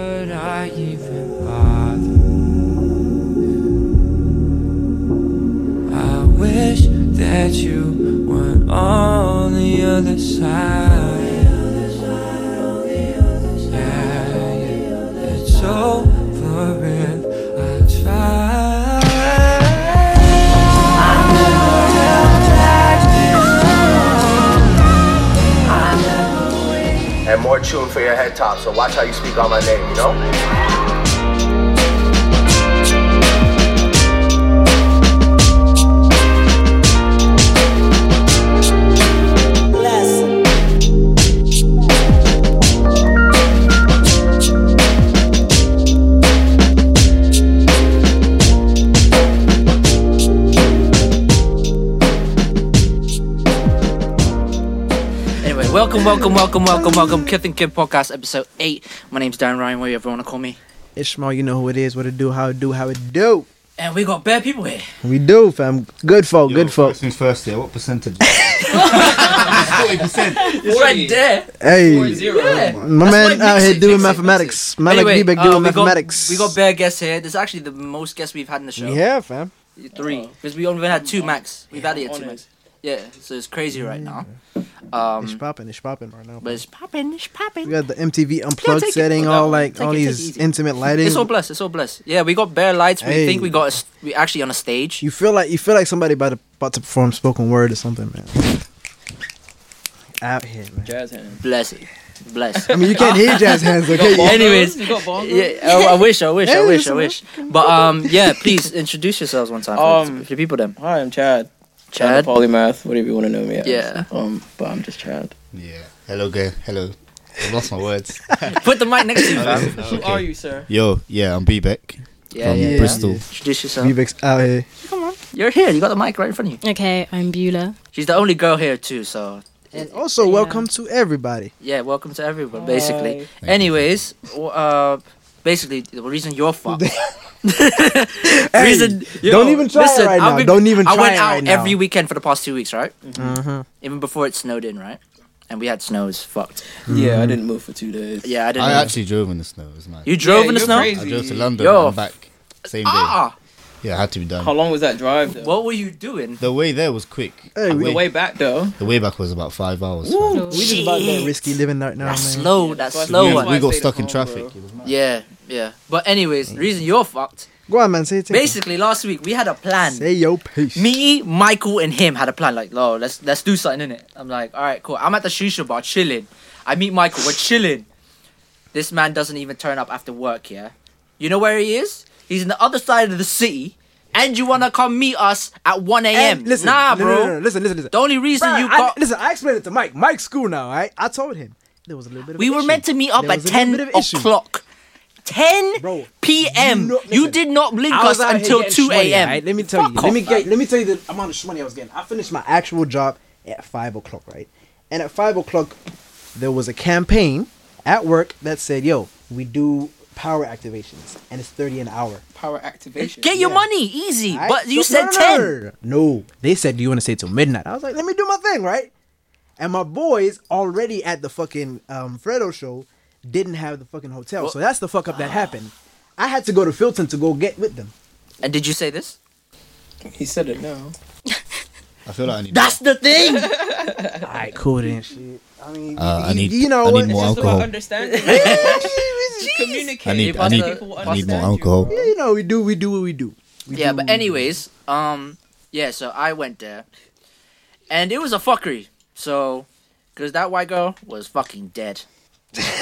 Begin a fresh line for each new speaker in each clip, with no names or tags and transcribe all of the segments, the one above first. I even bother? I wish that you weren't on the other side. Yeah, yeah, it's over and I tried.
And more chewing for your head top, so watch how you speak on my name, you know?
Lesson.
Anyway, welcome, welcome, welcome, welcome, welcome. Kith and Kid Podcast, episode 8. My name's Dan Ryan, whatever you want to call me.
Ishmael, you know who it is, what it do, how it do, how it do.
And we got bad people here.
We do, fam. Good folk, good folk.
First things first here, what percentage? 40%.
It's right there.
Hey, my man out here doing mathematics. My like Bebek doing
uh, we,
mathematics.
Got, we got bare guests here. This is actually the most guests we've had in the show.
Yeah, fam.
Three. Because we only had two max. We've had it at two max. Yeah, so it's crazy right now.
Mm. It's
Um,
popping, it's popping right now.
but it's popping, it's
We
popping.
got the MTV unplugged
take it.
setting,
Well,
all
that-
like
take
all
it, take it
these
easy.
intimate lighting.
It's all blessed, it's all blessed. Yeah, we got bare lights. We
Hey.
think we got a, st- we actually on a stage.
You feel like you feel like somebody about to, about to perform spoken word or something, man. Out here, man.
Jazz hands.
Bless it. Bless.
I mean, you can't hear jazz hands, okay?
ball- Anyways.
you got bongos?
Yeah, I, I wish, I wish, I
Yeah,
wish,
it's
I
a
wish. But um, yeah, please introduce yourselves one time.
Um,
Um, for the people, them.
Hi, I'm Chad.
Chad.
the Polymath, whatever you want to know me as.
Yeah.
Um, but I'm just Chad.
yeah. Hello, girl. Hello. I lost my words.
Put the mic next to you, fam.
Okay.
Who are you, sir?
Yo, yeah, I'm Bebek
Yeah,
from
yeah.
yeah.
Bristol.
Yeah.
Introduce yourself.
Bebek's out here.
You're here. You got the mic right in front of you.
Okay, I'm Beulah.
She's the only girl here too. So
And also,
Yeah.
welcome to everybody.
yeah, welcome to everyone. Basically.
Hi.
you.
Anyways, w- uh, basically the reason you're fucked. reason. yo,
don't even try it
listen,
right
I've
now.
been-
Don't even
I
try
went
it
out
right now.
every weekend for the past two weeks, right?
Uh-huh.
Even before it snowed in, right? And we had snows. Fucked.
Yeah, I didn't move for two days.
Yeah, I didn't.
I
know.
actually drove in the snow. It was nice.
you drove in the
you're
snow.
crazy.
I drove to London
Yo.
and back same day.
Ah.
Yeah, I had to be done.
How long was that drive, though?
What were you
Oh,
doing?
the way there was quick.
Hey,
the,
we-
way,
the way back, though.
the way back was about five hours.
Woo,
No.
we just about that risky living right now,
That's
man.
slow. That's
so I-
slow
we,
That's
one.
why I
we got
stayed
stuck
at
in
home,
traffic.
bro.
It was mad.
Yeah, yeah. But anyways,
Mm.
the reason you're fucked.
Go on, man. Say it. Basically,
Basically, last week we had a plan.
say your piece.
Me, Michael, and him had a plan. Like, oh, let's let's do something in it. I'm like, all right, cool. I'm at the shisha bar chilling. I meet Michael. We're chilling. This man doesn't even turn up after work. Yeah, you know where he is? He's in the other side of the city. And you wanna come meet us at 1 a.m.
And listen,
nah,
no,
bro.
no, no, no, listen, listen, listen.
The only reason
Bruh,
you
I-
got
listen, I explained it to Mike. Mike's school now. Right? I told him there was a little bit. Of
We
an
were
issue.
meant to meet up
There
at
was a little
10
bit of issue.
o'clock. 10
Bro,
p.m.
you know-
you
listen,
did not link
I
us
was out here
until
getting
2
shmoney,
a.m.
Right? Let me tell
Fuck
you. Let me
off,
get, let me tell you the amount of money I was getting. I finished my actual job at five o'clock, right? And at five o'clock, there was a campaign at work that said, "Yo, we do power activations, and it's thirty an hour."
Power activation.
Get your
Yeah.
money easy,
Right?
but you
So-
said
no, no,
10.
No, no, no. No. they said, "Do you want to stay till midnight?" I was like, "Let me do my thing, right?" And my boys already at the fucking um, Fredo show didn't have the fucking hotel, so that's the fuck up that happened. I had to go to Filton to go get with them.
And did you say this?
He said it now.
I feel like I need.
That's the thing.
All right, cool then. Shit. I mean,
Uh, I
you,
need.
you know
I
what?
need more
It's about
alcohol.
understanding. Just
I
communicate.
need. I need. I need more alcohol.
Yeah, you know, we do, we do what we do. We
yeah,
do
but
what we
anyways, um, yeah, so I went there. And it was a fuckery. So, because that white girl was fucking dead.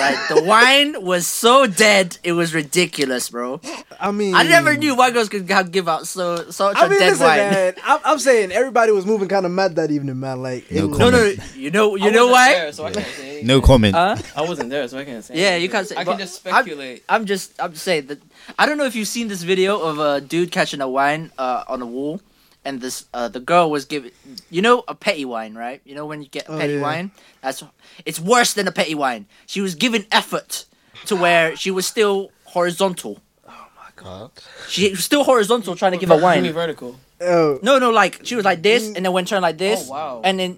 like, the wine was so dead, it was ridiculous, bro.
do. I mean,
I never knew white girls could have- give out so such
Hmm. I
a
mean,
dead
listen,
wine.
man. I'm, I'm saying everybody was moving kind of mad that evening, man. Like, it
No
was-
No, no,
Comment.
you know, you
I
know
wasn't
why?
There, so I can't say anything.
No comment.
Huh?
I wasn't there, so I can't say.
Yeah, you
anything.
can't say-
I
but
can just
I'm-
speculate.
I'm just, I'm just saying that. I don't know if you've seen this video of a dude catching a wine uh, on a wall, and this uh, the girl was giving, you know, a petty wine, right? You know when you get a
Oh,
petty
yeah.
wine, that's it's worse than a petty wine. She was giving effort to where she was still horizontal.
Oh
She was still horizontal trying to give a
Really
wine.
vertical.
Oh,
No, no, like she was like this, and then went turn like this,
Oh, wow.
and then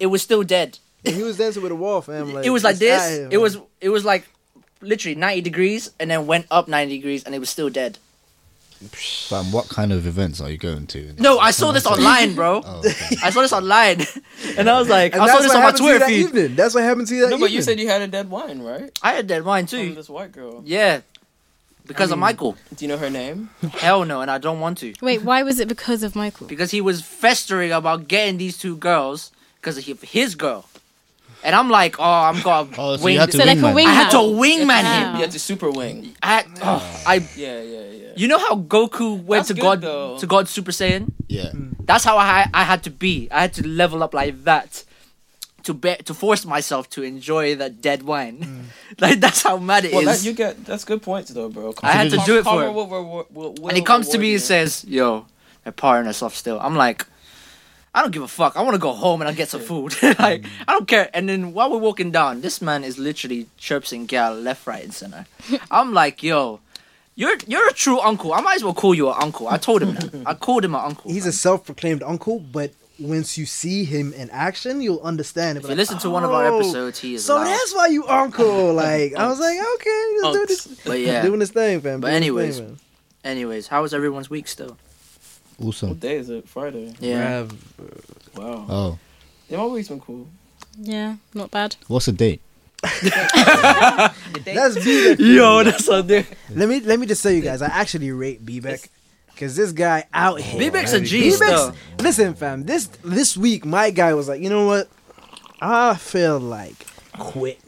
it was still dead.
he was dancing with a wall, fam. Like,
it was like
it's out
this.
here,
it
man.
was it was like literally 90 degrees and then went up 90 degrees and it was still dead.
Fam, what kind of events are you going to?
No, I saw this online, bro.
Oh, okay.
I saw this online and I was like,
And
I saw
that's
this
what
on my
happened to you
Twitter
that
feed.
evening. That's what happened to you that
No, but you
evening.
said you had a dead wine, right?
I had that wine
From
Um,
too.
this white girl.
Yeah. Because of Michael.
Do you know her name?
Hell no, and I don't want to.
Wait, why was it because of Michael?
Because he was festering about getting these two girls because of his girl. And I'm like, oh, I'm gonna
Oh, so
wing
you had
th-
So
to
like a
wingman.
wing-
I had to
Wow.
wingman him.
Wow.
You had to super wing.
I, had- oh, I
Yeah, yeah, yeah.
You know how Goku went
That's
to
good,
God
though.
to God Super Saiyan?
Yeah.
That's how I I had to be. I had to level up like that to be, to force myself to enjoy that dead wine.
Mm.
like that's how mad it is.
Well, that, you get that's good points though, bro.
I had to do it for
Karma
him.
will rewar- will- will
and he comes to
reward
me
you.
and says, "Yo, they're powering us off still." I'm like, I don't give a fuck. I want to go home and I get some food. like
Mm.
I don't care. And then while we're walking down, this man is literally chirping gal left, right, and center. I'm like, yo. You're you're a true uncle. I might as well call you an uncle. I told him that. I called him an uncle.
He's a self-proclaimed uncle, but once you see him in action, you'll understand.
If you listen to one of our episodes, he is
oh, So
loud.
that's why you uncle. Like I was like, okay, he's doing
Unks.
this,
But yeah.
doing this thing, fam.
But
doing his
anyways,
thing, man.
Anyways, how was everyone's week still?
Awesome.
What day is it? Friday.
Yeah.
Wow.
Oh,
yeah, my week's been cool.
Yeah, not bad.
what's the date?
that's B.
Yo, that's out there.
let me let me just tell you guys, I actually rate B Beck because this guy out here.
B-Beck's Oh, a
man.
G still.
Listen, fam. This this week, my guy was like, you know what? I feel like quitting.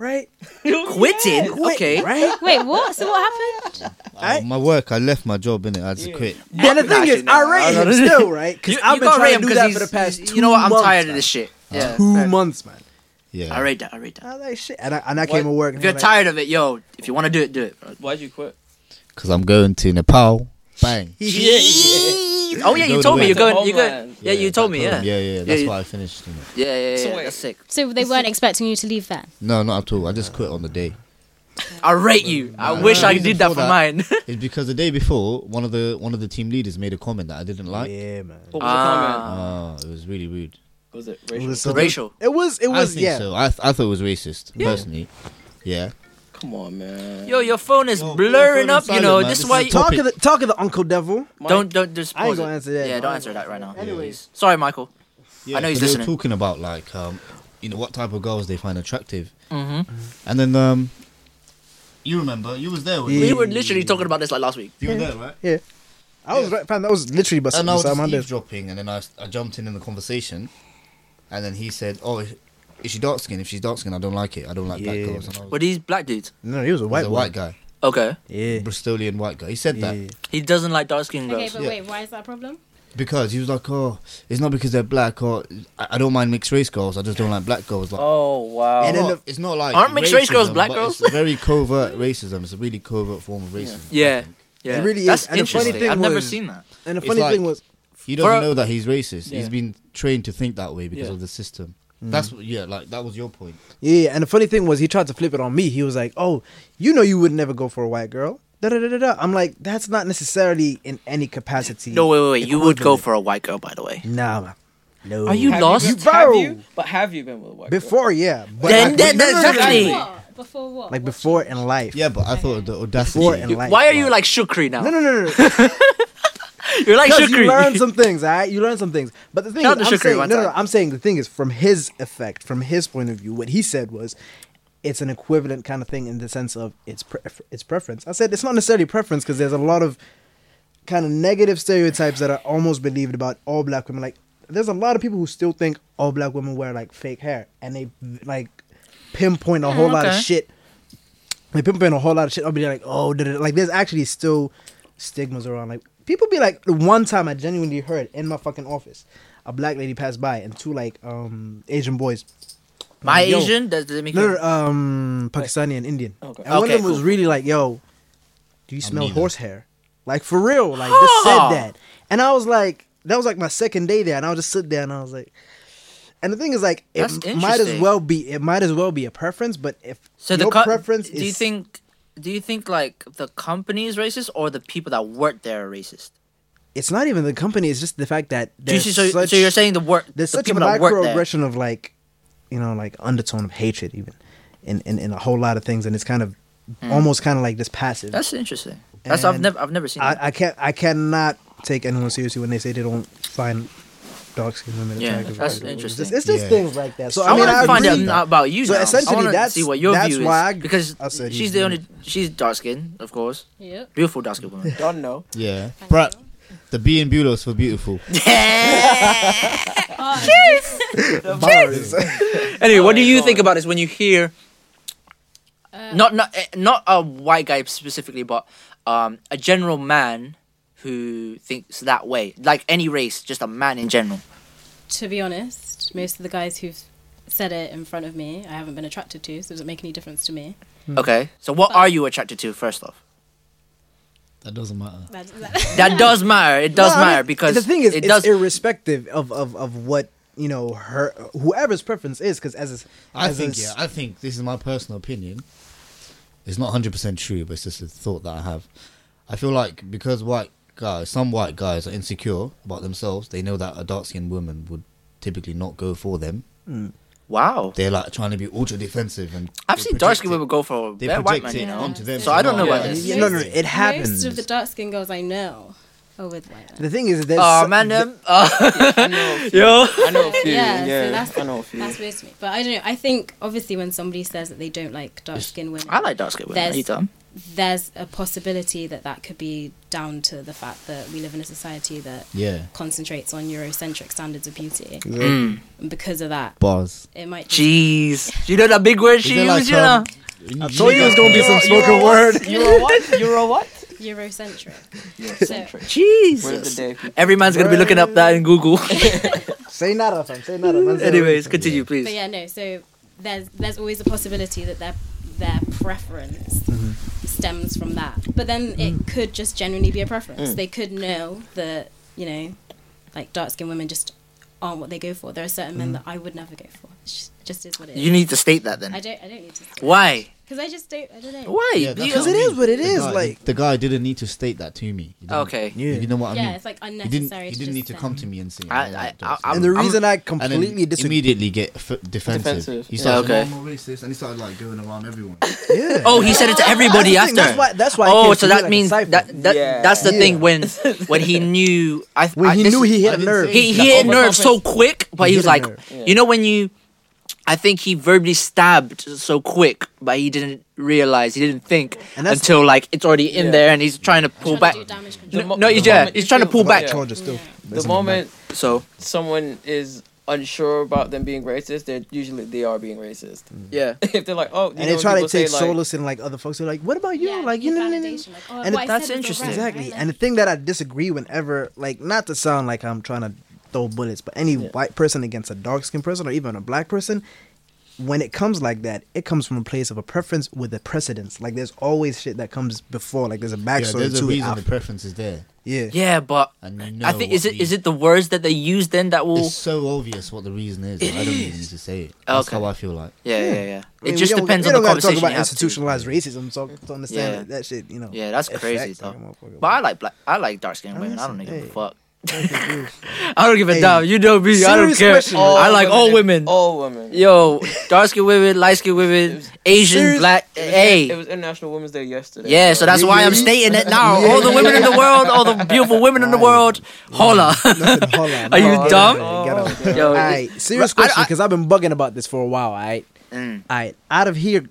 Right?
Quitting? okay.
Right?
Wait, what? So what happened?
I-
Oh, my work, I left my job in it. I just quit.
And the thing is, I rate him still, right? Because
You-
I've
you
been
gotta rate
trying
him
to do
'cause
that
he's-
for the past
he's-
two
You know what? I'm
months,
tired of
man.
this shit. Yeah.
Two
fair.
months, man.
Yeah.
I rate that. I rate that.
I was like, shit. And I, and I came to work. And
If you're
I'm like,
tired of it, yo, if you want to do it, do it. bro.
Why'd you quit?
Because I'm going to Nepal. Bang.
Oh yeah, you
Go
told
to
me you're
the-
going. You're going.
Homeland.
Yeah, you told me.
back
Yeah.
home.
Yeah,
Yeah, yeah. That's
you-
why I finished. you know.
yeah, yeah.
So
yeah,
wait.
That's sick.
So they weren't expecting you to leave then?
No, not at all. I just quit on the day.
I rate you. I
Nah,
wish
the
I
reason
did that
for
for
that-
mine.
It's because the day before, one of the one of the team leaders made a comment that I didn't like.
Yeah, man.
What was the comment?
Ah.
Oh, it was really rude.
Was it
It
racial?
was, so-
Racial.
It was, it
I
was,
think
yeah.
so. I, th- I thought it was racist, personally. Yeah.
Come on, man.
Yo, your phone is
Yo,
blurring
your phone
up.
is
You know,
silent, man.
this
This
is
is
why.
a
you-
top-
Talk of, the, talk of the Uncle Devil.
Mike,
Don't don't just
I ain't
pause
gonna
it.
answer that.
Yeah,
I
don't
ain't
answer that right now.
Anyways.
Sorry, Michael.
Yeah,
I know he's
'cause they were
listening.
talking about like, um, you know, what type of girls they find attractive, mm-hmm. and then um, you remember you was there.
Yeah.
With
We were literally talking about this like last week.
You were there, right?
Yeah. I was right, fam. That was literally about
And I was
beside
just
my desk.
eavesdropping, and then I, I jumped in in the conversation, and then he said, "Oh, is is she dark skinned? If she's dark skinned, I don't like it. I don't like
Yeah.
black girls." And I was,
Were these black dudes?
No, he was a
white,
white
a
one.
white guy,
Okay.
Yeah.
Bristolian white guy. He said
Yeah.
that
He doesn't like dark skinned girls.
Okay, but
Yeah.
wait, why is that a problem?
because he was like, "Oh, it's not because they're black, or I, I don't mind mixed race girls. I just don't like black girls." Like,
oh wow.
And
and
then
then it's not like
Aren't mixed race girls
racism,
black
but
girls?
It's very covert racism. It's a really covert form of racism.
yeah. Yeah.
It really
That's
is. And the funny
interesting.
thing
I've never
was-
seen that.
And the
It's
funny
like-
thing was,
He doesn't
a-
know that he's racist.
Yeah.
He's been trained to think that way because
Yeah.
of the system.
Mm.
That's what, yeah, like that was your point.
yeah, and the funny thing was, he tried to flip it on me. He was like, "Oh, you know, you would never go for a white girl." Da da da da. da. I'm like, that's not necessarily in any capacity.
No, wait, wait, wait. You would go
equivalent.
for a white girl, by the way.
Nah, man. No.
Are you
Have
lost?
You,
You
been- have
borrow.
you? But have you been with a white girl?
Before, yeah. But
Then-
like,
then-
no, no, no, no, no, no, no.
exactly.
What? Before what?
Like
What
before
changed?
in life.
Yeah, but I thought the audacity.
Before in life.
Why are you like Shukri now?
No, no, no, no. no.
You're like
Because you learn
Shukri.
some things, all right? You learn some things. But the thing
Shout
is,
out to
I'm
Shukri
saying, no,
one
no, no,
time.
I'm saying the thing is, from his effect, from his point of view, what he said was, it's an equivalent kind of thing in the sense of it's pref it's preference. I said it's not necessarily preference because there's a lot of kind of negative stereotypes that are almost believed about all black women. Like, there's a lot of people who still think all black women wear like fake hair, and they like pinpoint a whole lot of
okay.
shit. They pinpoint a whole lot of shit. I'll be like, oh, da, da, da. like there's actually still stigmas around. Like people be like, the one time I genuinely heard in my fucking office, a black lady passed by and two like um Asian boys.
My
Yo.
Asian? Does, does it make
No,
you?
no, um, Pakistani and Indian.
Okay.
And one
Oh, Okay,
of them was
cool.
really like, "Yo, do you smell
neither.
horsehair?" Like for real, like just said that. And I was like, that was like my second day there, and I was just sit there and I was like, and the thing is like, it
That's
m- might as
interesting.
well be, it might as well be a preference, but if
So
your
the co-
preference
Do you
is
think? Do you think like the company is racist or the people that work there are racist?
it's not even the company, it's just the fact that
Do you
there's
see, so,
such,
so you're saying the work the
there's such a
people that work there.
microaggression of like, you know, like undertone of hatred even, in in, in a whole lot of things, and it's kind of
Hmm.
almost kind of like just passive.
That's interesting. That's I've
And
never I've never seen. that.
I, I can't I cannot take anyone seriously when they say they don't find dark skinned women
Yeah,
attractive.
that's
It's
interesting.
just- It's just
Yeah.
things like that. So I,
I,
mean,
want
I
to find
agree.
out about you.
So
now.
essentially,
I wanna
that's-
see what your
that's
view
why I-
is because
I said
she's
he's
the only she's dark skinned, of course,
Yeah.
beautiful dark skinned woman.
Don't know.
Yeah. But the B and Bulos for beautiful.
Ah.
Bars.
anyway, what do you think about this when you hear not not eh, not a white guy specifically, but um, a general man who thinks that way, like any race, just a man in general.
To be honest, most of the guys who've said it in front of me, I haven't been attracted to, so it doesn't make any difference to me.
Hmm.
Okay, so what are you attracted to first off?
That doesn't matter.
That's,
That does matter. It does
No, I mean,
matter because
the thing is,
it
it's
does.
irrespective of, of, of what you know her whoever's preference is. Because as a,
I
as a
think
s-
yeah, I think this is my personal opinion. It's not hundred percent true, but it's just a thought that I have. I feel like because white guys, some white guys are insecure about themselves. They know that a dark skinned woman would typically not go for them.
wow,
They're like trying to be ultra defensive and.
I've
they
seen
project
dark skinned
it-
women go for
They
bare white
project
men,
it
you know.
onto them.
So I don't know about
Yeah.
this.
Yeah, no, no, it
Most
happens.
of the dark skinned girls I know are with white men.
the thing is, there's
Oh
so-
man,
th-
um, uh,
I know. a few.
yo.
I know a few.
Yeah,
Yeah,
so that's-
I know a few.
That's weird to me. But I don't know. I think obviously when somebody says that they don't like dark skinned women,
I like dark skinned women.
There's-
Are you dumb?
there's a possibility that that could be down to the fact that we live in a society that
Yeah.
concentrates on Eurocentric standards of beauty.
Mm.
And because of that,
Bars.
it might just
Jeez, you know that big word she used, you know.
I
told you it was gonna be some spoken word.
Euro what? Euro what?
Eurocentric.
Eurocentric. Where's
Jeez.
the day? people?
Every man's gonna be looking up that in Google.
Say nada, fam. Say nada. man, say
Anyways,
nada.
continue, please.
But yeah, no. So there's there's always a possibility that their their preference
Mm-hmm.
stems from that. But then
Mm.
it could just genuinely be a preference. They could know that you know, like dark skinned women just aren't what they go for. There are certain men that I would never go for. It just, just is what it is.
Mm. You need to state that then.
I don't. I don't need to.
Why?
Because I just don't. I don't know.
Why?
Yeah, that's
You-
Because it is what it is.
guy,
Like
the guy didn't need to state that to me. He didn't-
Okay.
Yeah.
You know what I
yeah,
mean?
it's like
you didn't.
unnecessary.
You didn't need to
just
come
say.
to me and
I-
say. don't
I-
like dark
I'm-
and
skinned
the
I'm-
reason i
and
completely
then
disagree.
immediately get f- defensive.
Defensive.
He
Yeah,
started
okay.
"Oh, I'm a racist, and he started like going around everyone.
Yeah.
Oh, he said it to everybody after.
That's the thing, that's why- that's why it
Oh,
came
so
to me
that
like a
means
cipher.
that, that
Yeah.
that's the
Yeah.
thing when when he knew I
when
I-
he
this
knew
is-
he hit
I
a
didn't
nerve.
say
he,
That
he hit nerve
overconfidence-
so quick, but he,
He
was
hit a
like,
nerve.
Yeah.
you know, when you, I think he verbally stabbed so quick, but he didn't realize, he didn't think
And that's-
until like it's already in
Yeah.
there, and he's trying to pull
Trying
back.
to do damage control.
No,
mo-
no,
the
he's- yeah,
moment
he's
you
trying to
feel-
pull back.
yeah.
Charges still.
The moment
So
someone is unsure about them being racist, they're usually they are being racist.
yeah,
if they're like, oh, you
And
know,
they try to
people say,
take
like,
solace in like other folks. They're like, "What about you?
Yeah,
like you
the
know." know, know.
validation, like, oh,
And
what I
that's
said was all
interesting.
right,
Exactly.
right?
And the thing that I disagree whenever, like, not to sound like I'm trying to throw bullets, but any white person against a dark skinned person or even a black person, when it comes like that, it comes from a place of a preference with a precedence. Like, there's always shit that comes before. Like, there's a
yeah,
backstory
there's a
to it.
reason the
after.
preference is there.
yeah.
yeah, but
And you
I
know
think
what
is it
the-
is it the words that they use then that will
It's so obvious what the reason is. I don't even need to say it. That's
Okay.
how I feel like.
yeah yeah yeah.
I
It
mean,
just
we don't-
depends
we
on the
don't gotta
conversation.
talk
you
about
have to.
institutionalized racism, so to understand
Yeah.
that, that shit, you know.
Yeah, that's crazy
affects, like,
though.
a motherfucker.
But I like black, I like dark skinned women. I don't
listen,
give a
hey.
fuck.
Confused.
I don't give a
Hey,
damn. You know me. I don't
serious
care.
question,
all
I like all women.
All women.
Yo, dark skinned women, light skinned women, Asian,
Serious-
black.
It was-
Hey,
It was International Women's Day yesterday.
Yeah, so that's why I'm stating it now. All the women in the world, all the beautiful women in the world, holla.
Nothing, hold on.
Are you
Hold on,
dumb?
man, get on.
Oh,
Yo,
All right,
I-
serious
I-
question because I've been bugging about this for a while. All right,
Mm.
all right. Out of here,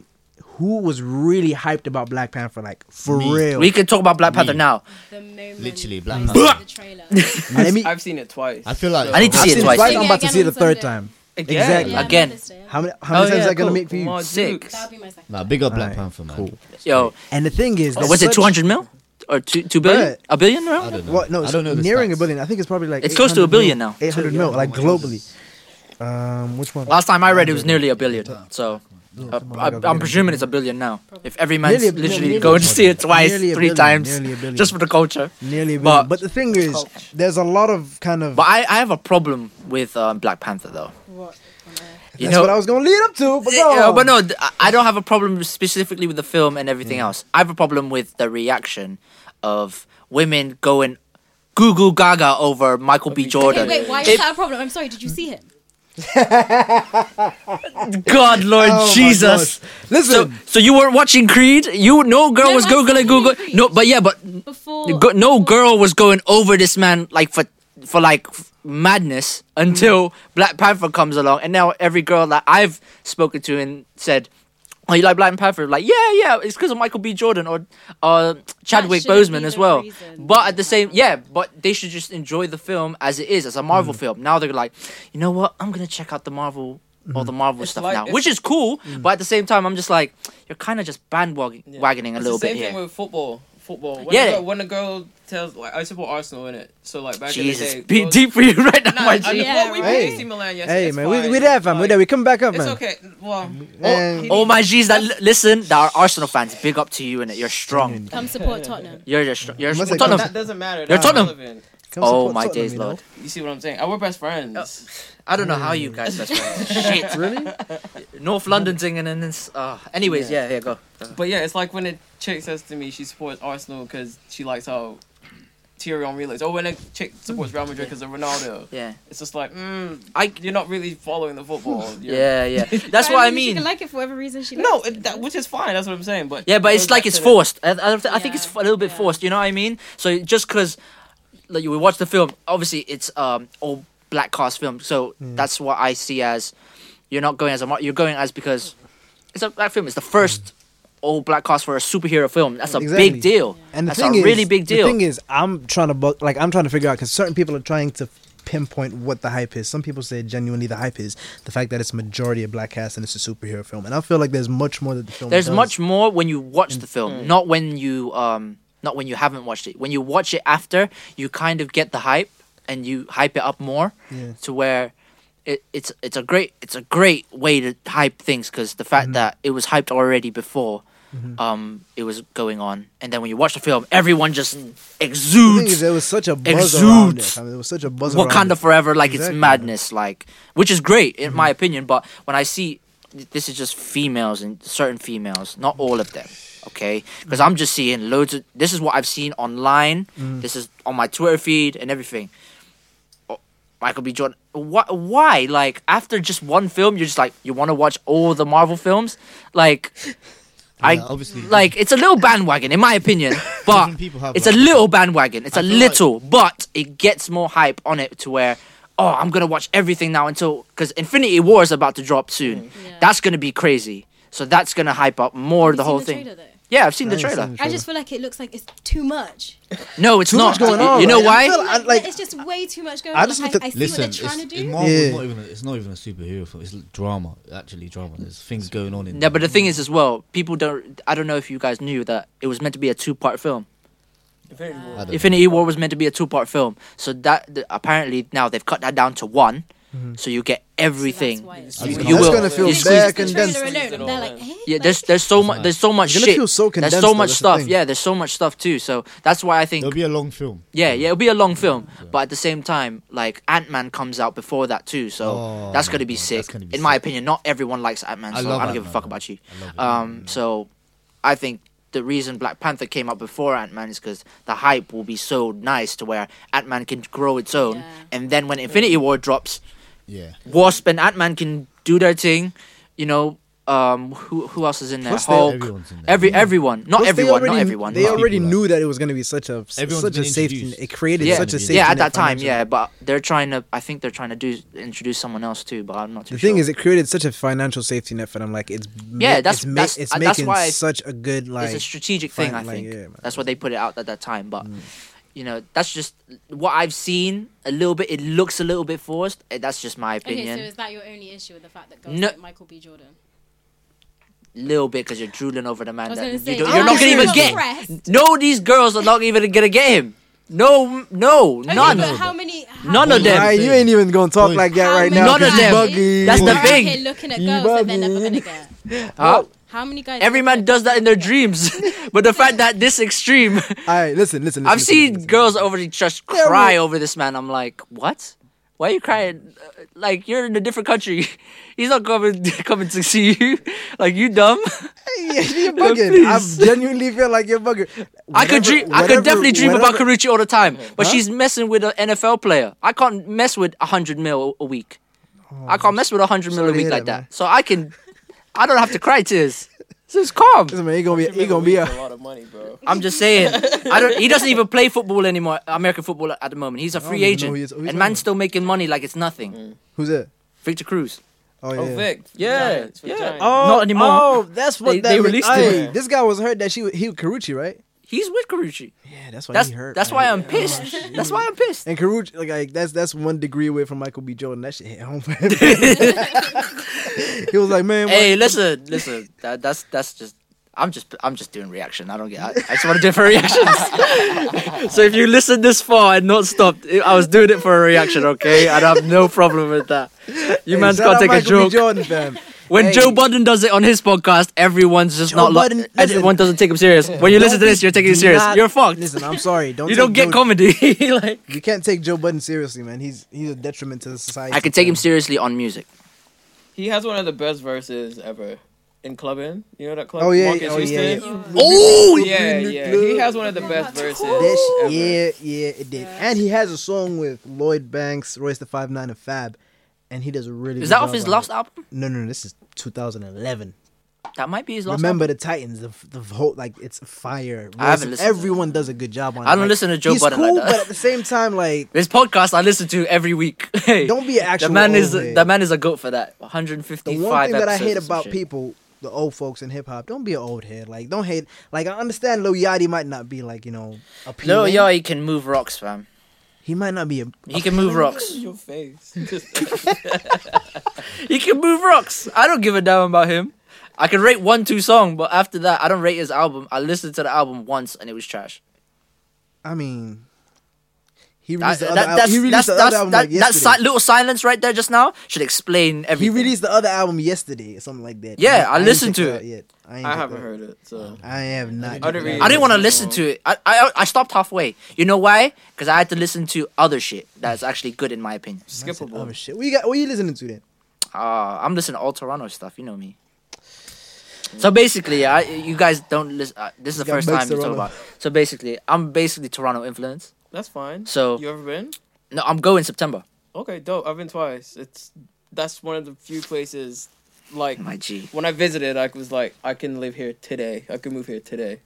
who was really hyped about Black Panther? Like for
Me.
real?
we can talk about Black Panther
Me.
now.
The moment
Literally,
I
black.
saw
man.
the trailer.
I mean,
I've seen it twice.
I feel like
I need to
I've
see it
seen
twice.
I'm about to
Again
see it the
on Sunday.
third time.
Again.
exactly.
Yeah,
Again.
Mother's Day.
How many? How many
Oh,
times
yeah,
is that gonna
cool.
make for you?
Mark
Six.
Dukes.
That'll be my second.
Nah, big up Black
Alright,
Panther, man.
cool.
Yo,
And the thing is,
Oh, was it
such-
200 mil or two two billion?
Bruh.
A billion
I
around?
don't know.
What? No,
I
it's
don't know the
nearing a
stats.
billion. I think it's probably like
It's close to a
800
billion
mil-
now.
800 mil, like globally. Um, which one?
Last time I read, it was nearly a billion. So uh, I, I'm presuming it's a billion now. If every man's
Nearly a-
literally
nearly-
going to see it twice,
nearly a
three
billion,
times,
nearly a billion.
just for the culture.
Nearly a
But-
billion. But the thing is, there's a lot of kind of.
But I, I have a problem with um, Black Panther though.
What on earth?
You
that's
know,
what I was gonna lead up to. But, go
Yeah,
on.
but no, th- I- I don't have a problem specifically with the film and everything
Mm.
else. I have a problem with the reaction of women going goo goo gaga over Michael B. Jordan.
Okay, wait, why is
If-
that a problem? I'm sorry, did you see him?
God, Lord
Oh my
Jesus.
gosh. Listen.
So, so you weren't watching Creed? You no girl
No,
was
I
go
was
gonna
watching
Google.
Creed.
No, but yeah, but
Before
go, no girl was going over this man like for for like f- madness
Mm.
until Black Panther comes along, and now every girl that I've spoken to and said. Oh, you like Black Panther? Like, yeah, yeah. It's because of Michael B. Jordan or uh, Chadwick
shouldn't
Boseman
be
as
the
well.
reason.
But at the same, yeah. But they should just enjoy the film as it is, as a Marvel
Mm.
film. Now they're like, you know what? I'm gonna check out the Marvel, all the Marvel
Mm. It's
stuff
like-
now,
it's- Mm.
which is cool. But at the same time, I'm just like, you're kind of just bandwagoning
Yeah.
wagoning a
It's
little
the
bit
same
here.
thing with football. Football. When
Yeah.
A girl, when a girl tells, like, I support Arsenal in it. So like back
Jesus,
in the day,
be
girls-
deep for you right now,
Nah,
my
I
G.
mean,
Yeah,
well, we
right.
played
Hey.
AC Milan yesterday.
Hey
it's
man, we
fine.
we there fam. We
Like,
there. We come back up,
It's
man.
okay. Well,
Man.
he
Oh
needs-
my G's, that li- listen, that are Arsenal fans. Big up to you in it. You're strong.
come support Tottenham.
You're just strong. You're
Must
strong. Tottenham.
have Mm. come-
That doesn't matter.
You're
that's
Tottenham.
irrelevant.
Come
Oh
support
my
Tottenham,
days,
you know?
Lord.
You see what I'm saying? And we're best friends.
I don't know how you guys best friends. Shit.
Really?
North London singing and this. Uh, anyways, yeah, here go.
But yeah, it's like when a chick says to me she supports Arsenal because she likes how Thierry Henry looks. Or when a chick supports Real Madrid because of Ronaldo.
Yeah.
It's just like, mm,
I.
you're not really following the football. You're-
Yeah, yeah. That's
But
what I
She
mean.
can like it for whatever reason she
No,
likes
it,
it.
that, which is fine. That's what I'm saying. But
Yeah, but it's
goes
like
back
it's
to the-
forced. I, I, I think it's
Yeah,
a little bit
yeah.
forced. You know what I mean? So just because, like, you watch the film, obviously it's um all black cast film. So
Hmm.
that's what I see as you're not going as a mar- you're going as because it's a black film. It's the first all black cast for a superhero film. That's a
Hmm. Exactly.
big deal.
And the
that's
thing
a
is,
really big deal.
The thing is, I'm trying to book, like I'm trying to figure out because certain people are trying to pinpoint what the hype is. Some people say genuinely the hype is the fact that it's majority of black cast and it's a superhero film, and I feel like there's much more that the film.
There's
does. Mm-hmm.
much more when you watch the film, not when you um not when you haven't watched it. When you watch it after, you kind of get the hype and you hype it up more
Yeah.
to where it, it's it's a great it's a great way to hype things because the fact
Mm-hmm.
that it was hyped already before um it was going on and then when you watch the film everyone just
The thing is,
exudes
there was such a buzz around
Exudes.
it. I mean, there was such a buzz around
Wakanda
it.
forever, like
Exactly. Mm-hmm.
it's madness, like which is great in my opinion. But when I see this is just females and certain females, not all of them, okay?
Mm-hmm.
Because I'm just seeing loads of this is what I've seen online.
Mm-hmm.
This is on my Twitter feed and everything. Oh, Michael B. Jordan, why? Why? Like after just one film, you're just like you want to watch all the Marvel films, like. I
Yeah, obviously.
like it's a little bandwagon in my opinion, but
Different people have
it's
like-
a little bandwagon. It's a
I feel like-
little, but it gets more hype on it to where, oh, I'm gonna watch everything now until because Infinity War is about to drop
Mm.
soon.
Yeah.
That's gonna be crazy. So that's gonna hype up more
Have
the
you seen
whole thing.
trailer, though?
yeah, I've seen
I
the
haven't seen
trailer.
the
I just feel like it looks like it's too much.
No, it's
Too
not.
much going
You-
on,
you know
like, I
why?
feel
Like,
like-
it's just way too much going
I
on.
just
like,
look at-
I see
Listen,
what they're trying
it's,
to do.
it's Marvel's
Yeah.
not even. A, it's not even a superhero film. It's l- drama. Actually, drama. There's things going on in.
No, but
there.
the thing is as well, people don't. I don't know if you guys knew that it was meant to be a two-part film.
I don't know.
Infinity War was meant to be a two-part film, so that th- apparently now they've cut that down to one.
Mm-hmm.
So you get everything.
why it's
you,
so
you
much.
will.
That's
gonna feel
you
It's
squeeze-
bad
just the
condensed.
trailer alone,
Squeeze it
they're
all
like,
in.
eh,
Yeah,
like,
there's there's so
It's
much
mad.
there's so much
You're gonna
shit.
feel so
there's
condensed,
so
though,
much
that's the
stuff.
thing.
Yeah, there's so much stuff too. So that's why I
There'll
think
be a long film.
yeah, yeah, it'll be a long film, but at the same time, like Ant Man comes out before that too. So
Oh
that's
my
gonna be
God,
sick.
that's gonna be
In my
sick.
opinion, not everyone likes Ant Man, so
I
I,
love
don't give a
Ant-Man,
fuck
though.
about you.
I love it.
Um, so I think the reason Black Panther came out before Ant Man is because the hype will be so nice to where Ant Man can grow its own,
Yeah.
and then when Infinity War drops,
yeah.
Wasp and Ant Man can do their thing. You know, um, who who else is in there?
Plus they-
Hulk.
Everyone's in there. Hmm.
Every everyone, not
Plus, they
everyone,
already-
not everyone.
They
but-
already
people
knew that it was going to be such a
Everyone's
such a
been
safety.
introduced.
It created
yeah,
such a safety.
yeah, at
net
that time,
financially.
yeah. But they're trying to. I think they're trying to do introduce someone else too. But I'm not too
The
sure.
thing is, it created such a financial safety net for them. Like it's
Yeah, that's-
it's, ma-
that's-
it's
uh,
making
that's why
such a good like
it's a strategic
fin-
thing. I
like,
think
yeah, man. Hmm.
that's what they put it out at that time. But you know, that's just what I've seen. A little bit. It looks a little bit forced. eh, That's just my
Okay,
opinion.
so is that your only issue with the fact that girls
No.
like Michael B. Jordan?
little bit because you're drooling over the man
I was
that
gonna
you
say,
don't,
if
you're not
you're
gonna even
not
get.
impressed-
No, these girls are not even gonna get him. No, no, none.
Okay, but how many? How
None of
many-
them.
Right, you ain't even gonna talk
Boy.
like that
how
right
many
now.
None of
guys
them.
Buggy.
That's the
are out
thing.
here Looking at
You
girls that they're never
buggy.
gonna get.
Huh?
How many guys?
Every man does that in their dreams, but the fact that this extreme.
All right, listen, listen. listen
I've
listen,
seen
listen.
girls over the just
Yeah,
cry
well-
over this man. I'm like, what? Why are you crying? Uh, Like you're in a different country. He's not coming coming to see you. Like you dumb.
Hey, you're bugging.
Please.
I genuinely feel like you're bugging.
I could dream. I could definitely dream about
career.
Karuchi all the time, but she's messing with an NFL player. I can't mess with a hundred mil a week. I can't mess with a hundred mil a
Oh, Sorry to
week
hear
like
that,
that.
man.
So I can, I don't have to cry tears. So it's calm.
Listen, man, he gonna be he gonna be
a
a
lot of money, bro.
I'm just saying. I don't. He doesn't even play football anymore. American football at the moment. He's a
don't
free
even know
agent,
who he is. Who he's
and man's
on?
still making money like it's nothing.
who's that?
Victor Cruz.
Oh yeah.
Oh, Vic.
Yeah,
Giants, for
yeah.
Giants.
Not anymore.
Oh, that's what
They-
that
they
meant.
released
Hey,
him.
This guy was hurt that she was- he was Carucci, right?
He's with Carucci.
Yeah, that's why
That's
he hurt.
that's
man. Oh,
why I'm pissed. that's why I'm pissed.
And Carucci, like, like that's that's one degree away from Michael B. Jordan. That shit hit home for him. he was like, man,
Hey,
why-
listen, listen. That, that's that's just. I'm just I'm just doing reaction. I don't get. I, I just want to do it for reactions. so if you listen this far and not stopped, I was doing it for a reaction, okay? And I have no problem with that. You
hey,
man's
shout
got
out
to take a
Michael B.
joke.
Jordan, fam.
When
Hey.
Joe Budden does it on his podcast, everyone's just
Joe
not like
Budden-
everyone
listen.
doesn't take him serious. When you listen to this, you're taking it
Do
serious.
not-
You're fucked.
Listen, I'm sorry. Don't
you
take
don't get
Joe-
comedy. like
You can't take Joe Budden seriously, man. He's he's a detriment to the society.
I can take him
fam.
seriously on music.
He has one of the best verses ever in clubbing. You know that club?
Oh yeah,
Marcus
oh yeah,
Houston?
yeah.
Oh
Yeah, yeah. He has one of the best verses.
That
ever.
sh- yeah, yeah, it did. And he has a song with Lloyd Banks, Royce the Five Nine, and Fab, and he does a really.
Is
good
that off
job
his
on
last
it.
album?
No, no, no. This is 2011.
That might be his last.
Remember the Titans, the, the whole like it's fire.
I haven't listened to
everyone does a good job on it.
I don't
Like,
listen to Joe
he's
Budden like
cool,
that.
but at the same time, like
This podcast I listen to every week. Hey,
don't be an actual.
the man is
old head.
the man is a goat for that.
The
155.
one thing that I
episodes
hate
or some
about
shit.
people, the old folks in hip hop, don't be an old head. Like don't hate. Like I understand Lil Yachty might not be like you know appealing.
Lil Yachty can move rocks, fam.
He might not be a.
He can move rocks.
Your face.
He can move rocks. I don't give a damn about him. I can rate one, two song, but after that, I don't rate his album. I listened to the album once and it was trash.
I mean. He
That,
released the
that,
other al-
that's,
he released
that's,
the other
that's,
album,
that,
like,
that
yesterday.
si- little silence right there just now should explain
He
everything.
released the other album yesterday or something like that.
Yeah, I
ain't
listened
checked
to
out
it.
yet. I, ain't
I
checked
haven't
out.
heard it, so.
I have not.
I didn't
checked out.
really-
I didn't want to
Yeah.
listen to it. I, I I stopped halfway. You know why? Because I had to listen to other shit that's actually good in my opinion.
Oh
Skippable.
shit! What you got? What you listening to then?
Uh, I'm listening to all Toronto stuff. You know me. So basically, I you guys don't listen. Uh, this is the
got
first
Mike's
time you talk
Toronto.
about. So basically, I'm basically Toronto influence.
That's fine.
So-
You ever been?
No, I'm going September.
Okay, dope. I've been twice. It's that's one of the few places, like
My G.
when I visited, I was like, I can live here today. I can move here today.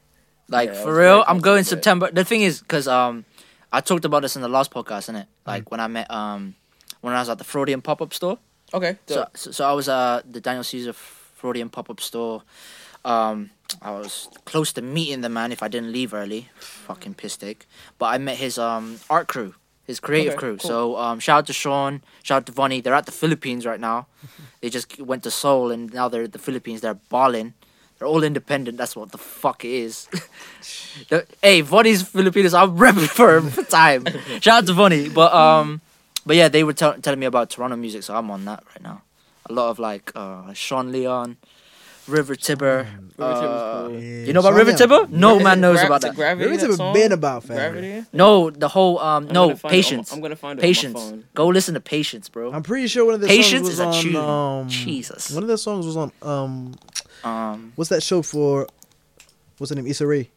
Like
Yeah, I
for
was very
real, I'm going
confident.
September. The thing is, cause um, I talked about this in the last podcast, innit? Like when I met um, when I was at the Freudian pop up store.
Okay,
So,
dope.
so so I was uh the Daniel Caesar Freudian pop up store. Um, I was close to meeting the man if I didn't leave early. Fucking piss take. But I met his um art crew, his creative
Okay,
crew.
cool.
So um shout out to Sean, shout out to Vonnie. They're at the Philippines right now. they just went to Seoul and now they're at the Philippines. They're balling. They're all independent. That's what the fuck it is. The- Uh, hey, Vonnie's Filipinos. I'm repping for him for time. Shout out to Vonnie. But um, but yeah, they were tell telling me about Toronto music, so I'm on that right now. A lot of like uh, Sean Leon, River Tibber.
River Tibber's
uh,
cool.
Yeah,
You know about
Sean
River
Leon.
Tibber? No
Is it
man knows
gra-
Oh, about
is it
that.
Gravity.
River
that
Tibber
song?
been about, fam.
Gravity.
No, the whole um,
I'm
no
gonna find it on my-
patience.
I'm gonna find it. on my
patience.
phone.
Go listen to patience, bro.
I'm pretty sure one of the
Patience is
songs
a
was on.
tune.
Um,
Jesus.
One of the songs was on. Um,
Um,
what's that show for? What's the name? Issa Rae.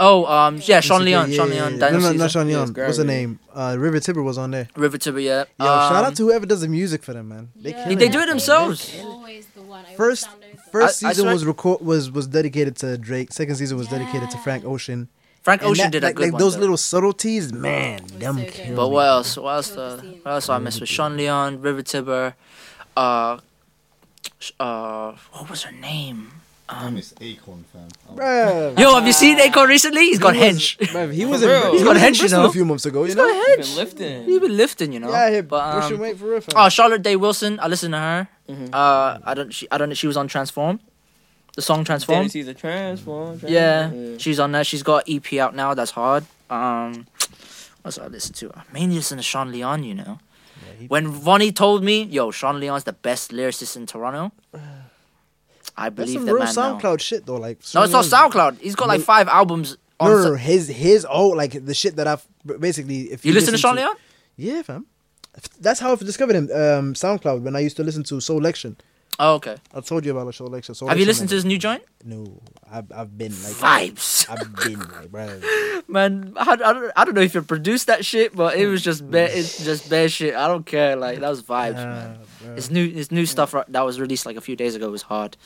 oh um, yeah, Sean
Issa Rae,
Leon,
yeah,
Sean
yeah,
Leon,
yeah.
Daniel
No, no, not
Caesar.
Sean
Yeah,
Leon.
it's
What's the
Gravity.
name? Uh, River Tibber was on there.
River Tibber, yeah.
Yo, shout
Um,
out to whoever does the music for them, man. They
Yeah.
killing
They do it
That's
themselves.
Always the one. I always
First-
sound over.
First
I- I
season
swear-
was record was was dedicated to Drake. Second season was dedicated to Frank Ocean.
Frank
And
Ocean
that-
did a
like,
good
like
one.
Those
though.
little subtleties, man, them
so good.
kill
But
me.
what else? What else?
Kill the
Uh,
scene.
what else I missed with Sean Leon, River Tibber, uh, sh- uh, what was her name?
Damn, it's Acorn fan.
Bruh.
Yo, have you seen Akon recently? He's got
He was-
hench.
bruh, he was
For
in,
real.
he
He's
was
got
in
hench, you
Bristol
know.
a few months ago. You
He's
know,
got
You've
hench.
been lifting.
He's been lifting, you know.
yeah, I hit
But,
push
um,
and wait for real. fam.
oh, Charlotte Day Wilson. I listened to her.
Mm-hmm.
Uh, I don't. She, I don't. She was on Transform, the song Transform.
Dennis, he's a transform. transform.
Yeah, she's on there. She's got EP out now. That's hard. Um, what's I listen to? I mainly listen to Sean Leon. You know,
he-
when Vonnie told me, "Yo, Sean Leon's the best lyricist in Toronto," I
That's
believe
some
that
real
man
SoundCloud
now.
shit though. Like
No, it's not SoundCloud. He's got like
No.
five albums.
No,
On
no, no,
Sa-
his his old like the shit that I've basically. If
you listen to Sean Leon?
Yeah, fam. That's how I discovered him. Um, SoundCloud when I used to listen to Soul Action.
Oh, okay.
I told you about Soul Lecture. Soul
Have you
Lecture
listened to
man.
his new joint?
No, I've I've been like
Vibes.
I've been like, bro.
Man, I, I, don't, I don't know if you produced that shit, but it was just bare, it's just bare shit. I don't care. Like that was vibes, man. His new his new stuff right, that was released like a few days ago was hard.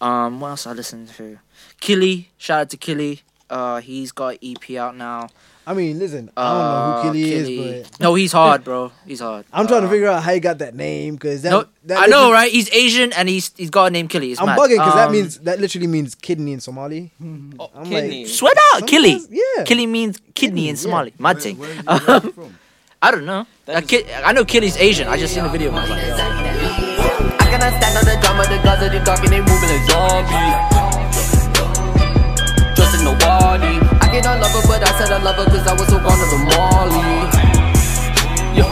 Mm.
Um, what else I listened to? Killy, shout out to Killy. Uh, he's got EP out now.
I mean, listen,
Uh,
I don't know who Killy,
Killy-
is, but
no, he's hard, bro. He's hard.
I'm trying to
Uh,
figure out how he got that name because that,
No,
that
I know,
literally-
right? He's Asian and he's he's got a name Killy. It's
I'm
mad.
bugging because that
Um,
means that literally means kidney in Somali.
Oh,
I'm
kidney.
like-
Swear out, Killy.
Sometimes- yeah.
Killy means kidney in
yeah.
Somali. Mad thing.
Where, where is he from?
I don't know.
That
That kid, I know Killy's Asian. I just seen a video. and I was like, yo.
I cannot stand on the drum of the guys of the dark and they moving like zombies. Trusting nobody. I cannot love her, but I said I love her cause I was so gone to the Molly. Yo,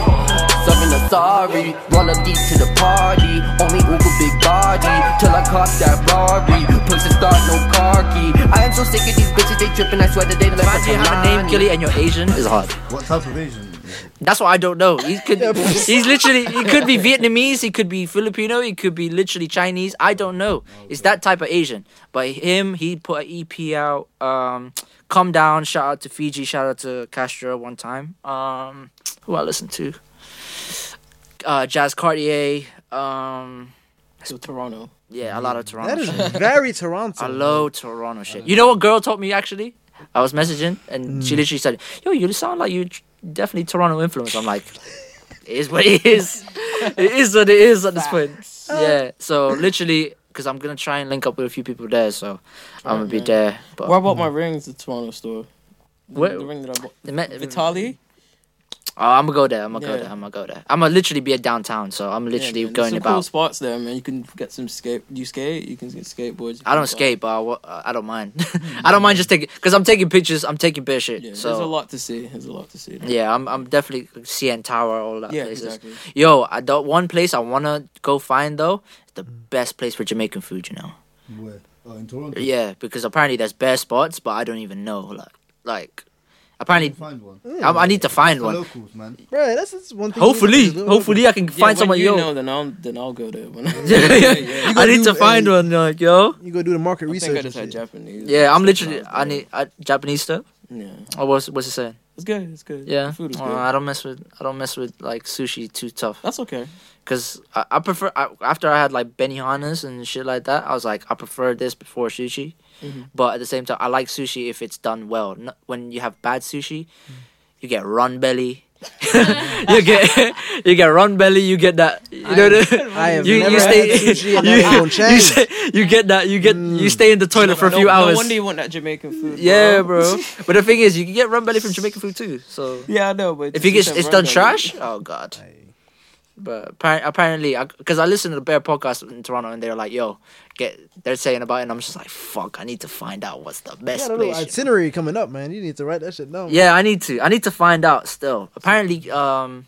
serving a sorry. Roll up deep to the party. Only Uber big body. Till I cop that Rari. Push the start, no car key. I am so sick of these bitches, they tripping. I swear that they left
Imagine you have a name Killy and you're Asian is hard.
What type of Asian? is he?
That's what I don't know. He could, he's literally, he could be Vietnamese, he could be Filipino, he could be literally Chinese. I don't know. It's that type of Asian. But him, he put an EP out. Um, Come down. Shout out to Fiji. Shout out to Castro one time. Um, who I listened to? Uh, Jazz Cartier. Um,
So Toronto.
yeah, a lot of Toronto.
That is
shit.
very Toronto.
I love Toronto
Uh,
shit. You know what girl told me actually? I was messaging and
Hmm.
she literally said, "Yo, you sound like you tr- definitely Toronto influence." I'm like, "It is what it is. It is what it is at this point." Yeah. So literally, because I'm gonna try and link up with a few people there, so I'm gonna be there. But
Where I bought my rings? The Toronto store. The,
Where-
the ring that I bought.
The me-
Vitali.
Oh, I'm gonna go there. I'm gonna
Yeah.
go there. I'm gonna go there. I'm gonna literally be at downtown, so I'm literally
Yeah, man, there's
going
some
about.
cool spots there, man. You can get some skate. Do you skate? You can get skateboards.
I don't skate, but I, wa- I don't mind. I don't mind just taking because I'm taking pictures. I'm taking bare shit.
Hmm. Yeah,
so
there's a lot to see. There's a lot to see. there.
Yeah, I'm I'm definitely CN Tower, all that
Yeah,
places.
exactly.
Yo, I the one place I wanna go find though, is the best place for Jamaican food, you know.
Where? Oh, in Toronto.
Yeah, because apparently there's bare spots, but I don't even know. Like like
You
apparently
Find one.
I, I need to find
The
one.
locals, man.
bro. That's just one thing. you
Hopefully,
need to do.
hopefully I can
Yeah,
find
when
someone.
you
Yo,
know, then I'll then I'll go there. When I,
I need to find one. Like yo,
you go do the market
I
research. and
think I just had
shit.
Japanese.
yeah, I'm literally
Yeah.
I need I, Japanese stuff.
Yeah,
Or what's what's it saying?
it's good. It's good.
Yeah,
the food is
Uh,
good.
I don't mess with I don't mess with like sushi too tough.
That's okay.
Cause I, I prefer I, after I had like Benihana's and shit like that, I was like I prefer this before sushi.
Mhm.
But at the same time, I like sushi if it's done well. N when you have bad sushi,
Mm.
you get run belly. you get you get run belly. You get that you know the,
I have
you,
never
you stay
had sushi and
you,
you, I won't
you,
change.
stay- you get that you get you stay in the toilet for a
Mm. no,
few
no
hours.
wonder you want that Jamaican food.
yeah, bro. but the thing is, you can get run belly from Jamaican food too. So
yeah, I know. But
if you get
just that
it's done
rundown.
trash, oh god. But appar- apparently, because I, listened to the Bear podcast in Toronto, and they're like, "Yo, get," they're saying about it, and I'm just like, "Fuck, I need to find out what's the
You
best
got a little
place."
itinerary coming up, man. You need to write that shit down.
Yeah, I need to. I need to find out. Still, apparently, um,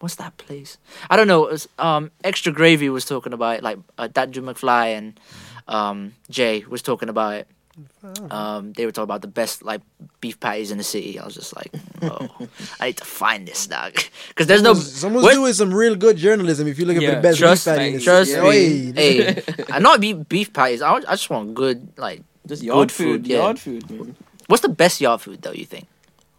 what's that place? I don't know. It was, um, Extra Gravy was talking about it, like uh, that Drew McFly and um Jay was talking about it.
Oh.
Um, they were talking about the best like beef patties in the city. I was just like, oh, I need to find this dog because there's no.
Someone's
where-
doing some real good journalism if you're looking for
Yeah,
the best
trust
beef patty in
me,
this-
trust
Yeah.
me.
Oi,
Hey, I not be beef patties. I, want- I just want good like.
Just
good
yard food.
yeah.
Yard food. Man.
What's the best yard food though? You think?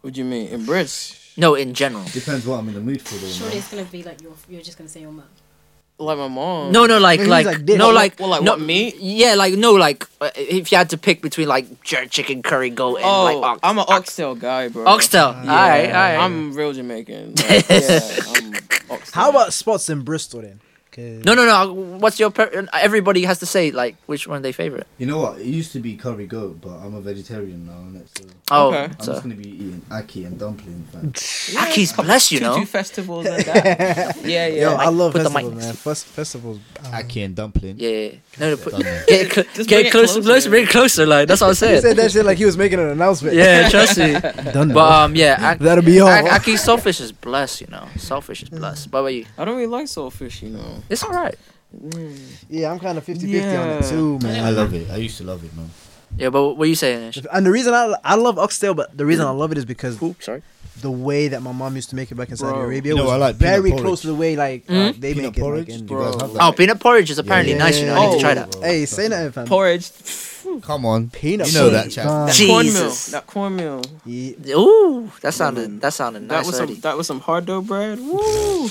What do you mean? In Brits,
No, in general.
Depends what I'm in the mood for, though.
Surely
Man.
it's gonna be like your. You're just gonna say your mum.
like my mom.
No, no, like,
Maybe
like,
he's like this.
no,
Well,
like,
well, like,
no,
what, meat?
Yeah, like, no, like, uh, if you had to pick between like jerk chicken, curry goat, and
Oh,
like ox-
I'm an oxtail guy, bro.
oxtail. Uh, all right, all right.
I'm real Jamaican. Like, yeah, I'm oxtail.
How about spots in Bristol then? 'Cause-
no, no, no. What's your? Per- everybody has to say like which one they favorite.
You know what? It used to be curry goat, but I'm a vegetarian now, innit? So
Oh,
Okay.
I'm just
so
gonna be eating aki and dumpling, man.
Aki's bless you
Two- two
know.
festivals and that? yeah, yeah.
Yo, I love
put the
festivals,
mic-
man. Fest- festivals.
Aki and dumpling.
Yeah, yeah. no, no put,
Dumpling.
get it cl-
Just
get
bring
it
it
closer,
closer.
closer, bring it closer. Like that's what I'm
He said
saying.
that shit like he was making an announcement.
yeah, trust me.
Done
But um, yeah, Ak-
That'll be all.
Ak- Aki's selfish is blessed, you know. Selfish is blessed. What about you?
I don't really like saltfish, you know.
It's all right. Mm.
yeah, I'm kind of 50 50 on
Yeah.
it too, man.
Man, I love it. I used to love it, man.
Yeah, but what are you saying? Ish?
And the reason I I love oxtail, but the reason I love it is because
Ooh, sorry.
the way that my mom used to make it back in Saudi
Bro.
Arabia
You know,
was
I like peanut
very
porridge.
close to the way like uh,
Mm.
they make
Peanut
it. Like,
porridge?
in- Oh.
Do you guys have that?
Oh, peanut porridge is apparently
yeah,
nice. You know, I need to
yeah.
try that.
Hey, say nothing, fam.
Porridge.
Come on.
Peanut
You know
porridge,
that, chat.
fam.
That
Jesus.
cornmeal. That cornmeal.
Yeah.
Ooh, that sounded that sounded
That
nice.
was
already.
some. That was some hard dough bread. Woo.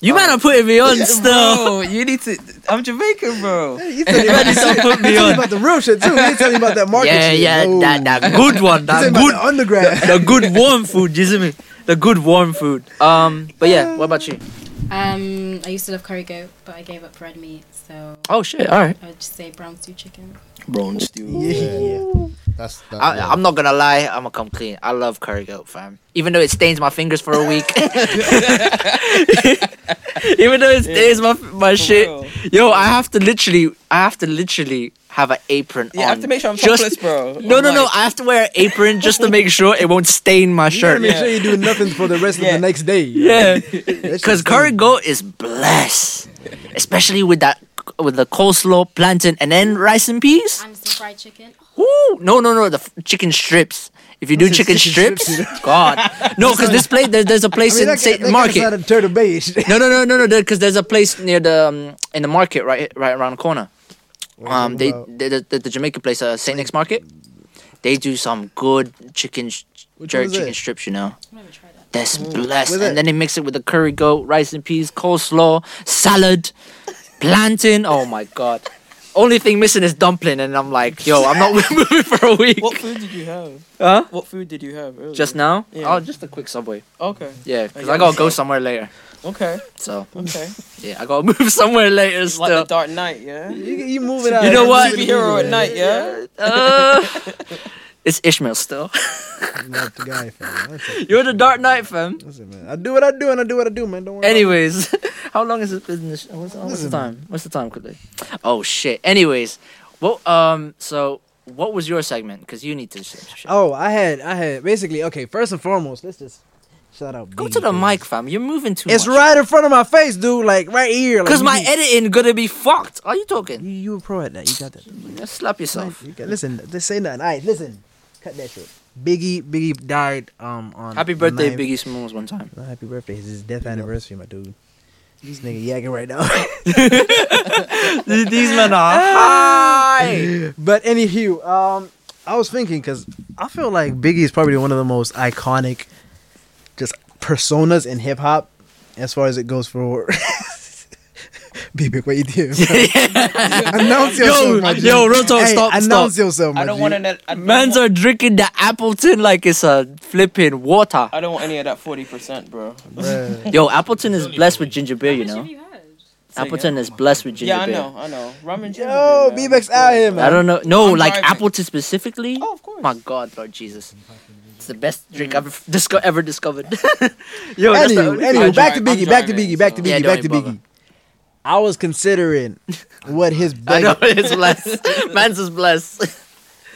you might have put me on still.
Bro, you need to. I'm Jamaican, bro.
He told you about,
Don't put me
he told you
on.
about the real shit too. He didn't tell you about that market
Yeah,
shit.
yeah,
No.
that that good one,
He
that
said about
good,
the undergrad.
the good warm food. You see me? The good warm food. Um, but yeah, what about you?
Um, I used to love curry goat, but I gave up red meat, so
Oh shit! All right,
I would just say brown stew chicken.
brown stew.
Yeah. That's, that,
I,
yeah.
I'm not gonna lie, I'm gonna come clean. I love curry goat, fam. Even though it stains my fingers for a week. Even though it stains my my shit.
real.
Yo, I have to literally, I have to literally have an apron
Yeah,
on.
I have to make sure I'm
just-
topless, bro.
No,
I'm
no, no.
like-
I have to wear an apron just to make sure it won't stain my
You gotta
shirt.
make sure you do nothing for the rest of
Yeah.
the next day.
Yeah,
That
because
shit's
curry
funny.
goat is blessed, especially with that with the coleslaw, plantain, and then rice and peas.
And some fried chicken. Oh,
Woo! No, no, no. The f- chicken strips. If you do chicken, strips, God, no, because this place there, there's a
I
place
mean,
in
that,
say,
that
market.
Not a turtle bay.
no, no, no, no, no. Because there's a place near the um, in the market right right around the corner. Um, they, they the, the, the Jamaican place, uh, Saint Nick's Market. They do some good chicken sh-
Which one
jerk
is
chicken
it?
strips. You know,
I've never tried that.
that's blessed.
With
And
it?
then they mix it with the curry goat, rice and peas, coleslaw, salad, plantain. Oh my god. Only thing missing is dumpling, and I'm like, yo, I'm not moving for a week.
What food did you have?
Huh?
What food did you have? earlier?
Just now?
Yeah.
Oh, just a quick subway.
Okay.
Yeah, because
yeah,
I gotta
we
go
should.
somewhere later.
Okay.
So
Okay.
yeah, I gotta move somewhere later.
It's like the
Still.
Dark Knight, yeah.
You, you moving out.
You know
You
what?
moving
Superhero at
everywhere.
night, yeah.
Uh, it's Ishmael still.
Not the guy, fam. That's it.
You're the Dark Knight, fam.
Listen, man. I do what I do and I do what I do, man. Don't worry. about it.
Anyways, how long is this business? What's, what's the time? What's the time quickly? Oh shit. Anyways, well, um, so what was your segment? Because you need to. Sh- sh-
Oh, I had, I had basically okay. First and foremost, let's just shout out.
Go
Biggie,
to the
fam.
mic, fam. You're moving too
It's
much.
right in front of my face, dude. Like right here. like,
Because
you
my
can-
editing gonna be fucked. Are you talking?
You, you a pro at that. You got that.
Just slap yourself.
You got- listen, just say nothing. All right, listen. Cut that shit. Biggie, Biggie died um on.
Happy birthday,
ninth-
Biggie Smalls, one time.
Not happy birthday. It's his death anniversary, my dude. This nigga yagging right now.
These men are high.
but anywho, um, I was thinking because I feel like Biggie is probably one of the most iconic, just personas in hip hop, as far as it goes for. Biggie, what you do? announce yourself,
yo,
my G.
yo, real talk,
Hey,
stop, stop.
announce yourself, my
I don't
G.
want to. I don't
Mans
want-
are drinking the Appleton like it's a flipping water.
I don't want any of that forty percent, bro.
Bruh.
Yo, Appleton is blessed with ginger beer,
How
you
much have
know.
you had?
Say
Appleton
again.
is blessed with ginger
Yeah, I
beer.
know, I know. Rum and ginger
Yo,
beer, man.
B-Bex out here, man.
I don't know. No,
I'm
like
driving.
Appleton specifically.
Oh, of course.
My God, Lord Jesus, it's the best drink I've ever, disco- ever discovered. Yo, that's the
Mm. Anywho,
only-
anywho,
I'm
back to
driving-
Biggie,
I'm
back to
driving,
Biggie, back to
so-
Biggie,
Yeah,
back
don't
to
even
Biggie. I was considering what his
I know
bag
it's blessed. Mans is blessed.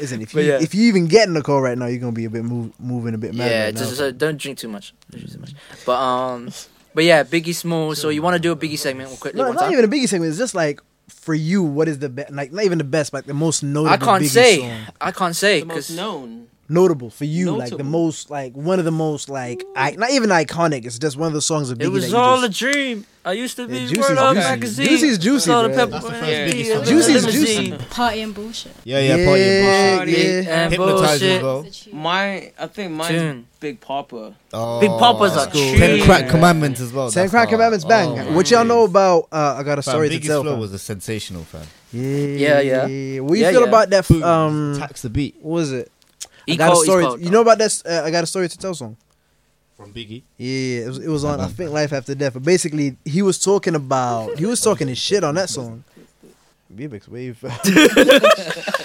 isn't. If you,
But yeah.
if you even get in the car right now, you're gonna be a bit move, moving a bit mad.
yeah,
right now.
just, uh, don't drink too much. Don't drink too much. But um, but yeah, Biggie Small. So you want to do a Biggie segment real quickly?
no,
one
not
time?
even a Biggie segment. It's just like for you, what is the best? Like not even the best, like the most notable.
I can't
Biggie
say.
song.
I can't say
The most
because
known.
notable for you, like the
Notable.
most, like one of the most, like I, not even iconic. It's just one of the songs of Biggie.
It was
that
all
you
a
just,
dream. I used to be
Yeah, Juicy's
Word Up
juicy.
magazine.
Juicy's juicy,
Salt and
bro.
pepper.
That's the first
and
Biggie
tea
song.
and
Juicy's
limousine.
juicy.
Party and bullshit.
Yeah, yeah,
Yeah.
party and bullshit.
Party.
Yeah.
And
Hypnotize as
bullshit.
well.
It's a tune.
My, I think mine's
Tune.
Big Papa.
Oh,
Big Papa's a
that's cool.
tree.
Ten crack commandments as well.
Ten
that's
Crack
hard.
Commandments,
Oh,
bang!
my
what y'all
days.
know about? Uh, I got a
Fam,
story to
Biggie's
tell.
flow
fam.
was a sensational fan.
yeah,
yeah.
What you
Yeah,
feel
yeah.
about that? f-
Boom,
Um,
tax the beat
what was it?
He
I got
called-
a
he
story.
called,
you know about that? Uh, I got a story to tell song.
from Biggie.
Yeah, it was, it was on I
love
think Life After Death. But basically, he was talking about he was talking his shit on that song. Bebix wave.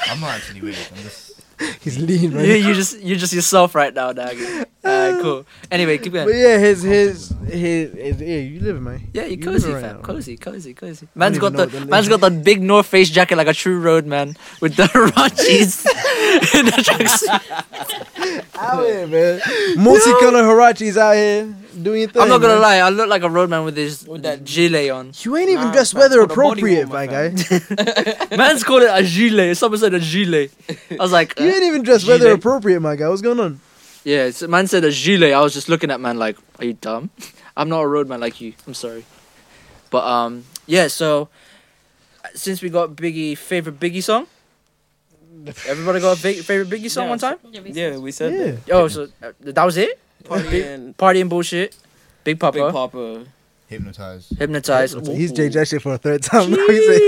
I'm not Anthony Wiggins. I'm just.
He's lean
though.
right.
You, you just you just yourself right now, dog. Alright, cool. Anyway, keep
But
going.
yeah, his his his, his yeah, you living man.
Yeah, you
you
cozy,
remember
fam.
right now.
Cozy, cozy, cozy. Man's got
even know
the
what the
man's got the big North Face jacket like a true road man with the runchies. in the tracksuit.
Out here, man. Multicolor Hirachis out here. doing your thing.
I'm not gonna
man.
lie, I look like a roadman with his
With that-
gilet on.
You ain't even
Nah,
dressed
man,
weather
for the body
appropriate, my
warmer,
guy.
Man's called it a gilet. Someone said a gilet. I was like,
You
eh?
ain't even dressed weather
Gilet.
appropriate, my guy. What's going on?
yeah. it's- man said a gilet. I was just looking at man like, are you dumb? I'm not a roadman like you. I'm sorry. But um, yeah. So since we got Biggie favorite Biggie song, everybody got a big, favorite Biggie song
Yeah.
one time.
Yeah, we said
Yeah.
that.
Oh, so uh, that was it.
Party and
Party and bullshit. Big Papa.
Big Papa.
Hypnotized.
Hypnotized.
He's Jay that shit for a third time. now. He said-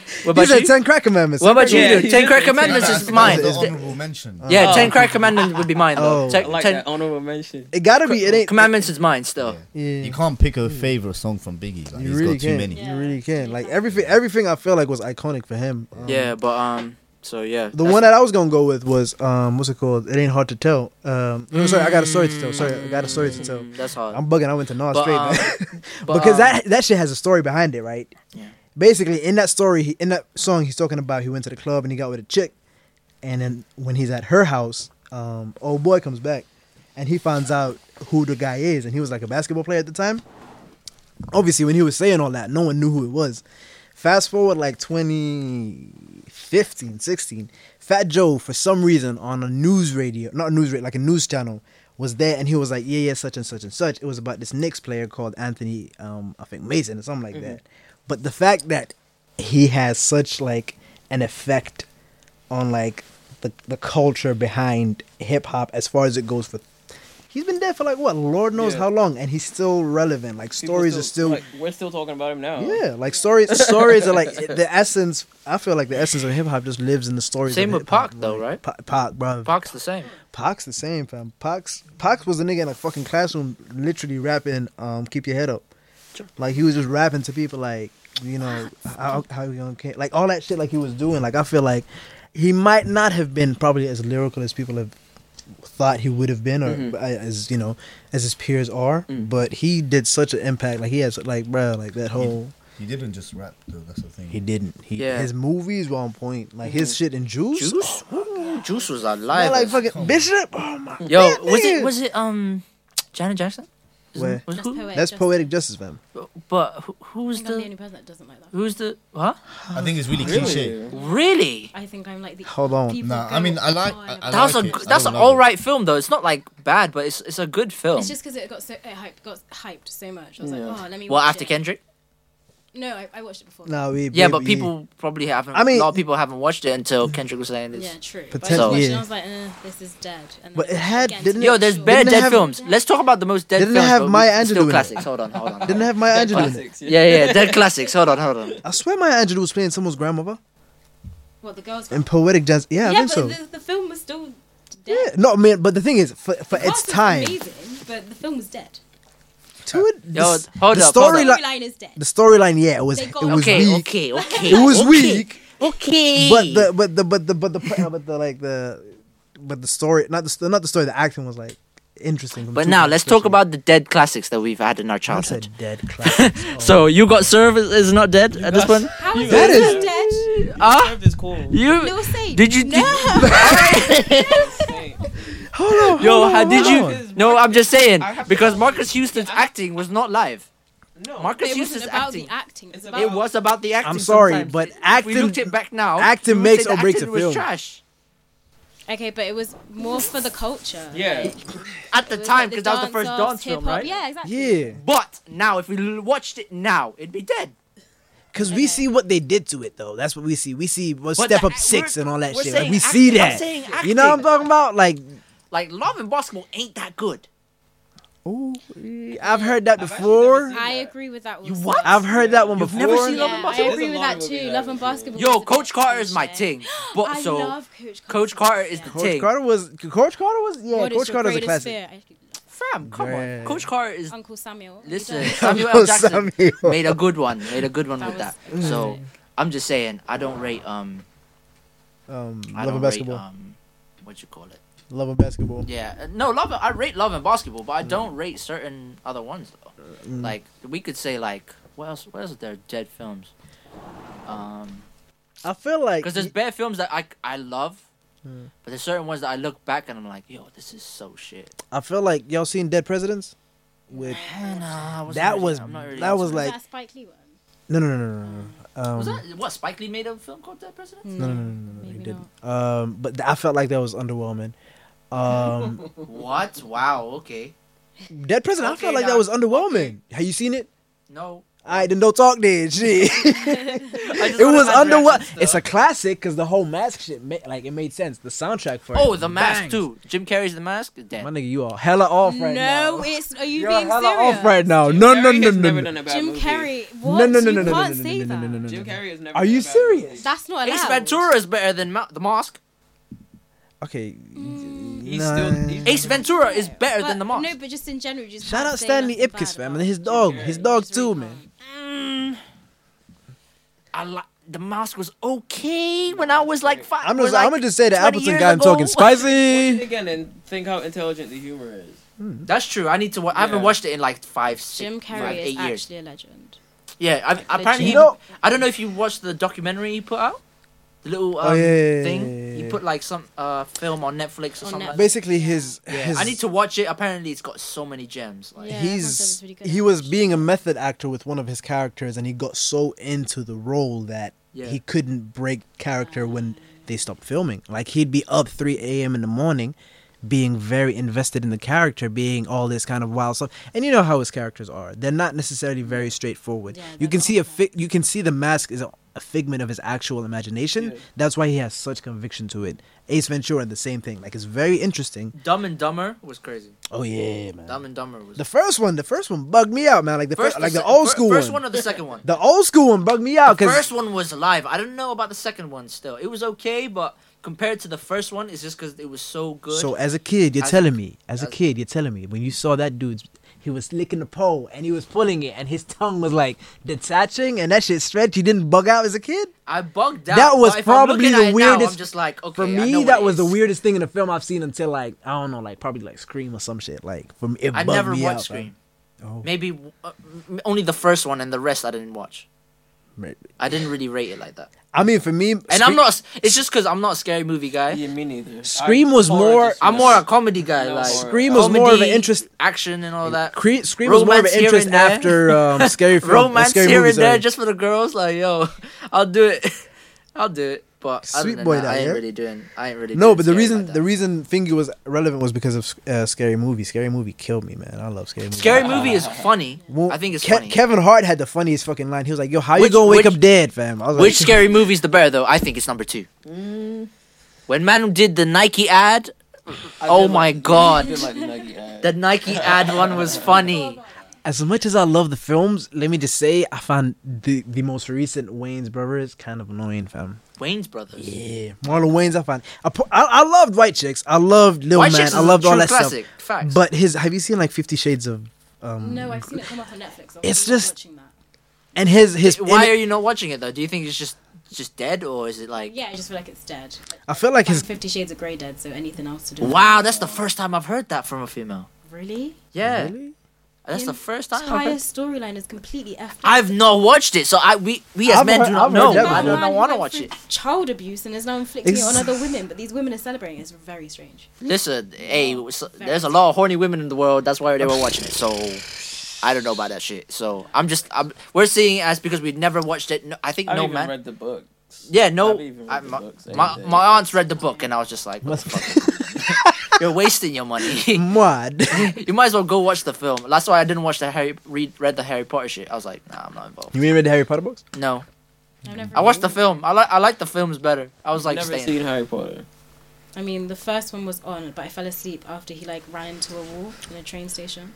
Jeez. What
He
about
said
you?
ten crack commandments.
What about you?
Yeah,
dude?
he
Ten
did
Crack
say
Commandments
That's
is mine.
The
Is the-
honorable mention.
Uh,
Yeah,
Oh.
Ten Crack Commandments would be mine though.
Oh.
Ten,
I like
ten-
that honorable mention.
It gotta be. It ain't.
Commandments is mine still.
Yeah.
You can't pick a favorite song from Biggie. Like,
You
he's
really
got too
can.
many.
Yeah.
You really can. Like everything, everything I feel like was iconic for him. Um,
Yeah, but um, so yeah.
The one that I was gonna go with was um, what's it called? It ain't hard to tell. Um, no, sorry, I got a story to tell. Sorry, I got a story to tell.
Mm, That's hard.
I'm bugging. I went to Nas
But,
straight,
um,
man.
but,
because
um,
that that shit has a story behind it, right?
Yeah.
Basically, in that story, he, in that song, he's talking about he went to the club and he got with a chick, and then when he's at her house, um, old boy comes back, and he finds out who the guy is, and he was like a basketball player at the time. Obviously, when he was saying all that, no one knew who it was. Fast forward like 2015, 16, Fat Joe, for some reason, on a news radio, not a news radio, like a news channel, was there and he was like, yeah, yeah, such and such and such. It was about this Knicks player called Anthony, um, I think Mason or something like
Mm-hmm.
that. But the fact that he has such like an effect on like the, the culture behind hip hop as far as it goes for. He's been dead for like what, Lord knows
Yeah.
how long, and he's still relevant. Like
People
stories are still
like, we're still talking about him now.
Oh.
yeah, like stories. stories are like the essence. I feel like the essence of hip hop just lives in the stories.
Same
of
with
hip-hop,
Pac, though,
like,
right?
Pa- Pac, bro.
Park's the same.
Pac's the same, fam. Pac's Pac was a nigga in a fucking classroom, literally rapping. Um, keep your head up. Like he was just rapping to people, like you know how how you gonna ca- like all that shit, like he was doing. Like I feel like he might not have been probably as lyrical as people have thought he would have been, or
Mm-hmm.
uh, as you know as his peers are.
Mm.
But he did such an impact. Like he has, like bro, like that whole.
He didn't just rap, though. That's the thing.
He didn't. He
Yeah. Mm-hmm.
his movies were on point. Like his shit in Juice.
Juice. Ooh, Juice was alive.
Man, like
as-
fucking Bishop. Oh my.
Yo,
God,
was
nigga.
it was it um, Janet Jackson? Is
Where?
it- Was
That's
who?
poetic.
That's
justice.
poetic justice, man.
But who, who's
I think I'm the
the
only person that doesn't like that.
who's the huh?
I think it's really, cliche.
Really?
Really?
I think I'm like the.
Hold on.
people
Nah,
go
I mean, I like.
on
I, I
about-
That was
like
a
it.
g-
I
that's
don't
an
love it.
all right film though. It's not like bad, but it's it's a good film.
It's just because it got so it hyped, got hyped so much. I was
Yeah.
like, oh, let me.
Well,
watch
after
it.
Kendrick.
No, I, I watched it before.
No, we.
Yeah, but
we-
people probably haven't.
I
I
mean-
mean, a lot of people haven't watched it until Kendrick was saying this.
Yeah, true.
Potent-
But I, was watching,
yeah.
I was like, eh, this is dead. And then
But
I
it
watched
had-
again, to
didn't it-
Yo,
make
there's
sure.
bare
Didn't it
dead
have-
films. Let's talk about the most dead
Didn't it
films.
have
but we-
Maya
it's Still
Angelou in it?
classics. Hold on, hold on.
didn't have Maya Angelou. in it.
Classics,
Yeah, yeah, dead classics. Hold on, hold on.
I swear, Maya Angelou was playing someone's grandmother
What the girls?
in poetic justice. Yeah, I
yeah,
think
but
so.
the, the film was still dead.
Yeah, no, man. But the thing is, for for
The
its
cast was
time,
Amazing, but the film was dead.
to it, the,
Yo,
s-
hold
the
up, hold
The
Really
storyline,
storyline is dead.
the storyline, yeah, it was
They
it
got-
was
Okay,
weak.
okay, okay.
It was
okay,
weak,
Okay.
but the but the but the but the pra- but the like the but the story, not the st- not the story. The acting was like interesting. from
But
two
now
points
let's
of
talk
view.
about the dead classics that we've had in our
That's Oh. a
childhood.
dead classic.
So you got served is- is not dead at this point.
How is
That
that
is-
is dead?
Ah,
Served is cool.
No
you.
say.
Did you?
No.
Did,
Hey,
Hold on,
yo,
hold
how
on,
did
hold
you?
on.
No, I'm just saying
I have to-
because Marcus Houston's acting was not live.
no.
Oh, It
Marcus
wasn't
Houston's
about
acting.
the acting. It's
It's
about
about-
It was about the acting.
I'm sorry,
sometimes.
but
If we
acting-
looked it back now.
acting
we would
makes
say
or
the
breaks a
acting was
film.
Trash
okay, but it was more for the culture.
Yeah.
at the
It was
time
like
because that was the first
dance-offs,
dance film,
hip-hop.
right?
Yeah, exactly.
Yeah,
But now, if we l- watched it now, it'd be dead.
because we
Okay.
see what they did to it, though. That's what we see. We see what
But
Step
the
Up
act-
Six
we're-
and all that
we're
shit. Like,
saying
we see
acting- I'm
that.
saying
You know what I'm
acting.
talking about? Like,
Like Love and Basketball ain't that good.
ooh, I've heard that before.
I agree with that. one.
You what?
I've heard that one
You've
before.
never seen Love
Yeah,
and
I
Basketball?
agree with
There's a
that
lot of
too.
movies
Love
that
and
I love.
basketball.
Yo,
was a
Coach
bit
Carter is my
cliche.
ting. But
I
so
love Coach Carter.
Coach Carter is the
Coach
ting.
Carter was Coach Carter was yeah.
What is
Coach
your
Carter's a
greatest
classic.
fear? I actually love
Fam, come
Yeah.
on. Coach Carter is.
Uncle Samuel. He
Listen,
does.
Samuel
Yo,
L. Jackson
Samuel.
made a good one. Made a good one
That
with
was-
that. So I'm just saying, I don't rate um.
Um,
I
love
don't
and
rate,
basketball.
um, what you call it?
Love and basketball.
Yeah, uh, no, love. I rate love and basketball, but I
Mm.
don't rate certain other ones though. Like we could say like what else? What else are there dead films? Um,
I feel like mm,
because there's bad films that I I love, but there's certain ones that I look back and I'm like, yo, this is so shit.
I feel like y'all seen Dead Presidents. with
Nah, uh, I wasn't
that
really-
was
I'm not really
that
into
was
it.
like
that Spike Lee one?
no no no no no, no. Um,
was that what Spike Lee made a film called The President?
No, no, no, no, no, he
Maybe
didn't. Um, but th- I felt like that was underwhelming. Um,
What? Wow. Okay.
Dead President, I
Okay,
felt like that
now-
was underwhelming. Have you seen it?
No.
All right, then don't talk then. Shit. it was underwhelming. It's a classic because the whole mask shit, ma- like, it made sense. The soundtrack for
Oh,
it.
the mask
bangs.
too. Jim Carrey's the mask. Dead.
My nigga, you all hella off right now.
no, it's are you
You're
being
hella
serious?
off right now. Oh, No, no,
Carrey
no,
has
no,
never
no.
done a bad
Jim
movie.
Carrey. What?
No, no, no,
you
no, no, no,
can't
no,
say
no, no, no, no, no,
Jim Carrey has never.
Are
done
you
a bad
serious?
movie.
That's not allowed.
Ace Ventura is better than Ma- the mask.
Okay.
He's
Nah.
still. He's
Mm.
Ace Ventura is better
But-
than the mask.
No, but just in general, just
Shout
can't
out
say
Stanley
nothing
Ipkiss,
bad
fam,
about
and his
Jim
dog.
Carrey.
His
You
dog
just
too,
really
man.
Mm. I li- the mask was okay when I was like five.
I'm
was
just,
like
I'm gonna just say that
20
Appleton
years
got him
ago.
talking spicy.
again and think how intelligent the humor is.
That's true. I need to. Wa- I haven't
Yeah.
watched it in like five, six,
Jim
like,
Carrey
eight
is
years.
actually a legend.
Yeah. I, apparently,
You
he,
know-
I don't know if you watched the documentary he put out. The little um,
Oh, yeah, yeah,
thing.
yeah, yeah,
He
yeah.
put like some uh film on Netflix or
On Netflix.
something. Like that.
Basically, his
Yeah,
his
I need to watch it. Apparently, it's got so many gems. Like,
Yeah, that
he's
was really good.
he was being a method actor with one of his characters and he got so into the role that
Yeah.
he couldn't break character
Ah.
when they stopped filming like he'd be up 3 a.m in the morning being very invested in the character being all this kind of wild stuff and you know how his characters are they're not necessarily very straightforward
Yeah,
you
they're
can
not
see a
that.
fi- you can see the mask is a, a figment of his actual imagination that's why he has such conviction to it ace ventura the same thing like it's very interesting
Dumb and Dumber was crazy.
oh yeah man
Dumb and Dumber was
the first one, the first one bugged me out, man. Like the first,
or
like the
se-
old
fir-
school
First
one.
one or the second one?
The old school one bugged me out
the
because
first one was alive. I don't know about the second one still. It was okay, but compared to the first one, it's just because it was so good.
so eh, as a kid, you're
As-
telling me, as a
as-
kid, you're telling me when you saw that dude's, he was licking the pole and he was pulling it and his tongue was like detaching and that shit stretched. You didn't bug out as a kid.
I bugged out.
That was
but if I'm
probably
looking
the
at it Now, I'm
weirdest-
just like, okay,
For
I know
me,
what
that
it
was the
is.
weirdest thing in the film I've seen until like I don't know, like probably like Scream or some shit. Like from it
I
bugged
never
me
watched
out.
Scream.
Oh.
Maybe w- uh, m- only the first one and the rest I didn't watch.
man.
I didn't really rate it like that.
I mean, for me, and
And I'm not. It's just because I'm not a scary movie guy.
Yeah, me neither.
Scream
I-
was
horror
more-
just-
I'm more a comedy guy.
No,
like
Scream
was more of an
comedy,
interest-
action and all that.
Cre- Scream was more of
Romance
an
here
interest
and there.
after um, scary film, uh,
romance
scary
here and
movies,
there
sorry.
just for the girls. Like, yo, I'll do it. I'll do it. But other
Sweet
than
boy
that,
that,
I ain't
yeah?
really doing. I ain't really.
No,
doing
but the
scary
reason
like
the
that.
reason Fingy was relevant was because of uh, Scary Movie. Scary Movie killed me, man. I love Scary Movie.
scary movie is funny.
Well,
I think it's
Ke-
funny.
Kevin Hart had the funniest fucking line. He was like, "Yo, how you
Which-
gonna wake
which-
up dead, fam?" I was
Which
like, Mm.
scary movie's the better though? I think it's number two. When man did the Nike ad,
I
oh
did
my
like- I
god,
did like the Nike ad.
the Nike ad one was funny.
As much as I love the films, let me just say I found the the most recent Wayne's Brothers kind of annoying, fam.
Wayne's Brothers.
Yeah, Marlon Wayne's. I find I pu- I, I loved White Chicks. I loved Lil
White
Man.
Chicks
I
is a
loved all
true
that
classic.
stuff.
Facts.
But his, have you seen like Fifty Shades of? Um,
No, I've seen it come up on Netflix. I
It's
wasn't
just-
watching that.
And his his.
why
in-
are you not watching it though? Do you think it's just just dead or is it like?
Yeah, I just feel like it's dead.
I feel like
Like
his
Fifty Shades of Grey dead. So anything else to do?
Wow, that's the first time I've heard that from a female.
Really?
Yeah,
Really?
that's the
Yeah.
first
This
time. I've,
entire
heard.
storyline is completely effed.
I've not watched it, so I we we as
I've
men
heard-
do not
I've heard
know.
that
I do
before.
not want to watch it.
Child abuse and is now inflicting
Ex-
it on other women, but these women are celebrating. it. It's very strange.
Listen, hey, s- there's a lot of horny women in the world. That's why they were watching it. So I don't know about that shit. So I'm just I'm, we're seeing it as because we've never watched it. No, I think
I haven't
no man.
even read the book.
yeah, no.
I've even
I,
read the
my,
books,
my,
anything.
my aunt's read the book, and I was just like, what the fuck? you're wasting your money.
mod.
you might as well go watch the film. That's why I didn't watch the Harry read read the Harry Potter shit. I was like, nah, I'm not involved.
You mean read the Harry Potter books?
No,
I've never
I watched the film. I like I like the films better. I was like,
I've never
staying.
seen Harry Potter.
I mean, the first one was on, but I fell asleep after he like ran into a wall in a train station.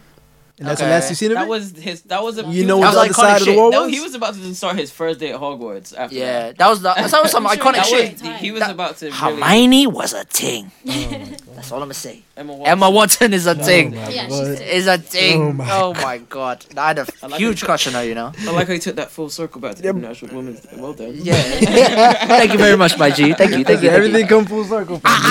And that's the
Okay.
last you've seen of
That
it?
was his. That was a.
you know what
That
the
was
other
iconic
side of the
shit.
world
No,
was?
he was about to start his first day at Hogwarts. After
Yeah, that was the, that was some
I'm sure
iconic
that
that
shit.
was,
Time.
he was
That-
about to. Really, Oh
Hermione was a ting. That's all I'm gonna say.
Emma Watson.
Emma Watson
Oh
is a ting.
Oh my
Oh, Yeah, she
God.
said-
Is a ting.
Oh
Oh
my
my, god. I had a
I like
huge
it.
crush on her, you know?
I like how he took that full circle back to the National Women's Day. Well done.
Yeah. thank you very much, my G. Thank you, thank you. Thank
Everything
you.
come full circle. fam.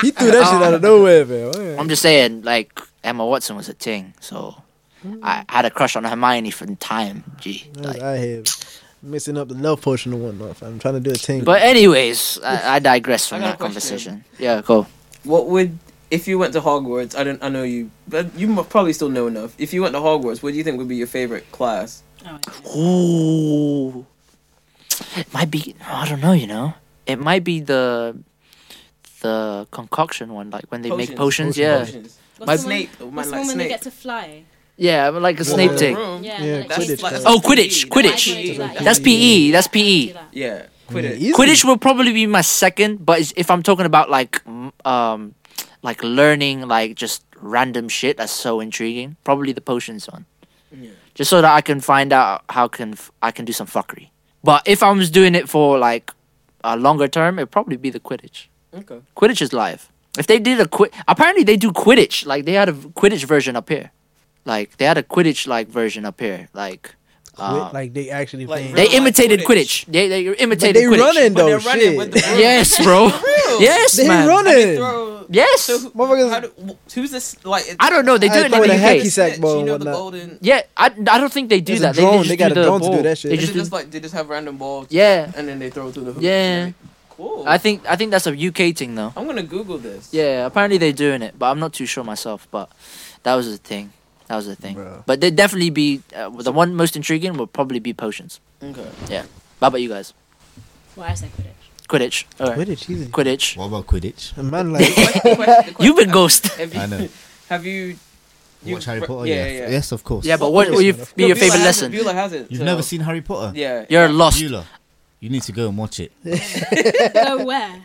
he, he threw that shit out of nowhere, man.
I'm just saying, like, Emma Watson was a ting, so
Mm.
I had a crush on Hermione from time, G.
That's-
Like,
I have missing up the love portion and whatnot. fam. I'm trying to do a thing.
eh, but anyways, I, I digress
I
from
got a
that
question.
conversation. Yeah, cool.
What would if you went to Hogwarts, I don't, I know you, but you mu- probably still know enough. If you went to Hogwarts, what do you think would be your favorite class?
Oh, okay.
Ooh. It might be I don't know, you know. It might be the the concoction one, like when they make potions,
Potions.
yeah.
Potions.
What's
My
the one-
Snape, oh, man,
what's the
like
one when they
Snape.
get to fly?
Yeah, but like a
Whoa.
Snape
Yeah.
thing.
Room.
Um, Yeah,
Yeah,
like
That's-
Quidditch
that's-
does.
Oh, Quidditch,
Yeah, I
Quidditch.
wanna do that.
That's PE, that's E. PE.
Yeah, Quidditch.
Easy.
Quidditch will probably be my second, but it's- if I'm talking about like m- um like learning like just random shit that's so intriguing, probably the potions one. Just so that I can find out how can f- I can do some fuckery. But if I was doing it for like a longer term, it'd probably be the Quidditch.
Okay.
Quidditch is live. If they did a quit, apparently they do Quidditch. Like they had a Quidditch version up here. Like they had a Quidditch like version up here. Like uh,
Quit, like they actually
like,
playing.
they
Like
imitated
Quidditch.
Quidditch. They they
but
imitated
they
Quidditch.
running
But
though.
they're running
Shit.
with the broom.
Yes, bro.
real?
yes,
they
man.
running.
Throw-
Yes.
So who,
Motherfuckers-
how do, wh- who's this? Like,
I don't know. They do
I
it
throw
in
with a
the
hacky
UK.
sack ball
You
and
know the
whatnot.
golden.
Yeah, I, I don't think they do
There's
that.
a drone.
They,
They
they
got
got
a
the
drone to do
ball.
that shit.
They
Is
just
it
do-
just like they just have random balls?
yeah,
And then they throw through the hoop.
yeah.
Cool.
I think I think that's a UK thing though.
I'm gonna Google this.
Yeah, apparently they're doing it, but I'm not too sure myself. But that was the thing. That was the thing.
Bruh.
But they'd definitely be uh, the one most intriguing would probably be potions.
Okay.
How about you guys?
Why I said Quidditch.
Quidditch. All right.
Quidditch, easy.
Quidditch.
What about Quidditch?
A man like
The question- the question- the
You've been ghost.
question- Have you,
I know.
Have you? you
Watch Harry
re-
Potter?
Yeah,
Yeah,
yeah, yeah.
Yes, of course.
Yeah, but what would you, be your
No, Beulah
favorite
has
lesson?
it, Beulah has it.
You've
so-
never seen Harry Potter?
Yeah.
You're lost.
Beulah, you need to go and watch it.
Go where?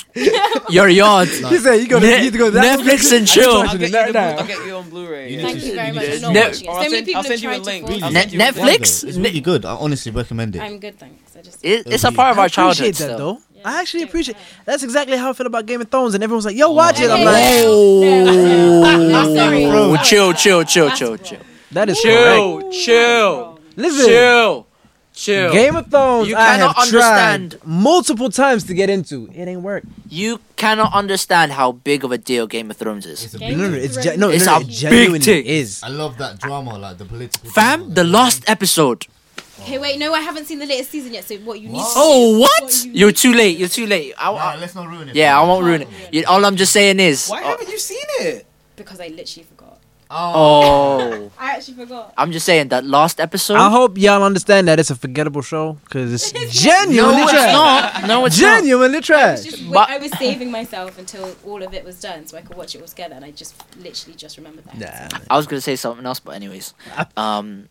Your yard.
he said, you go. to-
Ne-
You need to go. to that-
Netflix and
I'll
chill.
Watch it
get, you
right
the,
now.
I'll get you on Blu-ray.
You
yeah.
Thank
need to-
you
you
very
need
much.
to
I'm not
see
it.
watching it. So many
I'll send- I'll
people have
send you a
tried to
link.
force
I'll
Ne-
send you a link.
Netflix.
It's really good. I honestly recommend it.
I'm good, thanks. I just
It, it's a
It'll
part of our
I appreciate
childhood
that
still.
though. I actually
Yeah,
appreciate.
yeah.
That's exactly how I feel about Game of Thrones, and everyone's like, "Yo, watch it." I'm
Okay.
like,
No, no,
Oh,
no, sorry.
Ooh,
Sorry.
chill, chill, chill,
That's
chill,
wrong.
chill,
"That is correct."
chill, chill,
Listen,
chill, chill.
Game of Thrones.
You
I have
cannot understand.
tried multiple times to get into. It ain't work.
You cannot understand how big of a deal Game of Thrones is.
It's a
Game
No, no,
big,
no,
of
it's
Thrones.
ge- no,
It's
no, no,
a
it
big
genuinely
tick.
is.
I love that drama, like the political.
Fam,
drama,
the
like-
last episode.
Okay, wait, no, I haven't seen the latest season yet. So what you need? to
Oh,
do-
what?
you
You're
need-
too late. You're too late. I,
Nah,
I,
let's not ruin it.
yeah, I
fam.
won't ruin it. You- all I'm just saying is.
Uh,
Why haven't you seen it?
Because I literally forgot.
oh.
I actually forgot.
I'm just saying that last episode.
I hope y'all understand that it's a forgettable show because it's
no,
genuinely
it's
trash.
not. No, it's not.
genuinely trash.
Just wait,
But-
I was saving myself until all of it was done so I could watch it all together, and I just literally just remembered that.
Nah.
I was gonna say something else, but anyways, um,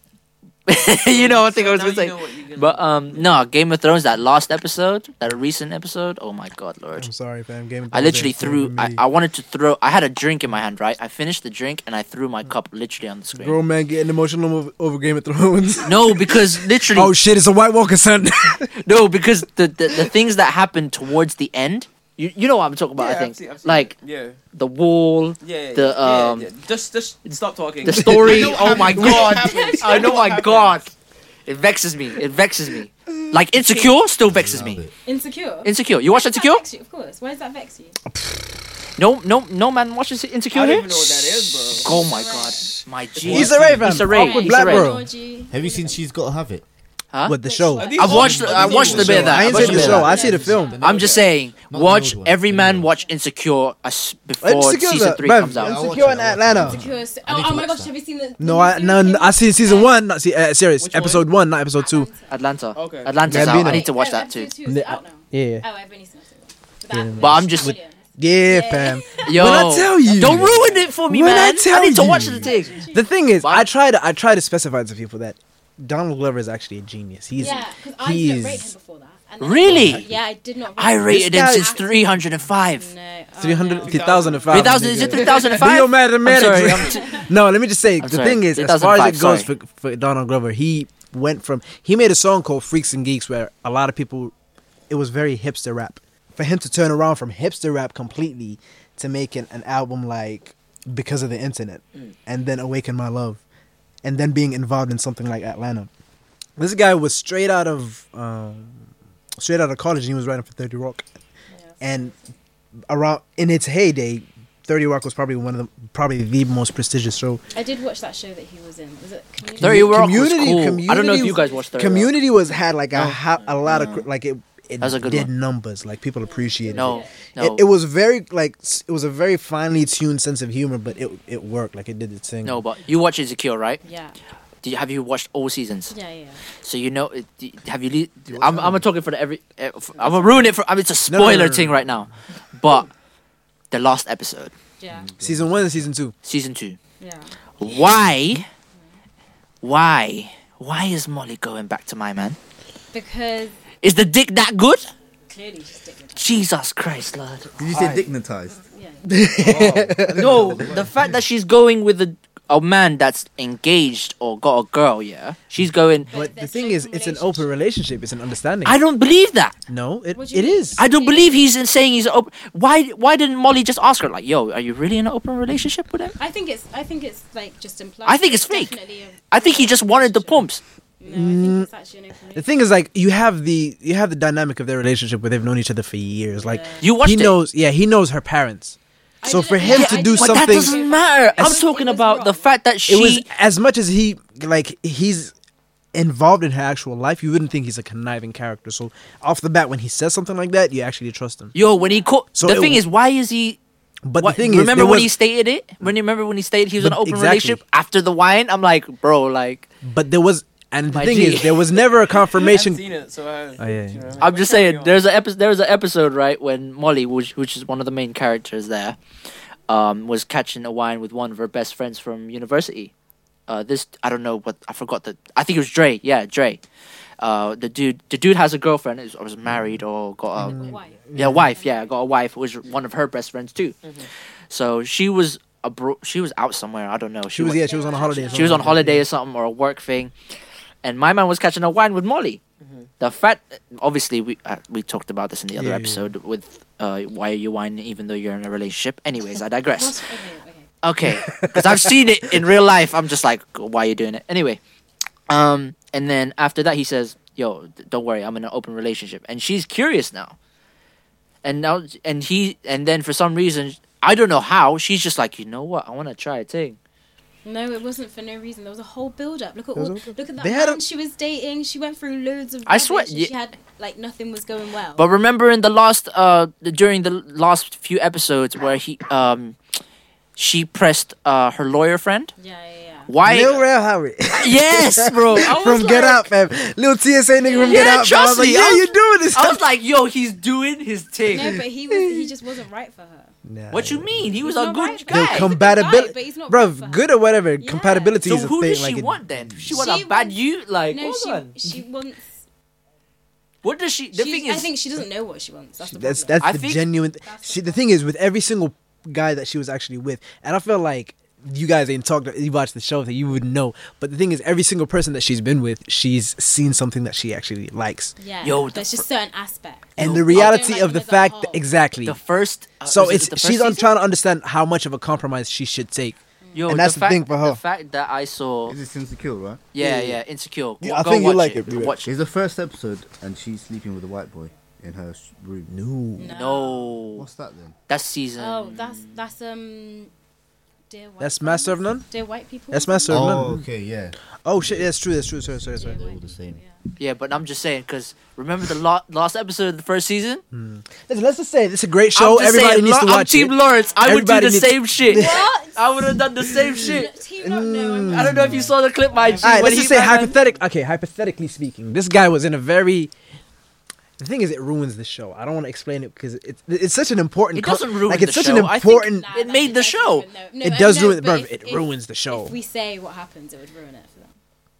you know, I think I was
Now
gonna
you
say.
know what you're gonna-
But um, no, Game of Thrones. That last episode, that recent episode. Oh my god, Lord!
I'm sorry, fam. Game of
I
Thrones
literally
ain't for
threw. I,
me.
I wanted to throw. I had a drink in my hand, right? I finished the drink and I threw my cup literally on the screen.
Grown man getting emotional over, over Game of Thrones.
No, because literally,
oh shit! It's a White Walker, son.
no, because the, the the things that happened towards the end. You, you know what I'm talking about? I
Yeah, I've
think
seen- I've seen
like
it. yeah.
the wall,
Yeah, yeah,
The,
yeah,
um,
yeah. Just, just stop talking.
the story.
I know what
oh my
happened. We know what
god!
happened.
I know
what
my
happened.
god! It vexes me. It vexes me. Like insecure still vexes
Love
me.
it.
Insecure.
Insecure. You watch
Does that
Insecure?
vex you? Of course. Why does that vex you?
No, no, no man watches
I
Insecure
don't
here.
even know what that is, bro.
Oh my god, my Jesus.
Issa Rae, fam.
Issa Rae.
Awkward
Issa
black
Rae.
bro.
Orgy.
Have you seen She's Got to Have It?
Huh?
With the show,
Are these
I've
old-
watched.
are these
I
old
watched a bit
shows?
of that.
I ain't
watched
seen
a
the
bit
show.
of that.
I see the film.
I'm just saying,
the
watch
old one,
every
the new
man
one.
watch Insecure as before
Insecure,
season
bruv,
three comes
I
out.
watch
Insecure in
it, I watch it.
Atlanta.
Insecure. is-
I
Oh,
need to
oh my
watch
gosh,
that.
have you seen the? the
No,
new
I no,
series?
no I seen season one. Not see, uh, serious
Which one?
episode one, not episode two.
Atlanta.
Okay.
Atlanta's out.
Gambino.
I need to watch
Oh,
that too.
episode two is out now.
Yeah,
Oh, I've only seen episode one. But, that,
But I'm just-
Brilliant.
yeah, fam.
Yo,
When I tell you-
don't ruin it for me,
When I
man. I,
tell
need to
you-
watch the thing.
The thing is,
But-
I try to I try to specify to people that Donald Glover is actually a genius. He's
Yeah, because I didn't rate him
he's
before that. And then-
Really?
Yeah, I did not. Rate
I
him.
rated
This
him
guy-
since 305.
No. oh,
three hundred
no.
three thousand and five.
3,000 is it 3,005?
Do your mathematics.
I'm sorry, I'm t-
no, let me just say the
sorry,
thing is, as far as it
2005,
goes for,
sorry.
for Donald Glover, he went from he made a song called "Freaks and Geeks" where a lot of people, it was very hipster rap. For him to turn around from hipster rap completely to making an album like because of the internet, and then "Awaken My Love," and then being involved in something like Atlanta. This guy was straight out of um, straight out of college, and he was writing for Thirty Rock, and around in its heyday, Thirty Rock was probably one of the probably the most prestigious show.
I did watch that show that he was in. Was it? Community?
Thirty Rock was cool. I don't know if you guys watched Thirty Rock.
Mm.
Community was had like a ho- a lot of cri- like it. it
That's a good
did
one.
numbers. Like people appreciated
No,
it.
no.
It, it was very like s- it was a very finely tuned sense of humor, but it it worked. Like it did its thing.
No, but you watch Ezekiel, right?
Yeah.
Do you, have you watched all seasons?
Yeah, yeah.
So you know, it- do- have you? Le- I'm, I'm talking for the every. eh, f- I'm gonna ruin it for. I mean, it's a
No, no, no,
spoiler
no, no.
thing right now, but the last episode,
Yeah.
season one and season two.
season two.
Yeah.
Why? Why? Why is Molly going back to my man?
Because
Is the dick that good?
clearly she's taking
Jesus Christ, Lord.
Did you say dignitized?
Yeah.
no, the fact that she's going with a a man that's engaged or got a girl, yeah, she's going.
But the
that's
thing
like
is, it's an open relationship. It's an understanding.
I don't believe that.
no, it,
What do you
it
mean?
is.
I don't believe he's in saying he's open. Why? Why didn't Molly just ask her like, "Yo, are you really in an open relationship with him?"
I think it's I think it's like just implied.
I think it's fake.
Definitely a-
I think he just wanted the pumps.
No, I think it's actually an
the
open
thing is, like you have the you have the dynamic of their relationship where they've known each other for years. Like
You watched
he
it.
knows, yeah, he knows her parents.
I
So
didn't-
for him
yeah,
to
I
do
didn't-
But that
something,
doesn't matter. I'm
It's-
talking
it was
about the
wrong.
fact that
it was
she.
as much as he like he's involved in her actual life you wouldn't think he's a conniving character so off the bat when he says something like that you actually trust him
Yo, when he caught.
So
the
it
thing
was-
is, why is he?
but
what-
the thing is
remember
there
when
was,
he stated it? When you remember when he stated he was in
But-
an open
exactly.
relationship after the wine? I'm like, bro, like,
but there was and the
My
thing
G.
is there was never a
I've
confirmation
seen it, so I,
Oh, yeah,
you know what I mean?
I'm just
What's
saying.
going
There's a epi- There's an episode right when Molly, which, which is one of the main characters there, um, was catching a wine with one of her best friends from university. Uh, this I don't know what I forgot the. I think it was Dre. Yeah, Dre. Uh, the dude, the dude has a girlfriend. Is was married or got a
Why?
yeah wife. Yeah, got a wife. Who was one of her best friends too. So she was abro- She was out somewhere. I don't know.
she was
went-
yeah she was on a holiday or
she was on
something like that,
holiday or something or a work thing, and my man was catching a wine with Molly. The fact, obviously, we uh, we talked about this in the other
Mm-hmm. Yeah, yeah.
episode with uh, why are you whining even though you're in a relationship. Anyways, I digress.
What's, okay, okay.
Okay, because I've seen it in real life. I'm just like, why are you doing it? Anyway, um, and then after that, he says, "Yo, d- don't worry, I'm in an open relationship," and she's curious now. And now, and he, and then for some reason, I don't know how, she's just like, you know what, I want to try a thing.
No, it wasn't for no reason. There was a whole build up. Look at
There was
all,
a whole-
look at that
They
man
had a-
she was dating. She went through loads of.
I swear,
rubbish and
ye-
she had like nothing was going well.
But remember in the last uh the- during the last few episodes where he um she pressed uh her lawyer friend?
yeah, yeah, yeah.
Why
Lil Rel Howard
Yes, bro. I was
from
like-
Get Out, fam. Little TSA nigga from
Yeah,
Get Out. fam. I was
trust
like,
me,
yeah,
I was-
you doing this?
I was like, yo, he's doing his
No,
thing.
but he was. He just wasn't right for her.
Nah.
What you mean? He was
He's
a
not
good
right.
Yo,
guy.
guy, but
compatibility,
he's not
bro.
good for her.
Good or whatever.
Yeah.
Compatibility
so
is a
who
thing.
does she
like, it-
want then? She want
She
a bad
wants-
you like
No,
hold on.
she she wants.
What does she the
she's-
thing is
I think she doesn't know what she wants. That's the
That's
problem.
that's
I
the
think-
genuine. Th-
That's the
she, the thing is, with every single guy that she was actually with, and I feel like you guys ain't talked. You watched the show that you would know. But the thing is, every single person that she's been with, she's seen something that she actually likes.
yeah.
Yo, the
there's just
fir-
certain aspects.
And the
I
reality
don't like
of the
him as a
fact,
whole.
exactly.
the first uh,
so
was it
it's
the first
she's on
season?
trying to understand how much of a compromise she should take.
Yo,
and that's the
fact,
thing for her.
The fact that I saw
Is this insecure, right?
yeah, yeah, insecure.
Yeah,
Wa-
I
go
think you
watch
like it, Blue.
Watch
It's the first episode, and she's sleeping with a white boy in her sh- room.
No,
No.
What's that then?
That's season.
Oh, that's that's um. Dear white
that's
people.
Master of None.
Dear white people.
That's Master of
Oh,
None.
okay, yeah.
Oh shit, that's true. That's true. Sorry, sorry,
Dear
sorry.
white
all the
people,
same.
yeah.
Yeah, but I'm just saying because remember the la- last episode of the first season.
Listen, let's just say it's a great
I'm
show.
just
Everybody
saying,
needs
Lo-
to
I'm
watch
Team
it.
Lawrence. I
Everybody
would do
needs-
the same shit.
What?
I would have done the same shit.
Do you not know?
Mm.
I'm-
I don't know if you saw the clip, my G.
All right,
when
let's
he
just say
met my-
hypothetic. Okay, hypothetically speaking, this guy was in a very. The thing is, it ruins the show. I don't want to explain it because it's it's such an important.
It doesn't ruin
Like it's
the
such an
show. I think-
important.
Nah,
It
that's-
made the
that's
show.
even- no, no,
It
I
does
know,
ruin it,
but
bruv,
if-
it
if-
ruins the show.
If we say what happens, it would ruin it for them.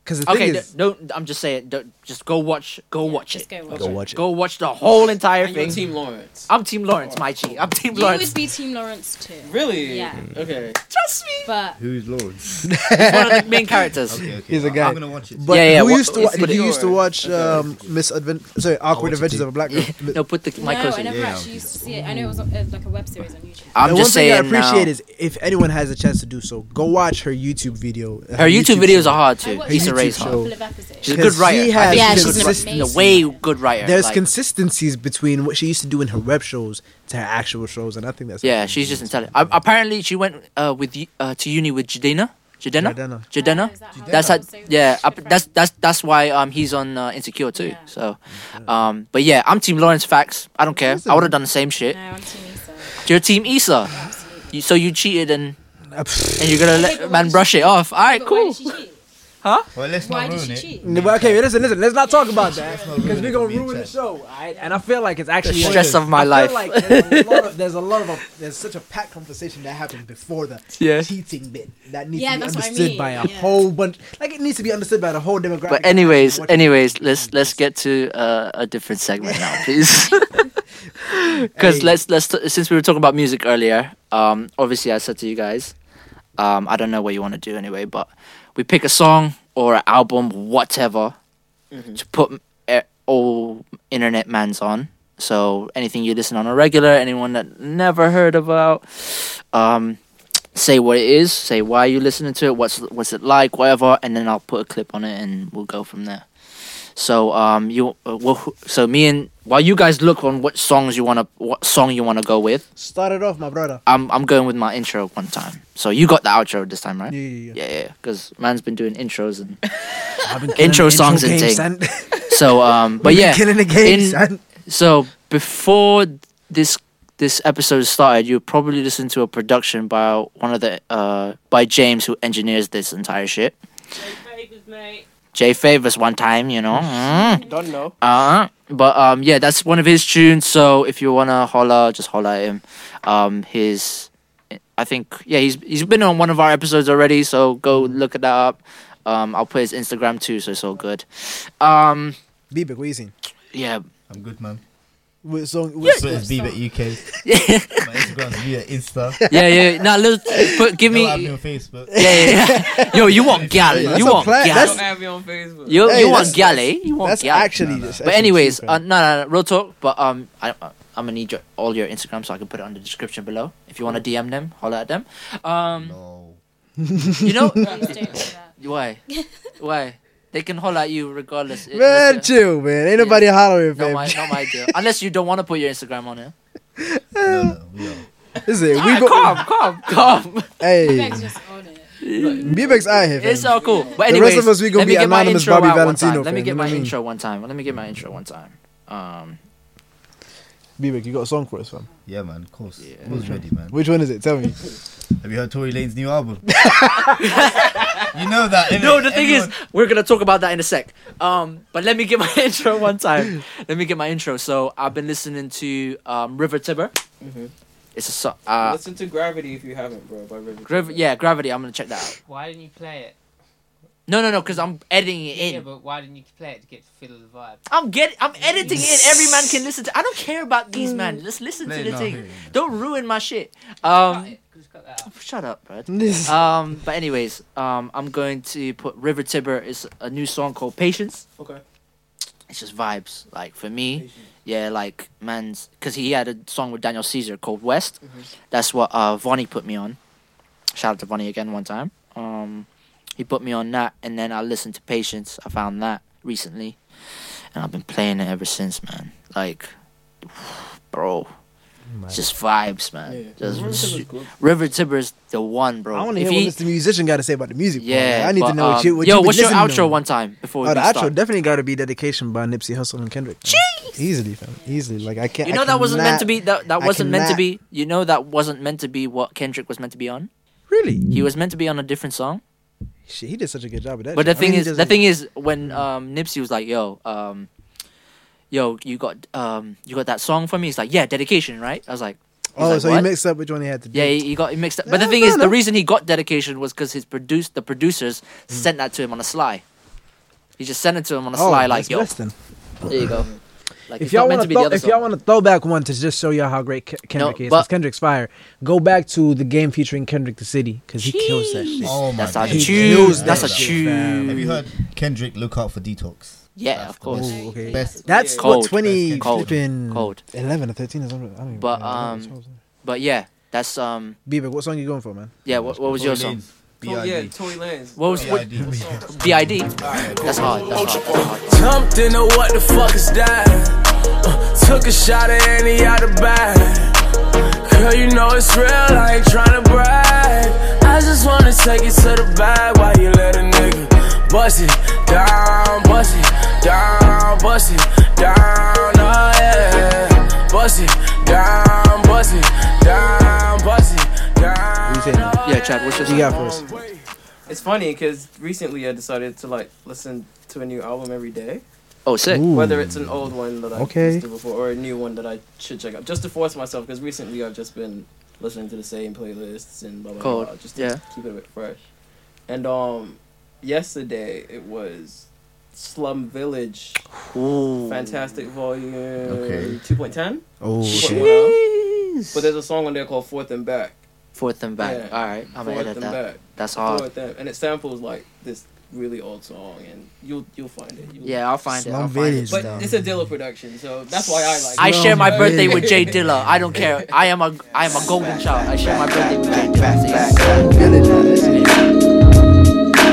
Because the
Okay,
thing
d-
is,
don't. I'm just saying. Don't, just go watch. Go
Yeah,
watch
just
it.
go watch
Go it. watch it.
Go watch the whole entire
on? And you're
thing.
Team Lawrence.
I'm Team Lawrence, my G. I'm Team
You
Lawrence.
would be Team Lawrence too.
Really?
Yeah.
Okay.
Trust me.
But
Who's Lawrence?
He's one of the main characters.
okay, okay.
He's a
I-
guy.
I'm gonna watch it.
but
yeah,
who
what-
used to
it's
watch? Did you
what-
used to watch um, Miss Advent? Sorry, Awkward
watch it
Adventures
too.
of a Black Girl. But
No, put the mic
no,
closer.
I never
Yeah,
actually used to see it. I know it was uh, like a web series on YouTube.
I'm
the one
just
thing
saying. uh,
I appreciate
now,
is if anyone has a chance to do so, go watch her YouTube video.
her YouTube videos are hard
I
too.
watched
Lisa
a
Ray's
show.
hard.
couple of episodes.
She's a
'Cause
good writer.
she
I
has
think
Yeah,
a
she's
good
consistent-
writer. a way good writer.
There's
like-
consistencies between what she used to do in her rep shows to her actual shows, and I think that's
Yeah, she's just intelligent. I, apparently, she went uh, with y- uh, to uni with Jadina. Jadena.
Jadena.
Jadena.
Oh, is that how-
That's how,
so
yeah.
she's
I,
a friend.
that's that's that's why um he's on uh, Insecure too.
Yeah.
So, um, but yeah, I'm Team Lawrence. Facts. I don't care. I would have done the same shit.
No, I'm Team Issa.
You're Team Issa.
Absolutely.
You, so you cheated and
Uh, pff.
and you're gonna
Okay, but
let
why
man
did
brush it off. All right,
But why
cool.
did she cheat?
Well, let's
Why did she cheat?
Okay, listen, listen. Let's not talk about that because
ruin
we're
it
gonna
for me,
ruin the
Chad.
show. alright? And I feel like it's actually
The stress of my
I feel
life.
Like there's, a lot of, there's a lot of a, there's such a packed conversation that happened before the
Yeah.
cheating bit that needs
Yeah,
to be
that's what I
understood
mean,
by a
yeah.
whole bunch. Like it needs to be understood by the whole demographic.
But anyways,
What-
anyways, let's let's get to uh, a different segment now, please. Because
Hey.
let's let's t- since we were talking about music earlier, um, obviously I said to you guys, um, I don't know what you want to do anyway, but we pick a song or an album, whatever, to put eh, all internet mans on. So anything you listen on a regular, anyone that never heard about, um, say what it is, say why you listening to it, what's what's it like, whatever, and then I'll put a clip on it and we'll go from there. So um, you uh, well, who- so me and while you guys look on what songs you wanna what song you wanna go with,
Start it off, my brother.
I'm I'm going with my intro one time. So you got the outro this time, right?
Yeah, yeah, yeah.
Yeah, yeah, because man's been doing intros and
I've been
Intro
killing the
songs and
game,
thing.
son.
so um, but
We've been
yeah,
killing the game,
in-
son.
So before this this episode started, you probably listened to a production by one of the uh by James who engineers this entire shit. Jay Favors one time, you know. Mm.
Don't know.
Uh, but um yeah, that's one of his tunes. So if you wanna holler, just holler at him. Um his I think yeah, he's he's been on one of our episodes already, so go look it up. Um I'll put his Instagram too, so it's all good. Um
Bieber, what you seen?
yeah,
I'm good, man.
What song? What
But it's Bieber UK. My Instagram's Bieber Insta.
yeah, yeah. Now, let's put, give
Me.
me.
Don't have me on Facebook.
yeah, yeah, yeah. Yo, you want gal?
That's
You
a
want
plan-
Don't
that's-
gal?
add me on Facebook.
You
Hey,
you want
that's-
gal? eh? You want
That's
gal?
actually. that's
But
actually
anyways,
true,
uh,
fam.
no, no, no, real talk. But um, I, I'm gonna need your, all your Instagram so I can put it on the description below. If you want to DM them, holler at them. Um,
No.
you know
Please don't do that.
why? Why? They can holler at you regardless. It-
Man,
unless
chill, man. Ain't nobody hollering,
you're- not my,
fam.
not my deal. Unless you don't want to put your Instagram on it.
No, no, we are.
Listen, we go.
Come, come, come.
Hey,
Begg's just on it.
Bieber's out here, fam.
It's all cool. But
The
anyways,
rest of us, we gonna
let me
be
get my
anonymous
intro
Bobby
out one
Valentino,
time. Let me
fam, you
get
know
my
what I mean?
intro one time. Let me get my intro one time. Um,
Bieber, you got a song for us, fam.
Yeah, man, of course. I was ready, man.
Which one is it? Tell me.
Have you heard Tory Lane's new album? you know that. innit?
no, the thing
Everyone-
is, we're gonna talk about that in a sec. Um, but let me get my intro one time. let me get my intro. So I've been listening to um, River Tibber.
Mm-hmm.
It's a song. Uh,
Listen to Gravity if you haven't, bro. By River.
Grav- yeah, Gravity. I'm gonna check that out.
Why didn't you play it?
No, no, no, because I'm editing it
Yeah,
in.
but why didn't you play it to get the feel of the vibe?
I'm getting. I'm editing it. Every man can listen to. I don't care about these
Mm.
man. Just listen
Play
to
it
the
now,
thing.
here, yeah.
Don't ruin my shit. Um,
Just cut that out.
shut up, bro.
This-
um, but anyways, um, I'm going to put River Tibber is a new song called Patience.
Okay.
It's just vibes, like for me, yeah, like man's because he had a song with Daniel Caesar called West. That's what uh Vonnie put me on. Shout out to Vonnie again one time. Um, he put me on that, and then I listened to Patience. I found that recently, and I've been playing it ever since, man. Like, bro. It's just vibes, man.
Yeah, yeah.
Just
River Tibber's good.
River Tibber is the one, bro.
I want to
If
hear
he-
what Mr. Musician got to say about the music. bro.
Yeah,
I need
but,
to know what
um,
you. What
yo,
you been
what's your
listening
outro
to.
one time before we
Oh, the outro
start?
definitely got to be dedication by Nipsey Hussle and Kendrick. Jeez. Easily, fam. Easily, like I can't.
You know
I
that wasn't meant
cannot-
to be. That that
I
wasn't meant to
cannot-
be. You know that wasn't meant to be what Kendrick was meant to be on.
Really?
He was meant to be on a different song.
Shit, he did such a good job of that.
But the
shit. I mean,
thing
he
is,
does
the
a-
thing is, when um, Nipsey was like, "Yo, um, yo, you got um, you got that song for me," he's like, "Yeah, dedication, right?" I was like, he's
Oh,
like,
so he
"What?"
mixed up which one he had to do.
Yeah, he, he got he mixed up. But the
Yeah,
thing
fair
is, the
enough.
reason he got dedication was because his produce the producers sent that to him on a sly. He just sent it to him on a
Hmm. Oh,
sly, like
that's
yo,
best then.
there you go. Like
If
it's not
y'all
meant
want
to
to,
be the other
if
song.
y'all want to throw back one to just show y'all how great Ke- Kendrick is, 'cause
but-
Kendrick's fire. Go back to the game featuring Kendrick the City, because he kills that shit.
Oh my
That's how you
He
days.
choose.
kills
That's a
that shit, fam.
Have
choose.
you heard Kendrick look out for detox?
Yeah, of course.
Ooh, okay.
Best.
That's
Cold.
what twenty
Cold.
flipping
Cold.
eleven or thirteen or something. I don't even
But,
know.
um, But yeah, that's um.
Bieber, what song you going for, man?
Yeah, what, what was your song?
B
Oh,
I
yeah,
D.
Tory Lanez.
What was what?
B.I.D..
Bid. That's hard. That's hard.
Oh,
Jumped into what the fuck is that? Uh, took a shot at any out of bag. Girl, you know it's real, I ain't tryna brag. I just wanna
take it to the bag while you let a nigga bust it down, bust it down, bust it down, oh yeah. Bust it down, bust it down, bust it down.
Yeah, Chad, what's your
You got first.
It's funny because recently I decided to like listen to a new album every day.
Oh, sick. Ooh.
Whether it's an old one that I
Okay.
listened to before or a new one that I should check out, just to force myself. Because recently I've just been listening to the same playlists and blah blah
Cool,
blah, just to
yeah.
keep it a bit fresh. And um, yesterday it was Slum Village, Fantastic Volume
Okay.
two point ten.
Oh, shit.
But there's a song on there called Fourth and Back.
Fourth and back. All right, I'm gonna
Fourth
edit that.
and Back.
That's
Fourth
hard.
and- and it samples like this really old song, and you'll you'll find it. You'll-
Yeah, I'll find it, Slum I'll find Village, it.
But
though.
it's a Dilla production, so that's why I like.
I
it.
share my birthday with Jay Dilla. I don't care. I am a I am a golden child. I share my birthday with Jay Dilla.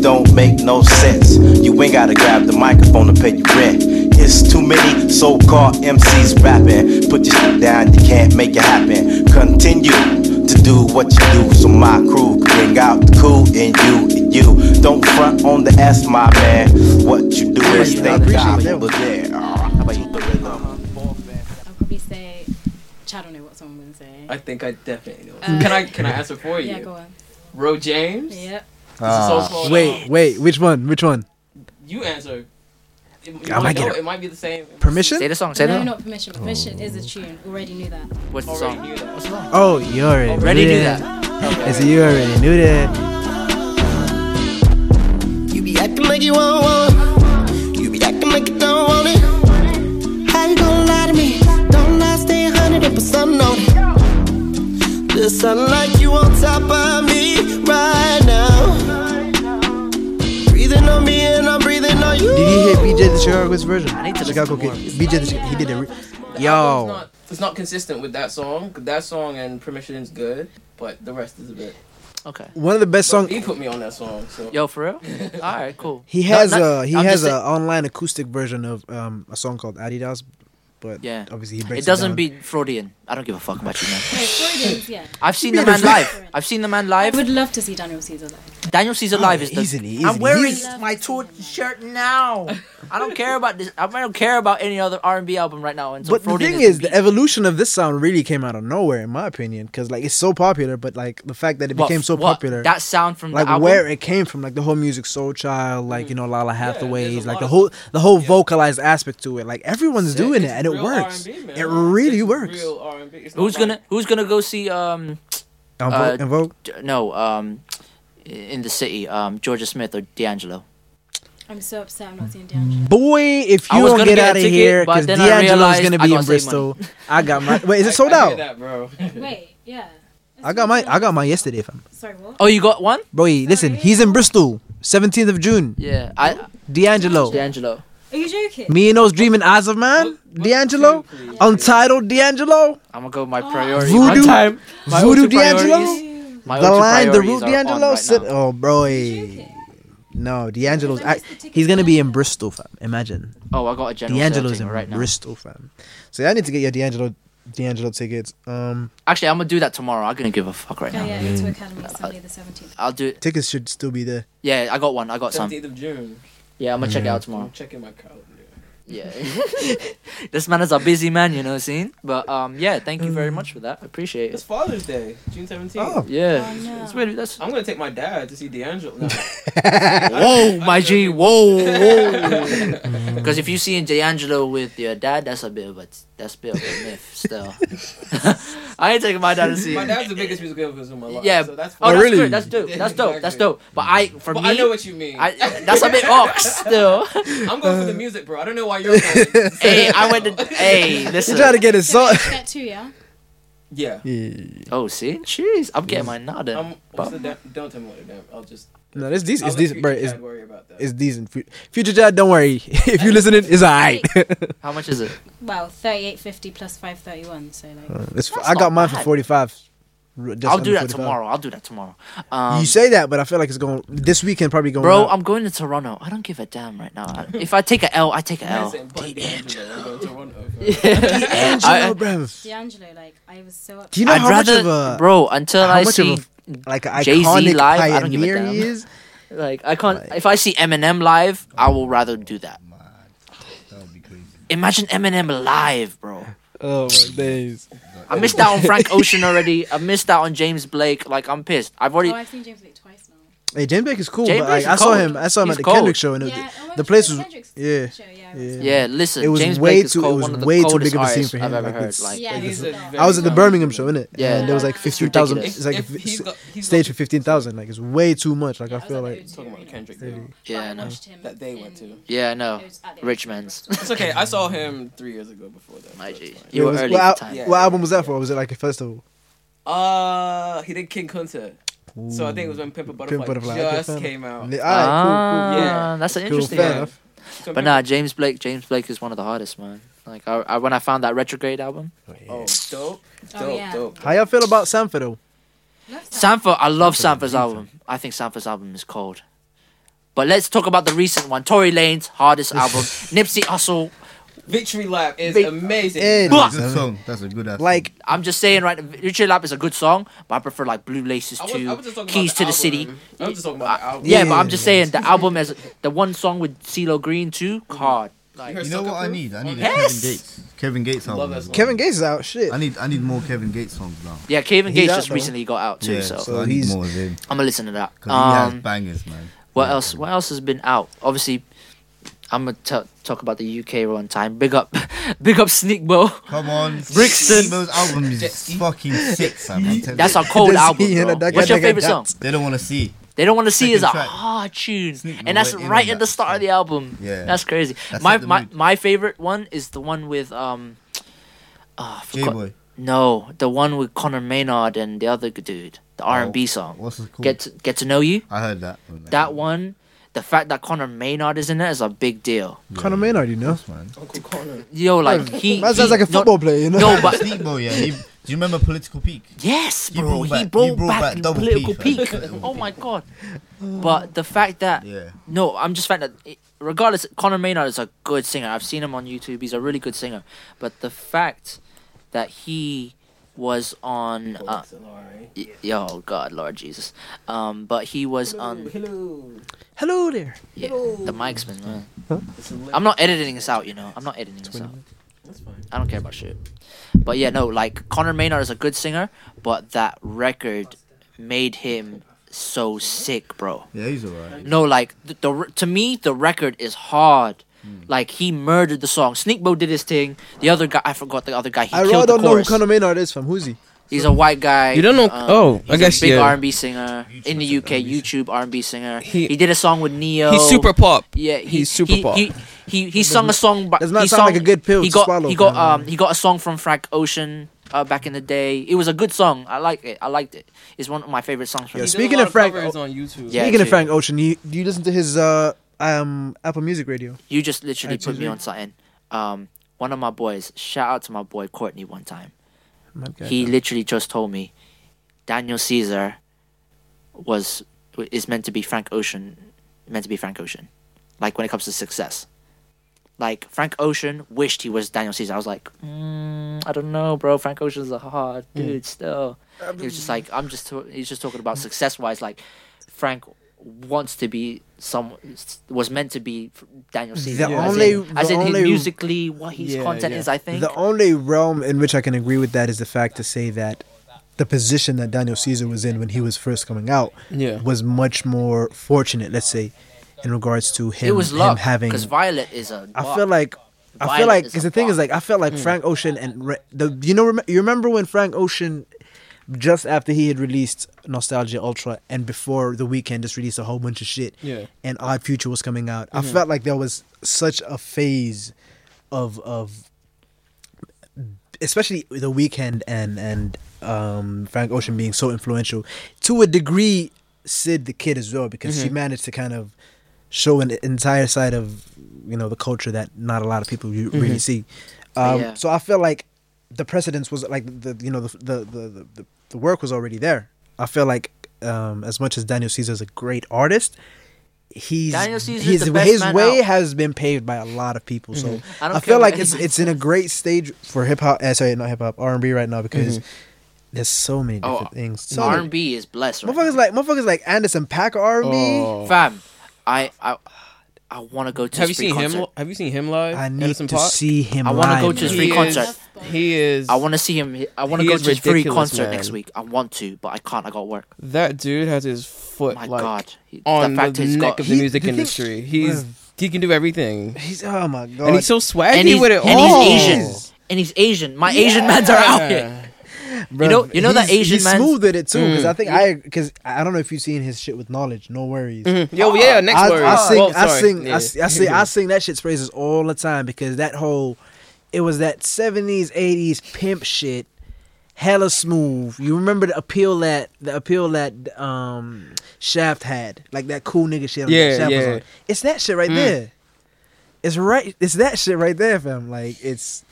don't make no sense. You ain't gotta grab the microphone to pay your rent. It's too many so-called MCs rapping. Put your shit down, you can't make it happen. Continue to do what you do, so my crew can bring out the cool in you. And you don't front on the S, my man. What you do is think I'm over there. How about you?
I'll probably say, Chad, I don't know what someone would say.
I think I definitely know.
Uh,
can I can I answer for you?
yeah, go on.
Ro James.
Yep.
This is so slow
Uh, wait, wait, which one? Which one?
You answer. It, you
I might
know,
get it.
it. might be the same.
Permission?
Say the song.
no, not permission. Permission is a tune. Already knew that.
What's the song? What's the song?
Oh, you already
Already
knew
knew
that. I said you already knew that.
You be acting like you want one. You be acting like you don't want it. How you gonna lie to me? Don't lie, stay 100% on it. Just sound like you on top of me right now. Breathing on me and I'm breathing on you.
Did you hear BJ the Chicago's version? I need to Chicago kid. BJ the Chi- he did it. Re- Yo,
It's not consistent with that song. That song and Permission is good, but the rest is a bit.
Okay.
one of the best songs.
He put me on that song. So.
Yo, for real? All right, cool.
He has a he
I'm
has
just
a
saying-
online acoustic version of um a song called Adidas, but
Yeah.
obviously he breaks
It
it
doesn't
down.
beat Freudian. I don't give a fuck about you, man.
Freudians, yeah.
I've seen the man
Beautiful.
live. I've seen the man
I
live.
would love to see Daniel Caesar live.
Daniel Caesar
Oh,
live is the.
easily,
I'm
easily.
wearing
He's-
my tour shirt now. I don't care about this. I don't care about any other R&B album right now. And so
But the thing is, the evolution of this sound really came out of nowhere, in my opinion, because like it's so popular. But like the fact that it
What-
became so
what-
popular,
that sound from the
like
album? Hmm.
where it came from, like the whole music, Soul Child, like you know Lala Hathaway's, like the whole the whole vocalized aspect to it. Like everyone's doing it, and it works. It really works.
who's gonna Who's gonna go see um?
Um, Vogue- and Vogue?
d- No, um, in the city, um, Georgia Smith or D'Angelo.
I'm so upset I'm not seeing Daniel.
Boy, if
I
you
was
don't
gonna
get,
get a
out of
ticket,
here,
but
because
then I
D'Angelo's
realized
gonna
I
be in
gotta save
Bristol, I got my. Wait, is it sold
I hear
out?
that, bro.
Wait, yeah.
I got my. I got my yesterday, fam.
Sorry, what?
Oh, you got one?
Boy, listen, he's in Bristol, 17th of June.
Yeah, I.
D'Angelo.
D'Angelo.
Are you joking?
Oh. Me and those dreaming eyes of mine, D'Angelo, Untitled D'Angelo,
I'm gonna go with my priority. my
Voodoo,
time. My
Voodoo
ultra priorities-
D'Angelo,
My
the
ultra
line, the
priorities
root
are on
D'Angelo.
right
sit- oh, bro, no, D'Angelo's. I, he's gonna be in Bristol, fam. Imagine.
Oh, I got a general
D'Angelo's
sale
in
ticket right now.
Bristol, fam. So I need to get your D'Angelo, D'Angelo tickets. Um,
Actually, I'm gonna do that tomorrow. I'm gonna give a fuck right
Oh,
now.
yeah, into Academy Sunday the 17th.
I'll do it.
tickets should still be there.
Yeah, I got one. I got some.
17th of June.
Yeah, I'm gonna check it
Yeah.
out tomorrow.
I'm checking my calendar.
Yeah. this man is a busy man, you know, seen. But um, yeah, thank you very
Mm.
much for that. I appreciate
It's
it.
Father's Day, June 17th.
Oh. Yeah. Oh,
It's- it's
weird, that's-
I'm gonna take my dad to see D'Angelo. No.
whoa, my G, whoa, whoa. Because if you see D'Angelo with your dad, that's a bit of a that's a bit of a myth still. I ain't taking my dad to see.
My
it.
dad's the biggest musical influence in my life.
Yeah.
so that's
oh,
fine.
that's good. That's dope. That's dope. That's dope. But I, for
But
me,
I know what you mean.
I- that's a bit ox still.
I'm going for the music, bro. I don't know why you're going.
hey, I went to. Hey, listen.
He tried to get his salt.
That too, yeah?
Yeah.
Oh, see, jeez, I'm getting my nod in.
I'm,
But-
what's the da- don't tell me what the damn. I'll just.
No, it's decent. It's
I'll let
decent, bro.
Future
It's,
Chad worry about that.
it's decent. Fu- Future Chad, don't worry. if you listening, it's alright.
How much is it?
Well, 38.50 plus 531, so like.
It's, f I got mine for forty five.
I'll do that tomorrow. I'll do that tomorrow. Um,
you say that, but I feel like it's going this weekend. Probably going.
Bro,
up.
I'm going to Toronto. I don't give a damn right now. I- If I take a L, I take a
Man
L.
said, "Fuck D'Angelo, I'm going to Toronto."
D'Angelo,
bruv.
D'Angelo, like, I was so upset.
Do you know
I'd
how much
rather,
of a-
bro? Until
how
I
much of
see
a- like an
Jay Z
iconic
live. I don't give a
pioneer
damn.
he is.
Like I can't. if I see Eminem live, I will rather do that.
Oh
Imagine Eminem live, bro.
Oh my days!
I missed out on Frank Ocean already. I missed out on James Blake. Like I'm pissed. I've already.
Oh, I've seen James Blake twice now.
Hey, Jim Beck is cool,
Jay
but
Blake's
like, I saw
cold.
him. I saw him
He's
at the
cold.
Kendrick show, and
Yeah,
it, the place was yeah, yeah,
Yeah, listen,
It was
James
way
Blake is
too,
cold,
it was
one of the
way too
coldest
big of a scene
artists
for him.
I've ever
like,
heard,
it's-
like-
Yeah,
it's-
he's a
I was at the
very
Birmingham show, innit?
Yeah.
and there was like
It's
fifteen thousand.
ridiculous.
It's like
If- if he's
s-
got- he's
stage for fifteen thousand. Like it's way too much. Like I feel like
Talking about Kendrick.
Yeah, I know.
That they went to.
Yeah, I know. Rich man's.
It's okay. I saw him three years ago before that.
My G.
That's fine.
You
Wait,
were
was-
early
What,
at
al-
the time.
Yeah.
what album was that for? Was it like a festival?
Uh, he did King Kunta. So I think it was when Pimper Butterfly,
Pimp a Butterfly. Okay,
just
fair enough.
came out.
Li- alright, cool, cool, cool.
Yeah.
that's an
Cool,
Oh. Ah, interesting
fair
one.
enough.
So
But nah, James Blake. James Blake is one of the hardest, man. Like I, I when I found that retrograde album,
Oh, dope, dope,
yeah.
dope.
How y'all feel about Sanford? though?
Sanford. I love Sanford's album. I think Sanford's album is cold. But let's talk about the recent one. Tory Lane's hardest album. Nipsey Hussle.
Victory Lap is
Vic-
amazing.
Eh,
That's a
Fuck.
good song. That's a good ass
Like
I'm just saying, right? Victory Lap is a good song, but I prefer like Blue Laces
I was- I was just
to
talking
Keys
about
to
the
the City.
I was just talking about the album.
Yeah, but I'm just saying the album as the one song with CeeLo Green too hard. Like,
You know what I need? I need a
Yes!
Kevin Gates. Kevin Gates
Love
album.
that
as well.
Kevin Gates is out. Shit.
I need I need more Kevin Gates songs now.
Yeah, Kevin
He's
Gates
out,
just
though.
recently got out too,
Yeah,
so,
so I need more of him.
I'm gonna listen to that.
'Cause he has
Um,
bangers, man.
What else? What else has been out? Obviously, I'm gonna t- talk about the UK one time. Big up, big up, Sneak Bo.
Come on,
Brixton.
Those albums is fucking sick, fam. I'm telling
That's
you.
a cold album. bro. What's your favorite song?
They don't want to see.
They don't want to see is a
Second track.
hard tune,
Bo
and that's
went in
right
on
at the start of the album.
Yeah.
that's crazy.
That
my
set the
my
mood.
my favorite one is the one with um, uh, I forgot-
J-Boy.
No, the one with Connor Maynard and the other dude, the R
Oh,
and B song.
What's it called?
Get to, get to know you.
I heard that one.
That one, the fact that Connor Maynard is in it is a big deal.
Conor Maynard, you know.
Yo, like he
that
he-
sounds like a
no-
football player, you know.
No, Oh, but
Sneak Bo, yeah. He, do you remember Political Peak?
Yes,
He brought
bro. He brought,
back- he brought
back,
back
the
Double P,
political
fam.
peak. oh my god. But the fact that no, I'm just fact that it- regardless, Conor Maynard is a good singer. I've seen him on YouTube. He's a really good singer. But the fact that he was on uh, y- yo God Lord Jesus, um, but he was on
Hello.
Hello there.
yeah, the mic's been man.
It's a lit-
I'm not editing this out, you know. I'm not editing this out.
That's fine.
I don't care about shit. But yeah, no, like Connor Maynard is a good singer, but that record made him so sick, bro.
Yeah, he's alright.
No, like the, the re- to me the record is hard.
Hmm.
Like he murdered the song. Sneak Bo did his thing. The other guy, I forgot the other guy. He
I really
killed the
don't know who
chorus.
Conor Maynard is from. Who's he?
He's a white guy. Um,
You don't know- oh,
he's
I guess,
a big
yeah.
R&B singer in the UK. YouTube R&B singer. He,
He-
did a song with Neo.
He's super pop.
Yeah, he-
He's super
he,
pop.
He he, he sung a song. By,
Does not
he
sound
sung,
like a good pill
He
to
got
swallow,
he got
kinda.
um he got a song from Frank Ocean uh, back in the day. It was a good song. I like it. I liked it. It's one of my favorite songs from
Yeah,
him.
speaking of Frank,
It's on YouTube.
Yeah,
speaking of
true.
Frank Ocean, you, do you listen to his uh um Apple Music radio?
You just literally
iTunes
put me
Radio.
on something. Um, one of my boys, shout out to my boy Courtney one time.
Okay.
He literally just told me Daniel Caesar was is meant to be Frank Ocean, meant to be Frank Ocean. Like when it comes to success, like Frank Ocean wished he was Daniel Caesar. I was like, mm, I don't know, bro. Frank Ocean's a hard
Hmm.
dude still. He was just like, I'm just ta- he's just talking about success wise. Like Frank wants to be some was meant to be Daniel Caesar.
The
as
only-
in, as
the
in
only-
musically what his
Yeah,
content
yeah.
is. I think
The only realm in which I can agree with that is the fact to say that the position that Daniel Caesar was in when he was first coming out
Yeah.
was much more fortunate, let's say, in regards to him,
it was
him
luck
having
because Violet is a.
I
bop.
feel like I
Violet
feel like
is
because
a
the thing is like I felt like
Mm.
Frank Ocean and re- the you know rem- you remember when Frank Ocean just after he had released Nostalgia Ultra and before the weekend just released a whole bunch of shit
Yeah.
and Odd Future was coming out I
Mhm.
felt like there was such a phase of of especially the weekend and and um, Frank Ocean being so influential to a degree Sid the Kid as well because she
Mhm.
managed to kind of show an entire side of you know the culture that not a lot of people you really
Mhm.
see. Um,
Yeah.
So I feel like the precedence was like the you know the the the, the, the, the work was already there. I feel like um, as much as Daniel Caesar is a great artist. He's,
Daniel Caesar's
his,
the best
his
man
way
out.
has been paved by a lot of people. So
Mhm. I
I,
don't care
feel
what
like it's
anybody
eh, it's in a great stage for hip hop. Uh, sorry, not hip hop R and B right now because There's so many different
Oh,
things. So many-
R&B is blessed. Right?
Motherfuckers like motherfuckers like Anderson Pack R and B.
Fam, I I I want to go to.
Have you
his
seen
free
him?
concert.
li- Have you seen him live? I
need to see him
I want to go
live,
to his
man.
free
He
concert.
He is.
I want to see him. I want to
he
go
is
to his free
ridiculous,
concert
man.
next week. I want to, but I can't. I got work.
That dude has his foot
My
like
God. He- the
on the,
fact he's
neck
got-
of the
He-
music
the thing-
industry. He's he can do everything.
He's oh my god,
and he's so swaggy
And he's-
with it
and
all.
he's Asian. And he's Asian. My Asian mans are out here.
Bruh,
you know, you know that
he's-
Asian Mm.
he
man.
smoothed it too because I think I because I don't know if you've seen his shit with knowledge. No worries.
Mhm. Yo, yeah, next
I,
worries.
I sing,
Well,
I
sorry.
sing,
Yeah.
I, s- I sing, I sing that shit's praises all the time because that whole it was that seventies, eighties pimp shit. Hella smooth. You remember the appeal that the appeal that um Shaft had, like that cool nigga shit. that
Yeah,
Shaft was
yeah.
on. It's that shit right
Mm.
there. It's right. It's that shit right there, fam. Like it's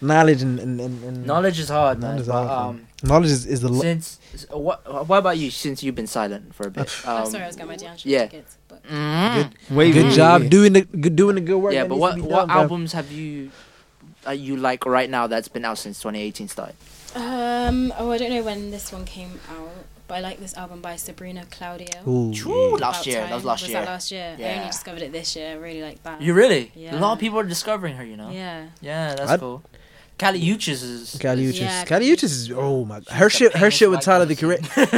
knowledge and, and, and, and
Knowledge is hard, man.
Knowledge is
but,
hard, fam.
um,
knowledge is, is the lo-
since what? What about you? Since you've been silent for a bit. Um,
I'm Oh, sorry, I was getting my DeAndre
yeah.
tickets. But
Mhm.
Good, good job doing the good, doing the good work.
Yeah,
that
but
needs
what
to be
what
done, bruv.
albums have you? Are you like right now that's been out since 2018 started?
um, oh, I don't know when this one came out, but I like this album by Sabrina Claudio.
Ooh. Ooh, last
About
year, that was
Time.
last
was
year.
That last year. I
Yeah.
only discovered it this year. I really like that.
You really?
Yeah.
A lot of people are discovering her. You know.
Yeah.
Yeah, that's
I'd-
cool. Cali Uchis is.
Caliuchis.
Yeah,
Caliuchis is oh my her shit her shit with Tyler the Creator.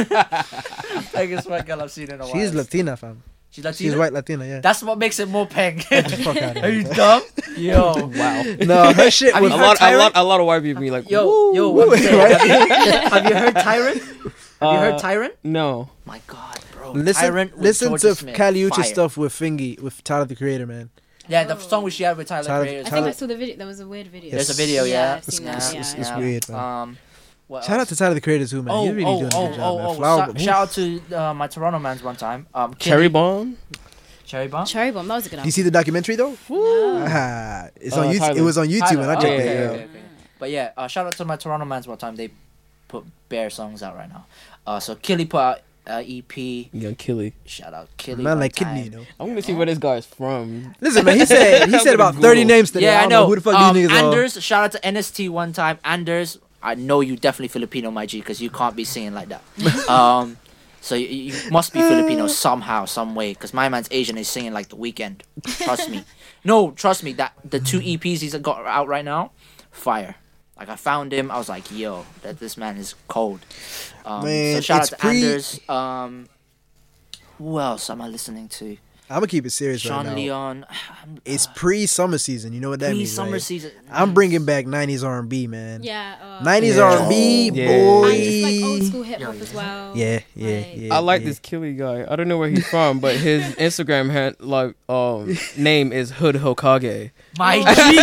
I guess white girl I've seen in a while.
She's Latina, fam.
She's Latina.
She's white Latina, yeah.
That's what makes it more peng.
fuck outta
Are
here.
you dumb? Yo.
Wow.
No, her shit
I
was-
mean, a lot, a
Tyrant?
lot, a lot of white people be like,
Yo,
"Woo,
yo,
woo,"
what I'm saying,
right?
have, you, have you heard Tyrant? Have you heard
Uh,
Tyrant?
No.
My God, bro.
Listen,
Tyrant with
listen
Georgia
to
Smith. Fire.
Caliuchis stuff with Fingy with Tyler the Creator, man.
Yeah, the song which she had with Tyler,
Tyler-
Creator.
I
is
think I
like-
saw the video. There was a weird video.
There's a video, yeah.
I've
It's-
seen that,
it's-
yeah,
it's-
It's
yeah.
weird, man.
Um, what
Shout out to Tyler the Creator too, man.
Oh,
He's really
oh,
doing a
oh,
good
oh,
job,
oh,
man. Flower,
Shout- shout out to uh, my Toronto man's one time. Um,
Cherry
Kenny-
bomb.
Cherry bomb.
Cherry bomb. That was a good
Do you see the documentary though? Ah, it's on
Uh,
YouTube. It
Tyler.
was on YouTube when I
Tyler,
checked
oh,
it.
okay,
yeah.
okay, okay. But yeah, uh, shout out to my Toronto Mans one time. They put bare songs out right now. Uh, so Killy put out uh, EP.
Yeah, Killy.
Shout out Killy.
Man
one
like Kidney,
time.
you know.
I'm gonna see where this guy's from.
Listen, man, he said- he
I'm
said
gonna
about 30
Google.
names today.
Yeah, I
don't
know.
who the fuck
um,
these niggas are.
Anders, shout out to NST one time. Anders, I know you definitely Filipino, my G, because you can't be singing like that. um, so you, you must be
Uh.
Filipino somehow, some way, because my man's Asian is singing like The Weekend. Trust me. No, trust me. That the two EPs he's got out right now, fire. Like I found him, I was like, yo, that this man is cold. Um, so
Man,
shout out
it's
to
pre-
Anders. Um, who else am I listening to?
I'm gonna keep it serious
Sean
right now.
Leon.
It's pre-summer season. You know what that means?
Pre-summer
right?
season.
I'm bringing back '90s R&B, man.
Yeah, uh,
90s
Yeah.
R&B,
Yeah.
boy.
And just like old school hip hop as well.
Yeah, yeah, yeah.
I like
yeah.
this Killy guy. I don't know where he's from, but his Instagram hand, like um name is Hood Hokage.
My G.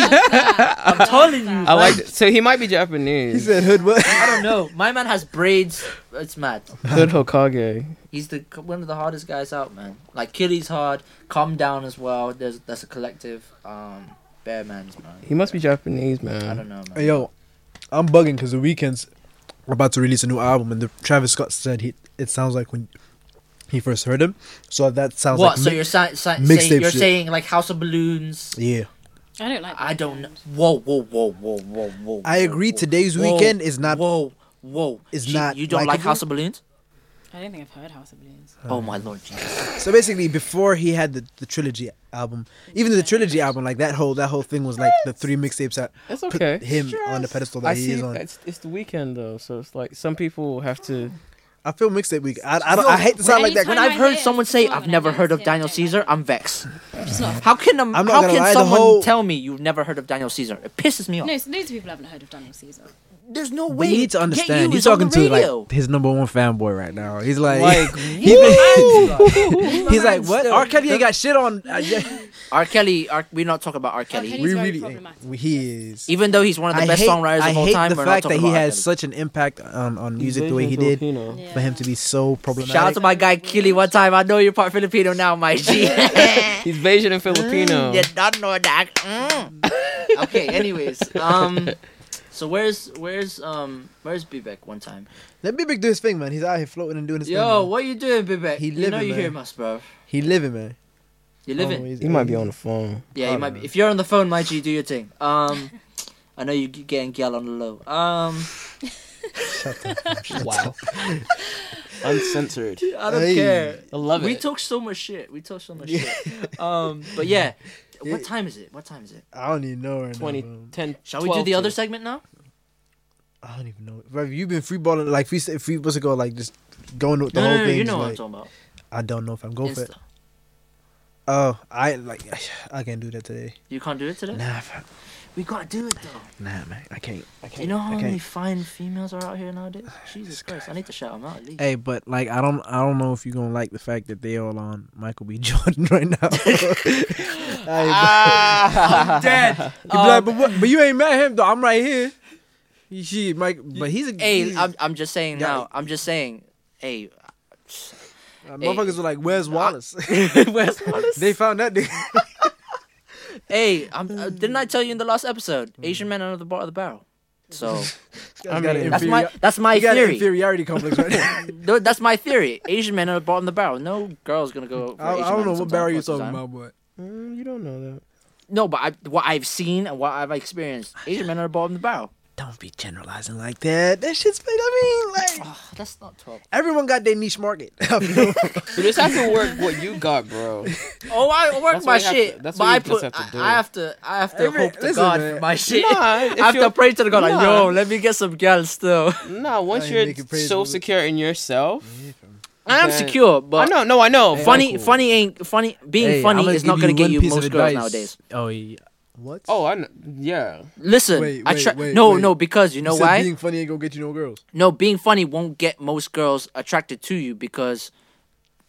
I'm telling you.
I like. it. So he might be Japanese.
He said hood what?
I don't know. My man has braids. It's mad.
Hood Hokage.
He's the one of the hardest guys out, man. Like Killy's hard. Calm down as well. There's that's a collective. Um, Bear Man's man.
He must be Japanese,
I
man.
don't know, man.
Hey, yo, I'm bugging because the weekend's about to release a new album, and the Travis Scott said he it sounds like when he first heard him. So that sounds
What?
like
so
mi-
you're si- si-
mixtape
saying you're
shit.
saying like House of Balloons?
yeah.
I don't like.
I don't. know. Whoa, whoa, whoa, whoa, whoa, whoa.
I
whoa,
agree.
whoa,
Today's
whoa,
weekend is not.
Whoa, whoa.
is
Gee,
not
You don't like
likable? Uh.
House of Balloons?
I don't think I've heard House of Blues.
Oh my lord, Jesus.
So basically, before he had the, the trilogy album, even the trilogy album, like that whole that whole thing was like the three mixtapes that
It's
put
okay.
him on the pedestal that
I
he
see.
is on.
It's, it's the weekend though, so it's like some people have to.
I feel mixtape week. I, I, don't, I hate to sound like that.
When
I,
I've heard someone say I've never heard of Daniel Caesar, I'm vexed. How can a,
I'm not
how
gonna
can
lie, the
someone
whole-
tell me you've never heard of Daniel Caesar? It pisses me off.
No, so loads of people haven't heard of Daniel Caesar.
There's no
we
way.
need to
Get
understand.
You
You're
is on
talking
the
to
radio.
like his number one fanboy right now. He's like,
Like,
he's,
woo!
he's like, what?
Still.
R. Kelly ain't got shit on. Uh, yeah.
R. Kelly. R- we're not talking about R. Kelly.
Kelly's
we
very
really
problematic.
ain't. He is.
Even though he's one of the
I
best
hate-
songwriters
I
of all
hate
time,
the
we're
fact
not
that
talking
he
about R.
has
Kelly.
such an impact on, on music the
Asian
way he did.
Filipino.
For him to be so problematic.
Shout out to my guy Keely one time. I know you're part Filipino now, my G.
He's Bayesian and Filipino.
you don't know that. Mm. okay. Anyways, um, so where's where's um where's Bebek one time?
Let Big do his thing, man. He's out here floating and doing his thing.
Yo,
man.
what you doing, Bebek?
He
You know
living,
you hear
man.
us, bro.
He living, man. Oh,
You living.
Always-
He might be on the phone.
Oh,
Yeah, you might. Be, if you're on the phone, my G, do your thing. Um, I know you're getting gal on the low. Um,
wow. Uncensored.
I don't care.
I love it.
We talk so much shit. We talk so much shit. Um, but yeah, what time is it? What time is it?
I don't even know right
20,
now. bro.
10, Shall we do 12 the other to- segment now?
I don't even know. Bro, you've been free balling like free free what's it called? Like just going with the
No, no,
whole
no,
thing.
you
just
know what I'm
like-
talking about.
I don't know if I'm going for it.
Insta.
Oh, I like I can't do that today.
You can't do it today.
Nah,
we gotta do it though.
Nah, man, I can't. I can't.
Do you know how
I
many
can't.
fine females are out here nowadays? Jesus Christ, I need to shout them out at least.
Hey, but like I don't, I don't know if you're gonna like the fact that they all on Michael B. Jordan right now.
Ah, I'm dead.
You be like, but, what, but you ain't met him though. I'm right here. You see, Mike, but he's a
Hey,
he's-
I'm, I'm just saying
Yeah.
now. I'm just saying. Hey,
uh, motherfuckers were like, "Where's Wallace?
Where's Wallace?"
they found that nigga.
hey, I'm, uh, didn't
Hmm.
I tell you in the last episode? Asian men are the bar of the barrel. So,
I mean,
that's my
inferior-
that's my
you got an
theory.
inferiority complex right now.
No, that's my theory. Asian men are the bottom of the barrel. No girl's gonna go. For
I,
Asian
I don't
men
know what
sometimes,
barrel you're
most of the
talking
time.
about, but Mm, you don't know that.
No, but I, what I've seen and what I've experienced, Asian men are the bottom of the barrel.
Don't be generalizing like that. That shit's. I mean, like
that's not twelve.
Everyone got their niche market.
You just have to work what you got, bro.
Oh, I work
That's
my
what you have
shit,
to- that's
but
what you
I
just
put.
have to do.
I, I have to. I have to
Every-
hope to
listen,
God
man.
for my shit.
Nah,
I
if
have to
you're-
pray to the God. Like,
nah.
yo, let me get some girls still.
Nah, once
Hey,
you're
make it praise
so
with it.
secure in yourself,
I am
then-
secure, but
I know, no, I know. but-
Funny, funny ain't funny. Being
Hey,
funny
I'm gonna
is not
give
gonna
you
get
one
you
piece of
most girls
advice.
nowadays.
Oh yeah. What?
Oh, I know. Yeah.
Listen, I try. no, no, because you know
said
why?
Being funny ain't gonna get you no girls.
No, being funny won't get most girls attracted to you because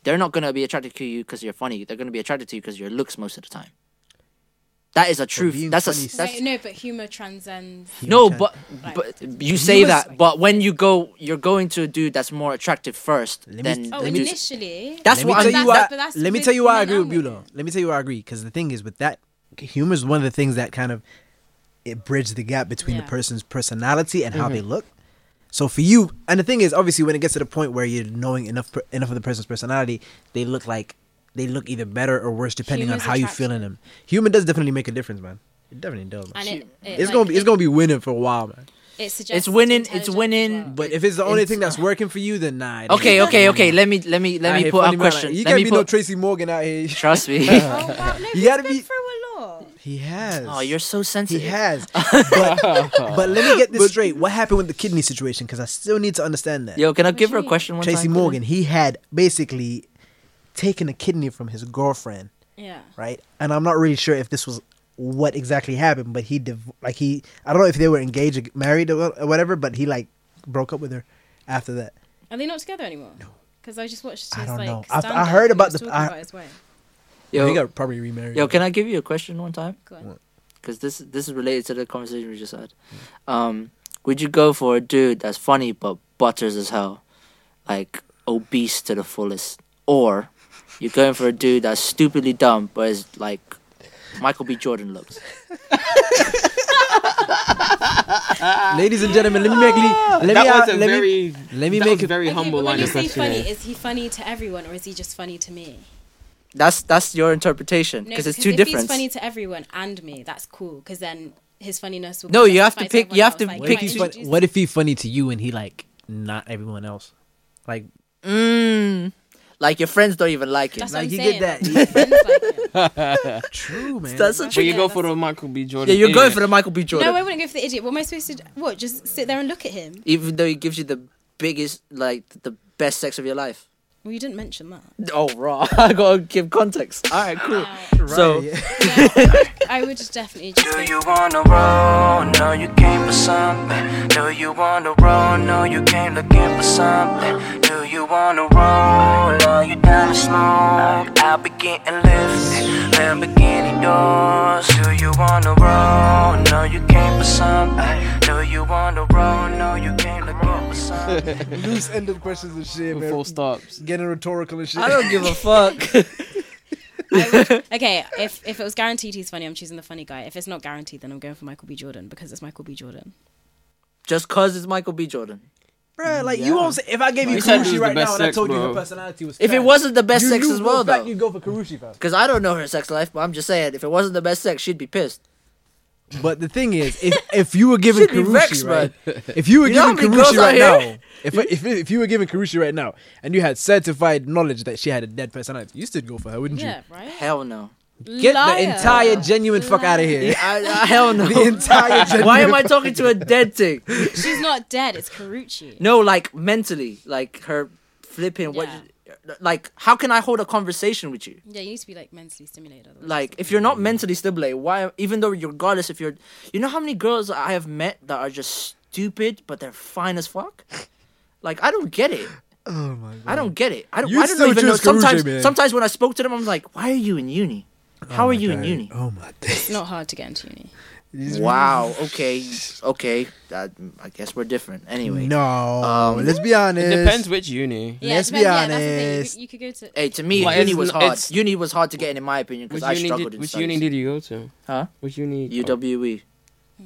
they're not gonna be attracted to you because you're funny. They're gonna be attracted to you because your looks most of the time. That is a truth. That's a that's
Wait, no, but humor transcends.
no, but
Like-
but you say that, but when you go, you're going to a dude that's more attractive first. Then
oh,
then you-
initially.
That's
let me
what
tell
I'm-
you. Why,
but that's
let me
with
tell you why I
men
agree
and
with you though. Let me tell you why I agree. Because the thing is, with that, humor is one of the things that kind of it bridges the gap between the person's personality and how they
Mhm.
look. So for you, and the thing is, obviously, when it gets to the point where you're knowing enough per, enough of the person's personality, they look like they look either better or worse depending
Humor's
on how you feel in them. Humor does definitely make a difference, man. It definitely does.
And
Man.
it- it,
it's
like,
gonna be it's
it-
gonna be winning for a while, man.
It suggests
winning. It's winning.
But if it's the only thing that's working for you, then nah. it ain't
Okay,
working.
okay, okay. Let me let me let
Nah,
me
hey,
put
funny
a
man,
question.
like, you
let
can't
me
be
put,
no Tracy Morgan out here.
Trust me.
you gotta be. He has.
Oh, you're so sensitive.
He has. But, but let me get this straight. What happened with the kidney situation? Because I still need to understand that.
Yo, can I give her a question one
Tracy
time?
Morgan, he had basically taken a kidney from his girlfriend,
Yeah.
right? And I'm not really sure if this was what exactly happened, but he div- like he I don't know if they were engaged, or married, or wha- or whatever, but he like broke up with her after that.
Are they not together anymore? No. Because I just watched. His,
I don't
like,
know. I've- I
stand-up
heard
and he
about
was
the-
talking
I-
about his wife.
Yo,
he got probably remarried.
Yo, can I give you a question one time?
Go on.
Because this this is related to the conversation we just had. Um, would you go for a dude that's funny but butters as hell, like obese to the fullest, or you're going for a dude that's stupidly dumb but is like Michael B. Jordan looks?
Ladies and gentlemen, let me make
Ah!
le- let
that
me
was
uh,
a
let
very,
me let me
that
make
was a very humble
But when
line
you
of
say funny,
questioning.
is he funny to everyone or is he just funny to me?
That's that's your interpretation
No,
because it's
because
two
if
different.
He's funny to everyone and me. That's cool because then his funniness will.
No,
be
you have to
justified
pick- you
everyone
have to
else.
What
Like,
if,
you
he's
might
funny, what if he's funny to you and he like not everyone else? Like
Mm, like your friends don't even like it.
That's what
Like, he
I'm
did
saying.
that.
True,
man.
That's a
but
trick.
you go for the Michael B. Jordan.
Yeah, you're going
idiot.
for the Michael B. Jordan.
No, I wouldn't go for the idiot. What am I supposed to? do? What? Just sit there and look at him?
even though he gives you the biggest, like the best sex of your life.
Well, you didn't mention that.
Oh, raw. I gotta give context. All right, cool. So,
I would just definitely. Just
Do you wanna roll? No, you came for something. Do you wanna roll? No, you came looking for something. Do you wanna roll? Are you down to smoke? I'll be getting lifted. Lamborghini doors. Do you wanna roll? No, you came for something. Do you wanna roll? No, you came looking for something.
Loose ended questions and shit, man.
Full stops.
Getting rhetorical and shit.
I don't give a fuck.
okay, if if it was guaranteed he's funny, I'm choosing the funny guy. If it's not guaranteed, then I'm going for Michael B. Jordan because it's Michael B. Jordan.
just cause it's Michael B. Jordan.
Bruh, like
Yeah.
you won't say if I gave you
You said it was
Karushi
the
right
best
now and I
sex,
told you her
bro.
personality was
If it
trash,
wasn't the best
you
sex
knew
as
for a
well,
fact
though.
you'd go for Karushi, fam.
Cause I don't know her sex life, but I'm just saying, if it wasn't the best sex, she'd be pissed.
But the thing is, if, if you were given
Should be
Karushi,
vexed,
right?
man.
If you were
You know how
given
many girls
Karushi
I
right
hear?
now, if, if if you were given Karushi right now, and you had certified knowledge that she had a dead personality, you still go for her,
Mm-hmm.
wouldn't
Yeah,
you?
right?
Hell no.
Get
Liar.
the entire genuine fuck out of here.
Yeah, I- I- hell no.
The entire genuine
Why am I
fuck-
talking to a dead thing?
She's not dead. It's Karuchi.
No, like mentally, like her flipping. What? Like, how can I hold a conversation with you?
Yeah, you need to be like mentally stimulated. otherwise.
Like, if you're not mentally stimulated, why? Even though you're regardless, if you're, you know how many girls I have met that are just stupid, but they're fine as fuck. Like, I don't get it.
Oh my
I don't get it. I don't.
You
I don't
still
even know.
choose Karushi,
Sometimes,
man.
sometimes when I spoke to them, I'm like, "Why are you in uni? How are you in uni?"
Oh my.
it's not hard to get into uni.
Wow. Okay. Okay. That, I guess we're different. Anyway. um,
No. let's be honest.
It depends which uni.
Yeah,
Let's
it
be
depends- yeah, that's the thing.
honest.
You could, you could go to. Oh,
Hey, to me,
Like,
uni
it's
was
n-
hard.
it's-
Uni was hard to get in, in my opinion,
Which
because I
uni
struggled
did,
in
which
studies.
uni did you go to?
Huh?
Which uni?
UWE.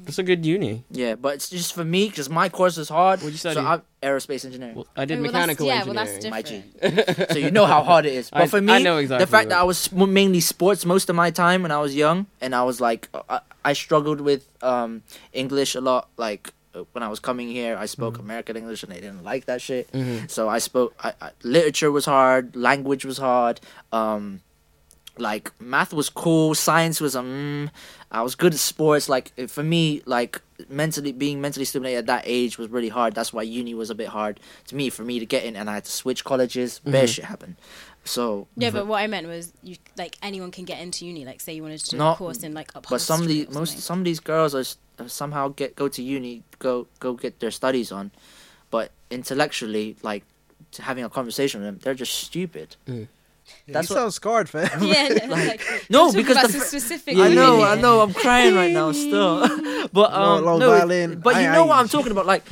That's a good uni.
Yeah, but it's just for me because my course is hard. What you
study?
So I'm aerospace engineering.
I did Oh, well, that's- mechanical yeah, well, that's engineering.
My
different.
G. so you know how hard it is. But
I-
for me,
I know exactly
the fact
what-
that I was m- mainly sports most of my time when I was young, and I was like, uh, I, I struggled with um, English a lot. Like uh, when I was coming here, I spoke
Mm.
American English, and they didn't like that shit.
Mhm.
So I spoke. I, I, literature was hard. Language was hard. Um, like math was cool science was um i was good at sports like it- for me like mentally being mentally stimulated at that age was really hard that's why uni was a bit hard to me for me to get in and i had to switch colleges bare
Mhm.
shit happened so
Yeah, but what I meant was you like anyone can get into uni. Like, say you wanted to do a
Not-
course in like upholstery.
but some of the
or
most some of these girls are, s- are somehow get go to uni go go get their studies on but intellectually like to having a conversation with them they're just stupid
That's you sound scarred, fam.
Yeah, no, like,
No,
Let's talk
because
about
the
some
fir-
specific
I know,
women.
I know. I'm crying right now still. but
Low-
um,
low
no, it-
violin.
but you
Aye,
know
aye.
what I'm talking about. Like,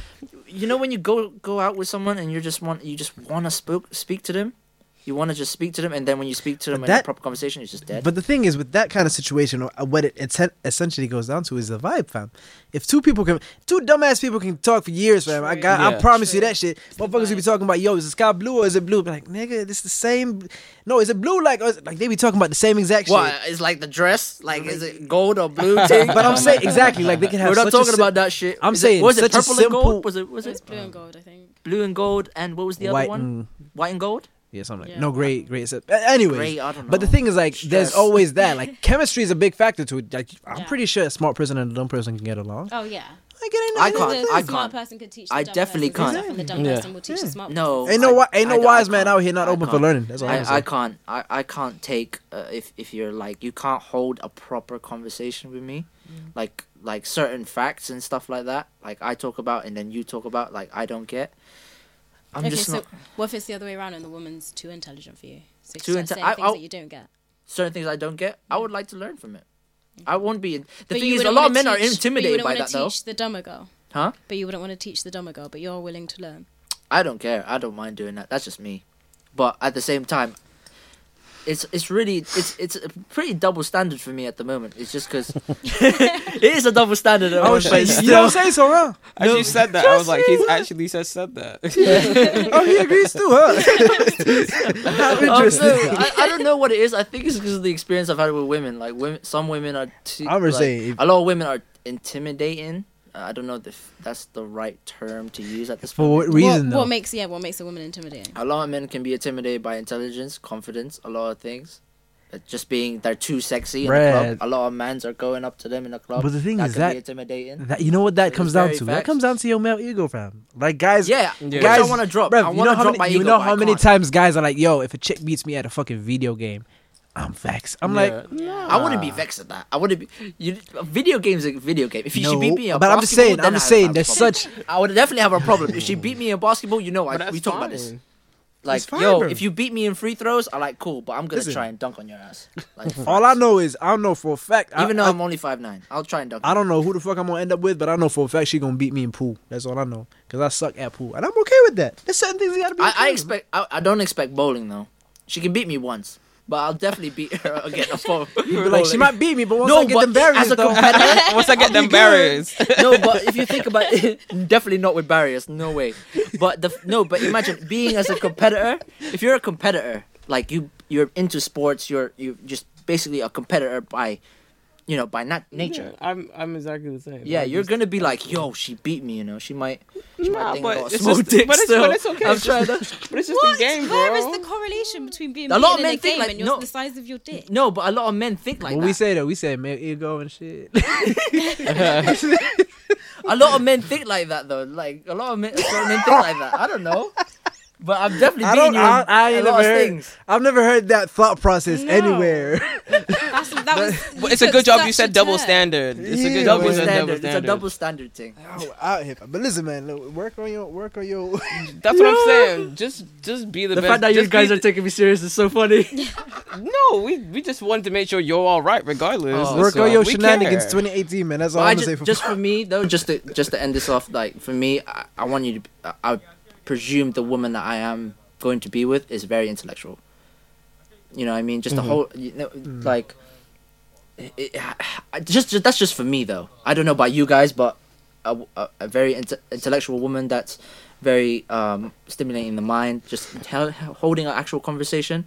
you know when you go go out with someone and you just want you just want to spoke speak to them, you want to just speak to them, and then when you speak to them in a
that-
proper conversation, it's just dead.
But the thing is, with that kind of situation, uh, what it essen- essentially goes down to is the vibe, fam. If two people can, two dumbass people can talk for years, fam. I got, I
Yeah.
promise you that shit. Motherfuckers will be talking about, yo, is the sky blue or is it blue? Be like, nigga, this the same. No, is it blue? Like, or is like they be talking about the same exact
what
shit.
is like the dress? Like, is it gold or blue? Thing?
But I'm saying exactly like they can have.
We're not
such a
talking
sim-
about that shit.
I'm
Is it-
saying
was it
such
purple
a simple
and gold? Was it was it
blue and gold? I think.
blue and gold? And what was the
White
other one?
and-
White and gold.
Yeah, something like no great, great. So, anyways,
Great, I don't
but the thing is, like, there's
Stress.
always that. Like, chemistry is a big factor to it. Like, I'm pretty sure a smart person and a dumb person can get along.
Oh yeah.
I get
I can't.
The
I
smart
can't.
person could teach. The
I
dumb
definitely
person stuff,
can't.
And the dumb
Yeah.
person will teach the smart.
No,
Ain't no wi-
I-
ain't no
I- I
wise man
can't.
out here not
I
open for
can't.
learning. That's all I'm
I,
saying.
I can't. I, I can't take uh, if if you're like you can't hold a proper conversation with me,
Mm.
like like certain facts and stuff like that. Like I talk about and then you talk about. Like I don't get. I'm
okay,
just
so
not
what if it's the other way around and the woman's too intelligent for you? So you
Too
start
inte-
saying
I-
things
I'll-
that you don't get.
certain things I don't get. I would like to learn from it. I won't be. In, the
But
thing
you
is, a
wouldn't
lot
wanna
of men are
teach- but you
intimidated
wouldn't
by
wanna
that though.
Teach the dumber girl,
Huh?
but you wouldn't want to teach the dumber girl, but you're willing to learn.
I don't care. I don't mind doing that. That's just me. But at the same time, it's it's really it's it's a pretty double standard for me at the moment. It's just because it is a double standard. At the
Oh
moment, but
shit!
it's
You don't
still-
say so, huh?
As you said that, I was like, he's actually just said that.
oh, he agrees too, huh? How
Um, no,
interesting.
I, I don't know what it is. I think it's because of the experience I've had with women. Like women, some women are. Too,
I would
like,
say if-
a lot of women are intimidating. Uh, I don't know if that's the right term to use at this
For what
moment.
reason,
What
though?
makes yeah? What makes a woman intimidating?
A lot of men can be intimidated by intelligence, confidence, a lot of things. Uh, Just being they're too sexy in the
Right.
club. A lot of mans are going up to them in the club.
But the thing
that
is
can
that-
be intimidating.
That, you know what that
It's
comes down
very
to? That
facts.
comes down to your male ego, fam. Like guys,
Yeah, which
guys,
I wanna drop.
bruv,
I
you
wanna
know how
drop
many,
my
You
ego,
know
but
how
I
many
can't.
times guys are like, "Yo, if a chick beats me at a fucking video game, I'm vexed." I'm like,
I wouldn't be vexed at that. I wouldn't be. You, a video game's a video game. If she
No,
beat me, in
but I'm just
basketball,
saying-
then
I'm just
I would
saying
have a
there's
problem.
such-
I would definitely have a problem if she beat me in basketball. You know, I, we talk about this.
fine.
Like,
It's fine,
yo,
bro.
if you beat me in free throws, I like cool, but I'm gonna
Listen.
try and dunk on your ass. Like,
all I know is I don't know for a fact. I-
even though
I,
I'm only five nine, I'll try and dunk.
I don't know who the fuck I'm gonna end up with, but I know for a fact she gonna beat me in pool. That's all I know, cause I suck at pool, and I'm okay with that. There's certain things you gotta be.
I,
okay
I
with.
expect. I, I don't expect bowling though. She can beat me once, but I'll definitely beat her again. Before
You be like she might beat me, but once
No,
I get
but
them barriers,
as a
though,
competitor-
Once I get them barriers.
no, but if you think about it, definitely not with barriers. No way. But the no, but imagine being as a competitor. If you're a competitor, like you, you're into sports. You're you are just basically a competitor by you know, by nat- nature.
Yeah, I'm I'm exactly the same.
Yeah,
I'm
you're
just-
gonna be like, yo, she beat me, you know. She might, she might
Nah,
think I
but
got
it's
small
just-
dick
but it's-
still.
but it's okay,
I'm
it's
trying
just-
to.
but it's
What? Where is the correlation between being a lot of men in a
think
game
like,
and you're
no-
the size of your dick?
No, but a lot of men think like
what
that.
we say though, we say male ego and shit.
a lot of men think like that though. Like a lot of men, certain men think like that. I don't know, but I'm definitely
I
beating
don't.
you.
I,
in
I
a
ain't
lot
never
of
heard.
things.
I've never heard that thought process anywhere.
That's, that was.
But it's a good job you said double standard. It's a good
Yeah,
job
man.
you said double
It's a
standard.
double standard thing.
Oh, out here. But listen, man, look, work on your work on your.
That's what I'm saying. Just just be the,
The
best.
fact that you
Just be
guys
the-
are taking me serious is so funny.
No, we we just wanted to make sure you're all right, regardless.
Oh,
work
So
on your
we
shenanigans,
care.
2018, man. That's all
But I
I'm
just,
gonna say for
just for me though, just to just to end this off, like for me, I, I want you to. I, I presume the woman that I am going to be with is very intellectual. You know, what I mean, just
Mm-hmm.
Mhm.
the whole, you know,
Mm.
like, it, it- I- just, just that's just for me though. I don't know about you guys, but a, a, a very inte- intellectual woman that's very um, stimulating the mind, just hel- holding an actual conversation,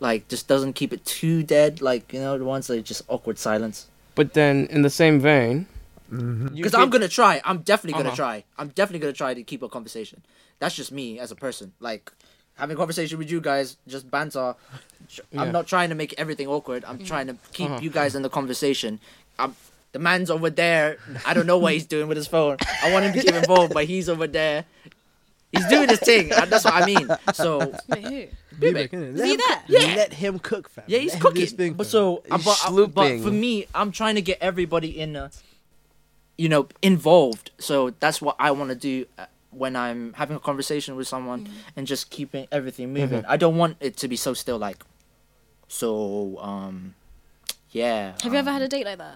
like just doesn't keep it too dead. Like you know, the ones that are just awkward silence.
But then, in the same vein, you
Because
could-
I'm gonna try. I'm definitely gonna
Uh-huh.
try. I'm definitely gonna try to keep a conversation. That's just me as a person. Like having conversation with you guys, just banter. Sh-
Yeah.
I'm not trying to make everything awkward. I'm trying to keep
Uh-huh.
you guys in the conversation. I'm, the man's over there. I don't know what he's doing with his phone. I want him to get involved, but he's over there. He's doing his thing. Uh, That's what I mean. So
Be back in it.
Is
Let
he
him
there?
cook-
Yeah.
Let him cook, fam.
yeah, he's
Let him do
cooking.
his thing,
but
fam.
so, uh,
He's
but, uh, but for
slooping.
me, I'm trying to get everybody in, a, you know, involved. So that's what I want to do uh, when I'm having a conversation with someone and just keeping everything
Mhm.
moving.
Mm-hmm.
I don't want it to be so still. Like, so, um, yeah.
Have you
um,
ever had a date like that?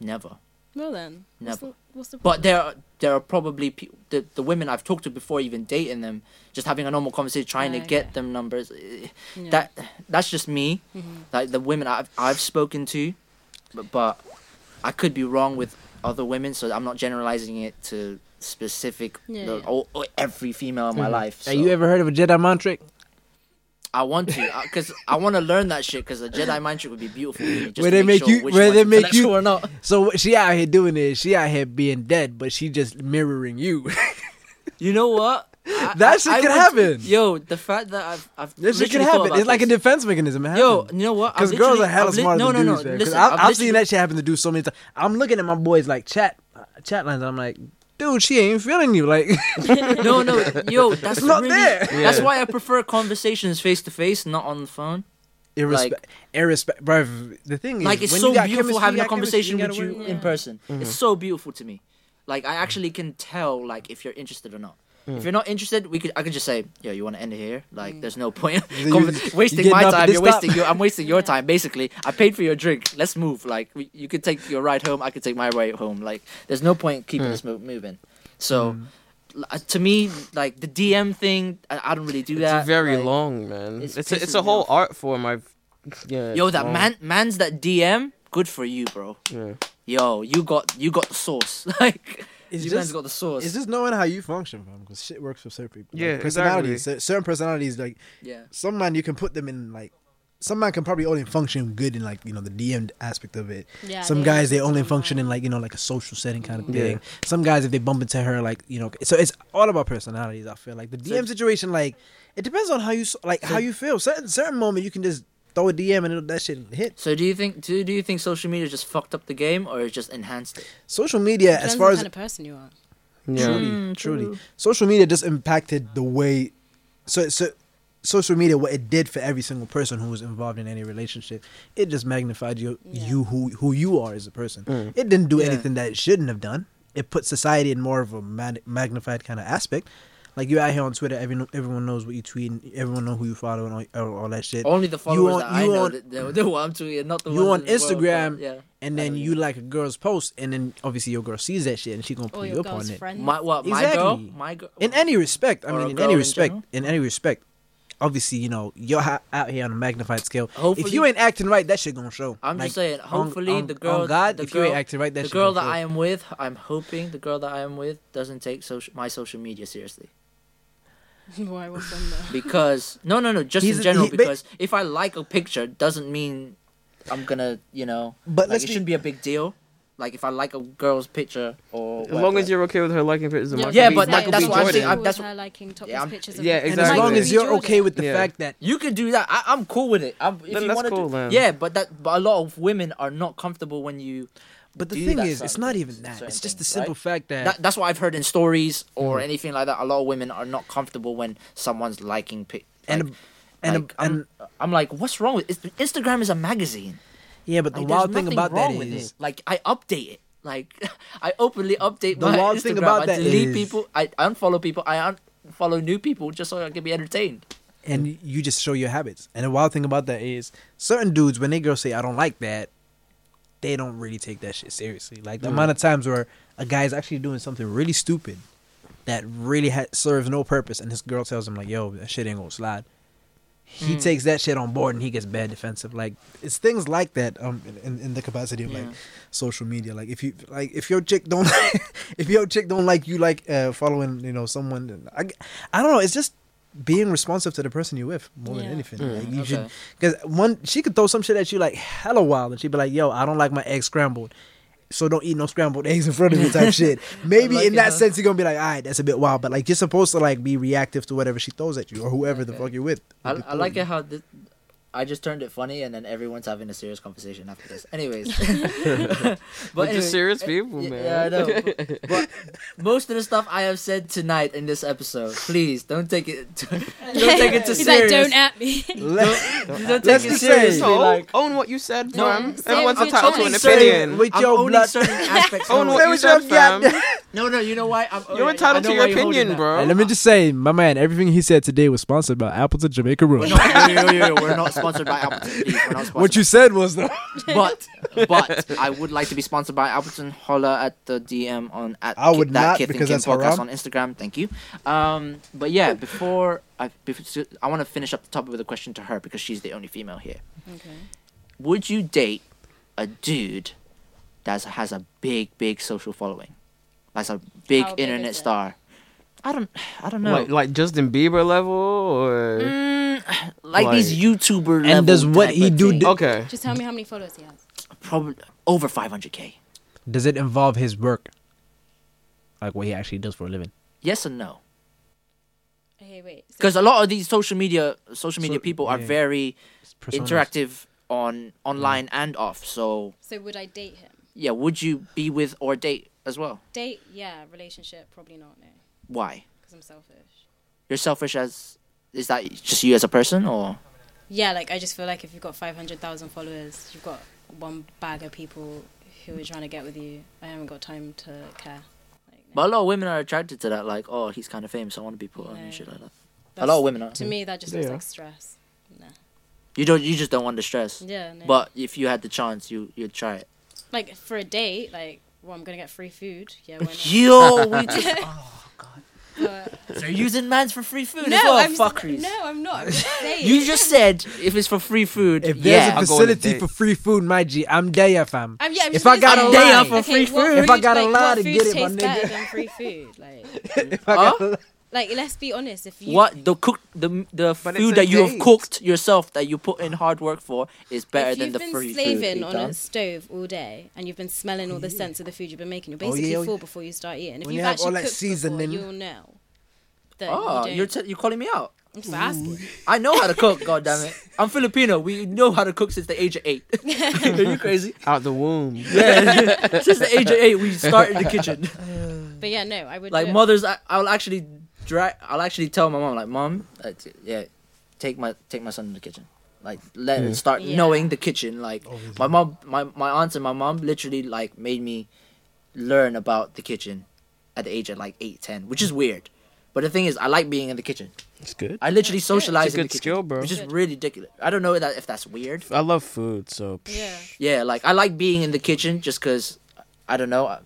Never.
Well then, what's
Never.
the, what's the
But there are there are probably pe- the the women I've talked to before even dating them, just having a normal conversation, trying
Yeah,
to get them numbers. eh,
Yeah.
That that's just me.
Mm-hmm.
Like the women I've I've spoken to, but, but I could be wrong with other women, so I'm not generalizing it to specific
Yeah,
the-
yeah.
all- all- every female in my
Mhm.
life.
Have you
so.
ever heard of a Jedi mind trick?
I want to, because I want to learn that shit. Because a Jedi mind trick would be beautiful. For me, just
where
to
they
make
make
sure
you,
which
where they
one's
make
intellectual
you,
or not.
so what- she out here doing this, she out here being dead, but she just mirroring you.
You know what? I-
That
I-
shit
I
can
would-
happen.
Yo, the fact that I've I've
this shit can
literally thought
happen.
about
It's like
this.
a defense mechanism. It
Yo,
happens.
you know what? I've
Because girls
literally-
are hella
I've li-
smarter
no,
than
no, no,
dudes, man. 'Cause
listen,
I've,
I've
I've seen
literally-
that shit happen to dudes so many times. I'm looking at my boys like chat, uh, chat lines, and I'm like, dude, she ain't feeling you. Like,
no, no, yo, that's
It's not
really-
there.
That's why I prefer conversations face to face, not on the phone.
Irrespe- irrespe- bro, the thing is,
Like it's
Mm. when
so
you got
beautiful
chemistry,
having
you
a
got chemistry,
conversation with
gotta
you
work.
in person.
Mhm.
It's so beautiful to me. Like I actually can tell like if you're interested or not. If
Mm.
you're not interested, we could I could just say, "Yo, you want to end it here?
Mm.
Like, there's no point
Then you-
Conver-
you
wasting
getting
my
up at
time.
this
You're
time.
wasting your. I'm wasting your time. Basically, I paid for your drink. Let's move. Like, we, you could take your ride home. I could take my ride home. Like, there's no point keeping
Mm.
Hmm.
this mo- moving. So, l- uh, to me, like the DM thing, I, I don't really do that.
it's very
like-
long, man.
it's
It's a, it's
pissing me
a whole art form. I've yeah.
Yo,
it's
that
long.
man, man's that DM. Good for you, bro.
Yeah.
Yo, you got you got the sauce. Like,
It's
you
just-
man's got the sauce.
It's just knowing how you function, fam. Because shit works for certain people.
Yeah,
like, personalities.
exactly.
cer- Certain personalities, like
Yeah.
some man, you can put them in like. Some man can probably only function good in like you know the DM aspect of it.
Yeah,
Some
they-
guys they only function in like you know like a social setting kind of
Mm.
thing. Some guys if they bump into her like you know so it's all about personalities. I feel like the DM situation like it depends on how you s- like how you feel. Certain certain moment you can just throw a DM and it'll, that shit hit.
So do you think do, do you think social media just fucked up the game or it just enhanced it?
Social media as far
what
as
kind of person you are.
Truly,
Mm,
truly.
true.
Social media just impacted the way so so social media what it did for every single person who was involved in any relationship. It just magnified you you who who you are as a person. It didn't do
Yeah.
anything that it shouldn't have done. It put society in more of a mag- magnified kind of aspect. Like you out here on Twitter, everyone everyone knows what you tweet, and everyone know who you follow, and all, all, all that shit.
Only the
You
followers
on-
that I
you
know
on-
that know know what I'm tweeting, not the
you on
ones in the world,
Instagram,
but, yeah.
and then you like a girl's post, and then obviously your girl sees that shit, and she gonna pull
your
you up
girl's
on it.
friends. My- what, my girl? My girl-
In any respect, I
Or a
mean, in
girl
any
in
respect,
general?
in, any respect. Obviously, you know you're ha- out here on a magnified scale. if
Hopefully-
you ain't acting right, that shit gonna show.
I'm
Like,
just saying.
on-
Hopefully,
on-
the
on
girl,
God,
the
if
girl,
you ain't acting right, that
the
shit
girl
gonna
that
show.
I am with, I'm hoping the girl that I am with doesn't take social my social media seriously.
Why was on there?
Because no, no, no. Just
He's
in
a-
general,
he- ba-
because if I like a picture, doesn't mean
I'm gonna, you know,
But
but
let's
like, it
be-
shouldn't be a big deal. Like if I like a girl's picture or
As long
uh,
whatever.
as you're okay with her liking pictures of
Yeah,
Michael
yeah,
B.
but that-
Michael
that's
B.
what I'm
Jordan.
saying. I'm, that's
her liking topless
yeah, I'm-
pictures
Yeah,
And
exactly. Yeah.
that you can do that, I, I'm cool with it. I'm, if
Then
you
that's
wanna
cool
do,
then.
Yeah, but that, but a lot of women are not comfortable when you.
But the
do
thing
that
is,
side
it's
of
not
it,
even that.
certain
It's just the
things,
simple
right?
fact that-
That's what I've heard in stories or
Mhm.
anything like that. A lot of women are not comfortable when someone's liking pic.
And
like,
and
like, I'm, I'm like, what's wrong with it? Instagram is a magazine.
Yeah, but the
Like, there's
wild thing
nothing
about that
wrong with
is
it. like I update it. Like I openly update
The
my
wild
Instagram.
thing about
I
that
delete
is-
people. I unfollow people. I unfollow new people just so I can be entertained. Mm.
and you just show your habits. And the wild thing about that is certain dudes when they girls say I don't like that, they don't really take that shit seriously. Like the
Mm.
amount of times where a guy is actually doing something really stupid that really ha- serves no purpose, and his girl tells him like, "Yo, that shit ain't gonna slide." He
Mm.
takes that shit on board and he gets bad defensive. Like it's things like that um in- in, in the capacity of like
Yeah.
social media. Like if you like if your chick don't if your chick don't like you like uh following you know someone then I, I don't know it's just being responsive to the person you're with more
Yeah.
than anything.
Mm,
Like you should
okay.
because one she could throw some shit at you like hella wild and she'd be like, "Yo, I don't like my eggs scrambled." So don't eat no scrambled eggs in front of me type shit. Maybe
like
in
it,
that
huh?
sense you're gonna be like, all right, that's a bit wild, but like you're supposed to like be reactive to whatever she throws at you or whoever the fuck you're with.
I, I like it how this, I just turned it funny, and then everyone's having a serious conversation after this. Anyways, but eh,
We're just serious people,
yeah,
man.
Yeah, I know. But, but most of the stuff I have said tonight in this episode, please don't take it. To, don't take it too
He's like,
serious.
"Don't at me."
Let-
don't, don't
Let's
take it
just say-
seriously.
No,
like,
own what you said,
No,
fam.
say
Everyone's
what you
entitled to
said.
an
Say
opinion.
with I'm your only blood. certain aspects
Own
only.
what you
Say
said,
what you
fam.
got. No, no, you know why? I'm,
You're entitled
I
to
know
your
why you're holding
opinion,
that.
bro.
And let me just say, my man, everything he said today was sponsored by Appleton Jamaica Room.
yo, yo, yo, we're not sponsored by Appleton. Please, we're not sponsored.
what you said was though.
but but I would like to be sponsored by Albertson. Holler at the DM on at
I would
Ki- that
not,
Kith and
because
Kim
that's
podcast
haram.
on Instagram. Thank you. Um, but yeah, before I before, I want to finish up the topic with a question to her because she's the only female here.
Okay.
Would you date a dude that has a big big social following, that's a big
How big
internet
is it?
star? I don't I don't know. Mm,
Like, like Justin Bieber level or
like these YouTuber level
And does what
type
he
of
do
thing.
d- Okay.
Just tell me how many followers he has.
probably over 500k.
Does it involve his work? Like what he actually does for a living?
Yes or no?
Okay, wait. So
because a lot of these social media social media
So-
people are
yeah.
very
personas.
interactive on online and off. So
So would I date him?
yeah, would you be with or date as well?
Date? Yeah. Relationship? Probably not. No,
Why?
because I'm selfish.
You're selfish as is that just you as a person or
Yeah, like I just feel like if you've got five hundred thousand followers, you've got one bag of people who are trying to get with you. I haven't got time to care.
but a lot of women are attracted to that like oh he's kind of famous I want to be put on and shit like that. a lot
That's-
of women are.
To me, that just
They
looks
are.
like stress. Nah.
you don't you just don't want the stress.
Yeah, no.
But if you had the chance you you'd try it.
Like for a date, like well, I'm gonna get free food. Yeah. Why not?
Yo, we just-
oh god.
So you're using mans for free food
no,
as well,
I'm s-
fuckeries.
no, I'm not. I'm just saying.
You just said if it's for free food,
If there's
yeah.
a facility for free food, my G, I'm there, fam.
Um, yeah, I'm just
if I got
gonna
a
say,
lie,
like, okay, what
if I
food-
got a
like,
lie
what
to
food
get it, my
tastes better than
nigga.
free food, like,
If I got a lie-
like let's be honest. If you
What the cook the the
it's a
food that you have
date.
cooked yourself that you put in hard work for is better
if
than
you've
the
been
free
slaving
food.
on a stove all day and you've been smelling all the scents of the food you've been making, you're
Oh, yeah,
basically
oh,
full before you start eating. If
When
you've
you have
actually
all that
cooked
seasoning.
before, you'll know. That
Oh,
you
you are t- you're calling me out.
I'm just asking.
I know how to cook. God damn it, I'm Filipino. We know how to cook since the age of eight. Are you crazy?
out the womb.
Yeah, since the age of eight, we start in the kitchen.
But yeah, no, I would
Like
do it.
mothers, I, I'll actually drag. I'll actually tell my mom, like, mom, uh, t- yeah, take my take my son to the kitchen. Like, let
Yeah.
it start
Yeah.
knowing the kitchen. Like,
Oh,
my mom, my my aunts and my mom literally like made me learn about the kitchen at the age of like eight, ten, which is weird. But the thing is, I like being in the kitchen.
Mm. It's good.
I literally socialize
It's a
in the
good
kitchen,
skill, bro.
which is really ridiculous. I don't know that if that's weird.
I love food, so
Yeah.
Yeah, like I like being in the kitchen just because I don't know. I,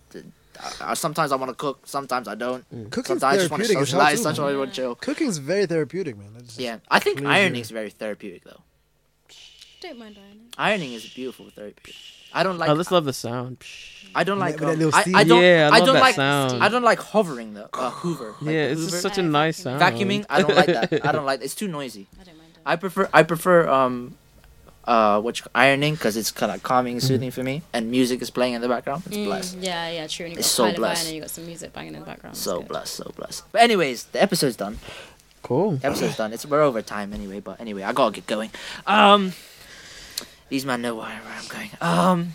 I, I- sometimes I want to cook, sometimes I don't.
Mm.
Cooking's
sometimes I just want to
therapeutic as hell,
socialize,
too,
sometimes I
man.
want to chill.
Cooking's very therapeutic, man. That's-
Yeah, I think
Clears
ironing
your-
is very therapeutic though.
Don't mind ironing.
Ironing is beautiful therapy. I don't like.
I just love the sound.
I don't like.
With that
um,
little
I, I
steam.
don't.
Yeah, I
I,
love
don't
that
like.
sound.
I don't like hovering though. Uh, Hoover. like
Yeah,
the
it's just
Hoover.
such a nice sound.
Vacuuming. I don't like that. I don't like. It's too noisy. I don't mind. I prefer. I prefer. Um, uh, which ironing because it's kind of calming
Mm-hmm.
and soothing for me, and music is playing in the background. It's blessed.
Mm, Yeah, yeah, true. And you've got
It's
a
so
pile of iron
blessed.
and you've got some music banging in the background.
So blessed, so blessed. But anyways, the episode's done.
Cool.
Episode's done. It's we're over time anyway. But anyway, I gotta get going. Um, these men know where I'm going. Um,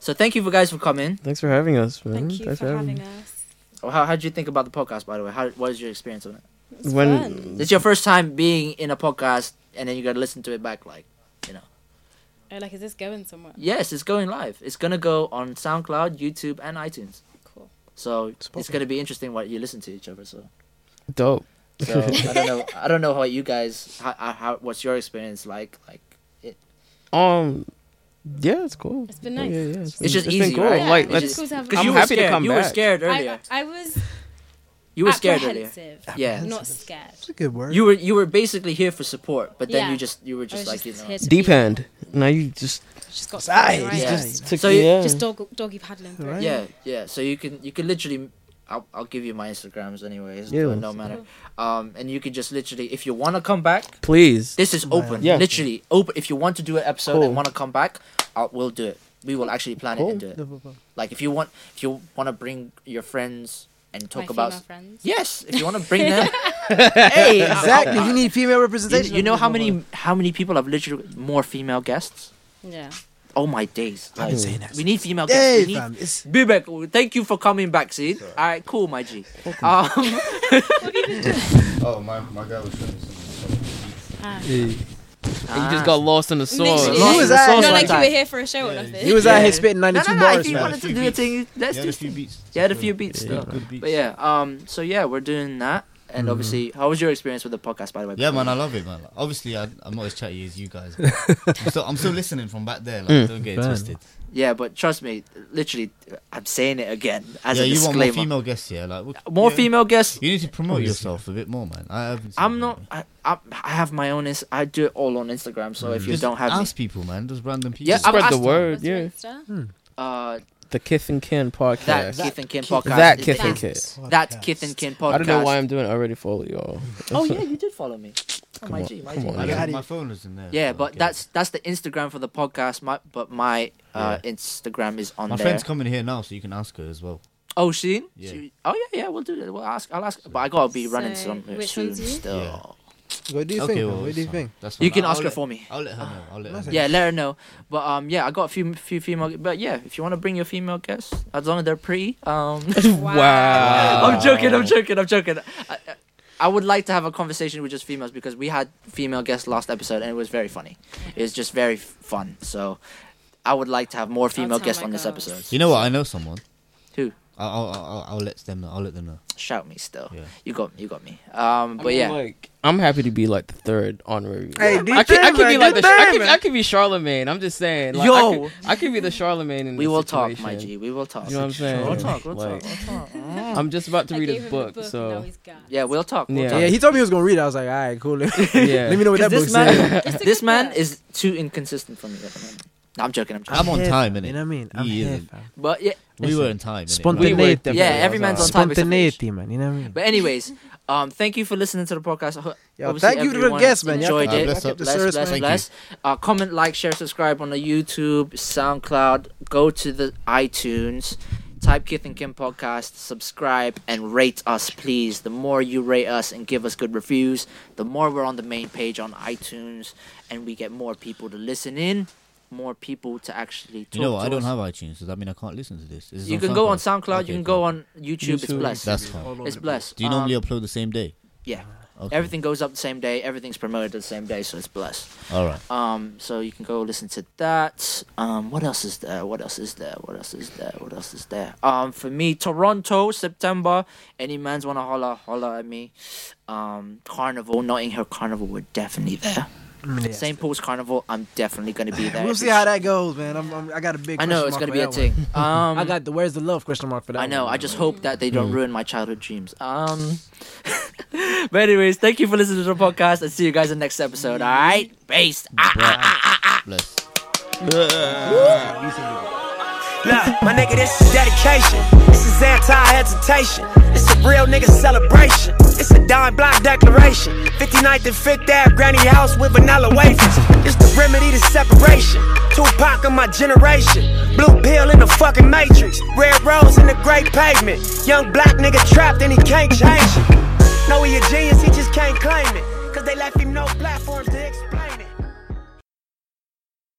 so thank you for guys for coming.
Thanks for having us, man. Thanks for having
us.
Well, how how did you think about the podcast? By the way, how what is your experience on it?
When
It's your first time being in a podcast, and then you gotta listen to it back. Like,
Oh, like, is this going somewhere?
yes, it's going live. It's gonna go on SoundCloud, YouTube, and iTunes.
Cool.
So it's gonna be interesting what you listen to each other. So.
dope.
So I don't know. I don't know how you guys. How, how- how what's your experience like? Like it.
Um, yeah, it's cool. It's
been nice. Oh,
Yeah, Oh, yeah, it's,
It's
been,
just
it's been
easy,
cool.
right? Yeah,
Like,
it's
let's.
just cool to have- 'Cause
I'm
you were
happy to
scared-
come
you were
back.
scared
I, I was.
You were scared earlier.
apprehensive,
Yeah.
Not scared.
That's a good word.
You were you were basically here for support, but then
Yeah.
you just you were
I
just
was
like
just
you know.
here to
Deep end. Now you just.
Just got
Right.
right.
Yeah.
Just took
So
the
you-
air.
Just dog, doggy paddling through.
Yeah, yeah. So you can you can literally. I'll, I'll give you my Instagrams anyways.
Yeah.
Yeah. No matter. Um, and you can just literally, if you want to come back,
Please.
This is open.
Yeah.
Literally open. If you want to do an episode
Cool.
and want to come back, I'll, we'll do it. We will actually plan
Oh.
it and do it. Like if you want, if you want to bring your friends and talk
My
about
female friends.
yes, if you want to bring them, hey, I'll-
Exactly,
I'll-
you need female
You-
representation.
You, know how many how many people have literally more female guests?
Yeah.
Oh my days!
I've been saying that
We need female guests.
Hey,
we need,
fam, it's-
Bebek, well, thank you for coming back, Sid. All right, cool, my G. Um,
Oh, my, my guy was showing me something.
Ah.
And you just got
Ah,
lost in the sauce.
Literally.
Lost in the
Not
sauce
like
like
you were
that.
here for a show or nothing.
He was out here spitting
No, no,
92
no,
bars.
if you
man.
wanted to do a thing, let's
He had
do
a few beats.
You had a few beats,
Yeah,
though.
good beats.
But yeah, um, so yeah, we're doing that, and
Mm-hmm.
Mhm.
obviously, how was your experience with the podcast, by the way?
Yeah, man, I love it, man. Like, obviously, I, I'm not as chatty as you guys. but I'm, still, I'm still listening from back there. Like,
Mm.
don't get it
Burn.
twisted.
Yeah, but trust me, literally, I'm saying it again as
yeah,
a
you want
disclaimer.
more female guests, yeah? Like, what-
More
yeah.
female guests.
You need to promote yourself a bit more, man. I haven't.
I'm not. I, I I have my own. Ins- I do it all on Instagram. So
Mm.
if you
Just
don't have me-
ask people, man. Just random people.
Yeah, I've
Spread the
asked-
word. Yeah.
Uh,
The Kith and Kin podcast.
that Kith and Kin podcast.
That
is
Kith
the-
and Kith.
That Kith and Kin podcast.
I don't know why I'm doing it. I already follow y'all.
Oh yeah, you did follow me. Oh,
Come
my
on,
G, my
come
G.
on,
my
man.
G.
How do
you- My phone is in there,
Yeah,
so I
but
get
that's that's the Instagram for the podcast. My but my uh, Instagram is on
My
there.
friend's coming here now, so you can ask her as well.
Oh, she?
Yeah.
She- oh yeah, yeah. We'll do that. We'll ask. I'll ask. But I gotta be running
So,
some uh,
which
soon
one's you?
still.
What do you
Okay,
think? man?
well,
what do you
so
think?
that's
You
fine.
can
I'll
ask her
let-
for me.
I'll let her know. I'll let her know.
Yeah, let her know. But um, yeah, I got a few few female. But yeah, if you want to bring your female guests, as long as they're pretty. Um,
Wow.
I'm joking. I'm joking. I'm joking. I, I- I would like to have a conversation with just females because we had female guests last episode and it was very funny. It was just very f- fun. So I would like to have more female
tell
guests
my
on this
girls.
episode.
You know what? I know someone.
Who?
I'll, I'll, I'll, I'll let them know. I'll let them know.
Shout me still.
Yeah.
You got you got me. Um, but
mean,
yeah.
like- I'm happy to be like the third honorary.
Hey, do
I could, I
thing,
could be
man,
like
do
the. Sh- I
thing,
could,
man.
I could be Charlemagne. I'm just saying. Like, I
Yo.
could, I could be the Charlemagne. In
We
this
will talk, my
situation.
G. We will talk.
You know what I'm saying?
We'll talk. We'll
Like,
talk. We'll talk.
I'm just about to
I
read
gave
his
him the
book,
book, and
so.
Yeah, we'll talk. We'll
Yeah.
talk.
Yeah, he told me he was gonna read. it. I was like, all right, cool.
Yeah.
Let me know what that
'Cause
book
this man,
says.
this man is too inconsistent for me. At the moment. No, I'm joking. I'm joking.
I'm on time, innit?
You know what I mean? I'm
He
here,
isn't.
fam.
But yeah,
We were in time. innit?
Spontaneity.
Yeah, every man's on time. except for me.
Spontaneity, man. You know what I mean?
But anyways, um, thank you for listening to the podcast. I ho-
Yo,
obviously
thank you to the
everyone
guests, man. Y'all
Enjoyed
kept-
it.
y'all kept the
Bless,
service,
bless,
man.
bless. Uh, comment, like, share, subscribe on the YouTube, SoundCloud. Go to the iTunes. Type Kith and Kim podcast, subscribe and rate us, please. The more you rate us and give us good reviews, the more we're on the main page on iTunes, and we get more people to listen in, more people to actually. Talk
You know what?
to
I
us.
don't have iTunes. Does that mean I can't listen to this? Is this
You can go on
SoundCloud?
SoundCloud.
Okay,
you can
cool.
go on YouTube. It's blessed.
That's fine.
It's blessed.
Do you
Um,
uh,
normally upload the same day?
yeah.
Okay.
Everything goes up the same day. Everything's promoted the same day, so it's blessed.
All right.
Um, so you can go listen to that. Um, what else is there? What else is there? What else is there? What else is there? Um, for me, Toronto, September. Any man's wanna holla, holla at me. Um, Carnival, Notting Hill Carnival, we're definitely there.
Mm, yeah.
St. Paul's Carnival, I'm definitely gonna be there.
We'll
If
see
it's-
how that goes, man. I'm, I'm, I got a big.
I know,
question
it's
mark
gonna
for
be a
that one.
thing. Um,
I got the where's the love question mark for that.
I know.
one,
I
man.
just hope that they don't
Mm.
ruin my childhood dreams. Um, but anyways, thank you for listening to the podcast, and see you guys in the next episode. All right, peace. Ah, ah, ah, ah, ah.
Nah, my nigga, this is dedication. This is anti-hesitation. It's a real nigga celebration. It's
It's a dime block declaration. 59th and 5th Ave, granny house with vanilla wafers. It's the remedy to separation. Tupac of my generation. Blue pill in the fucking matrix. Red rose in the great pavement. Young black nigga trapped and he can't change it. No, he a genius, he just can't claim it. Cause they left him no platforms to explain.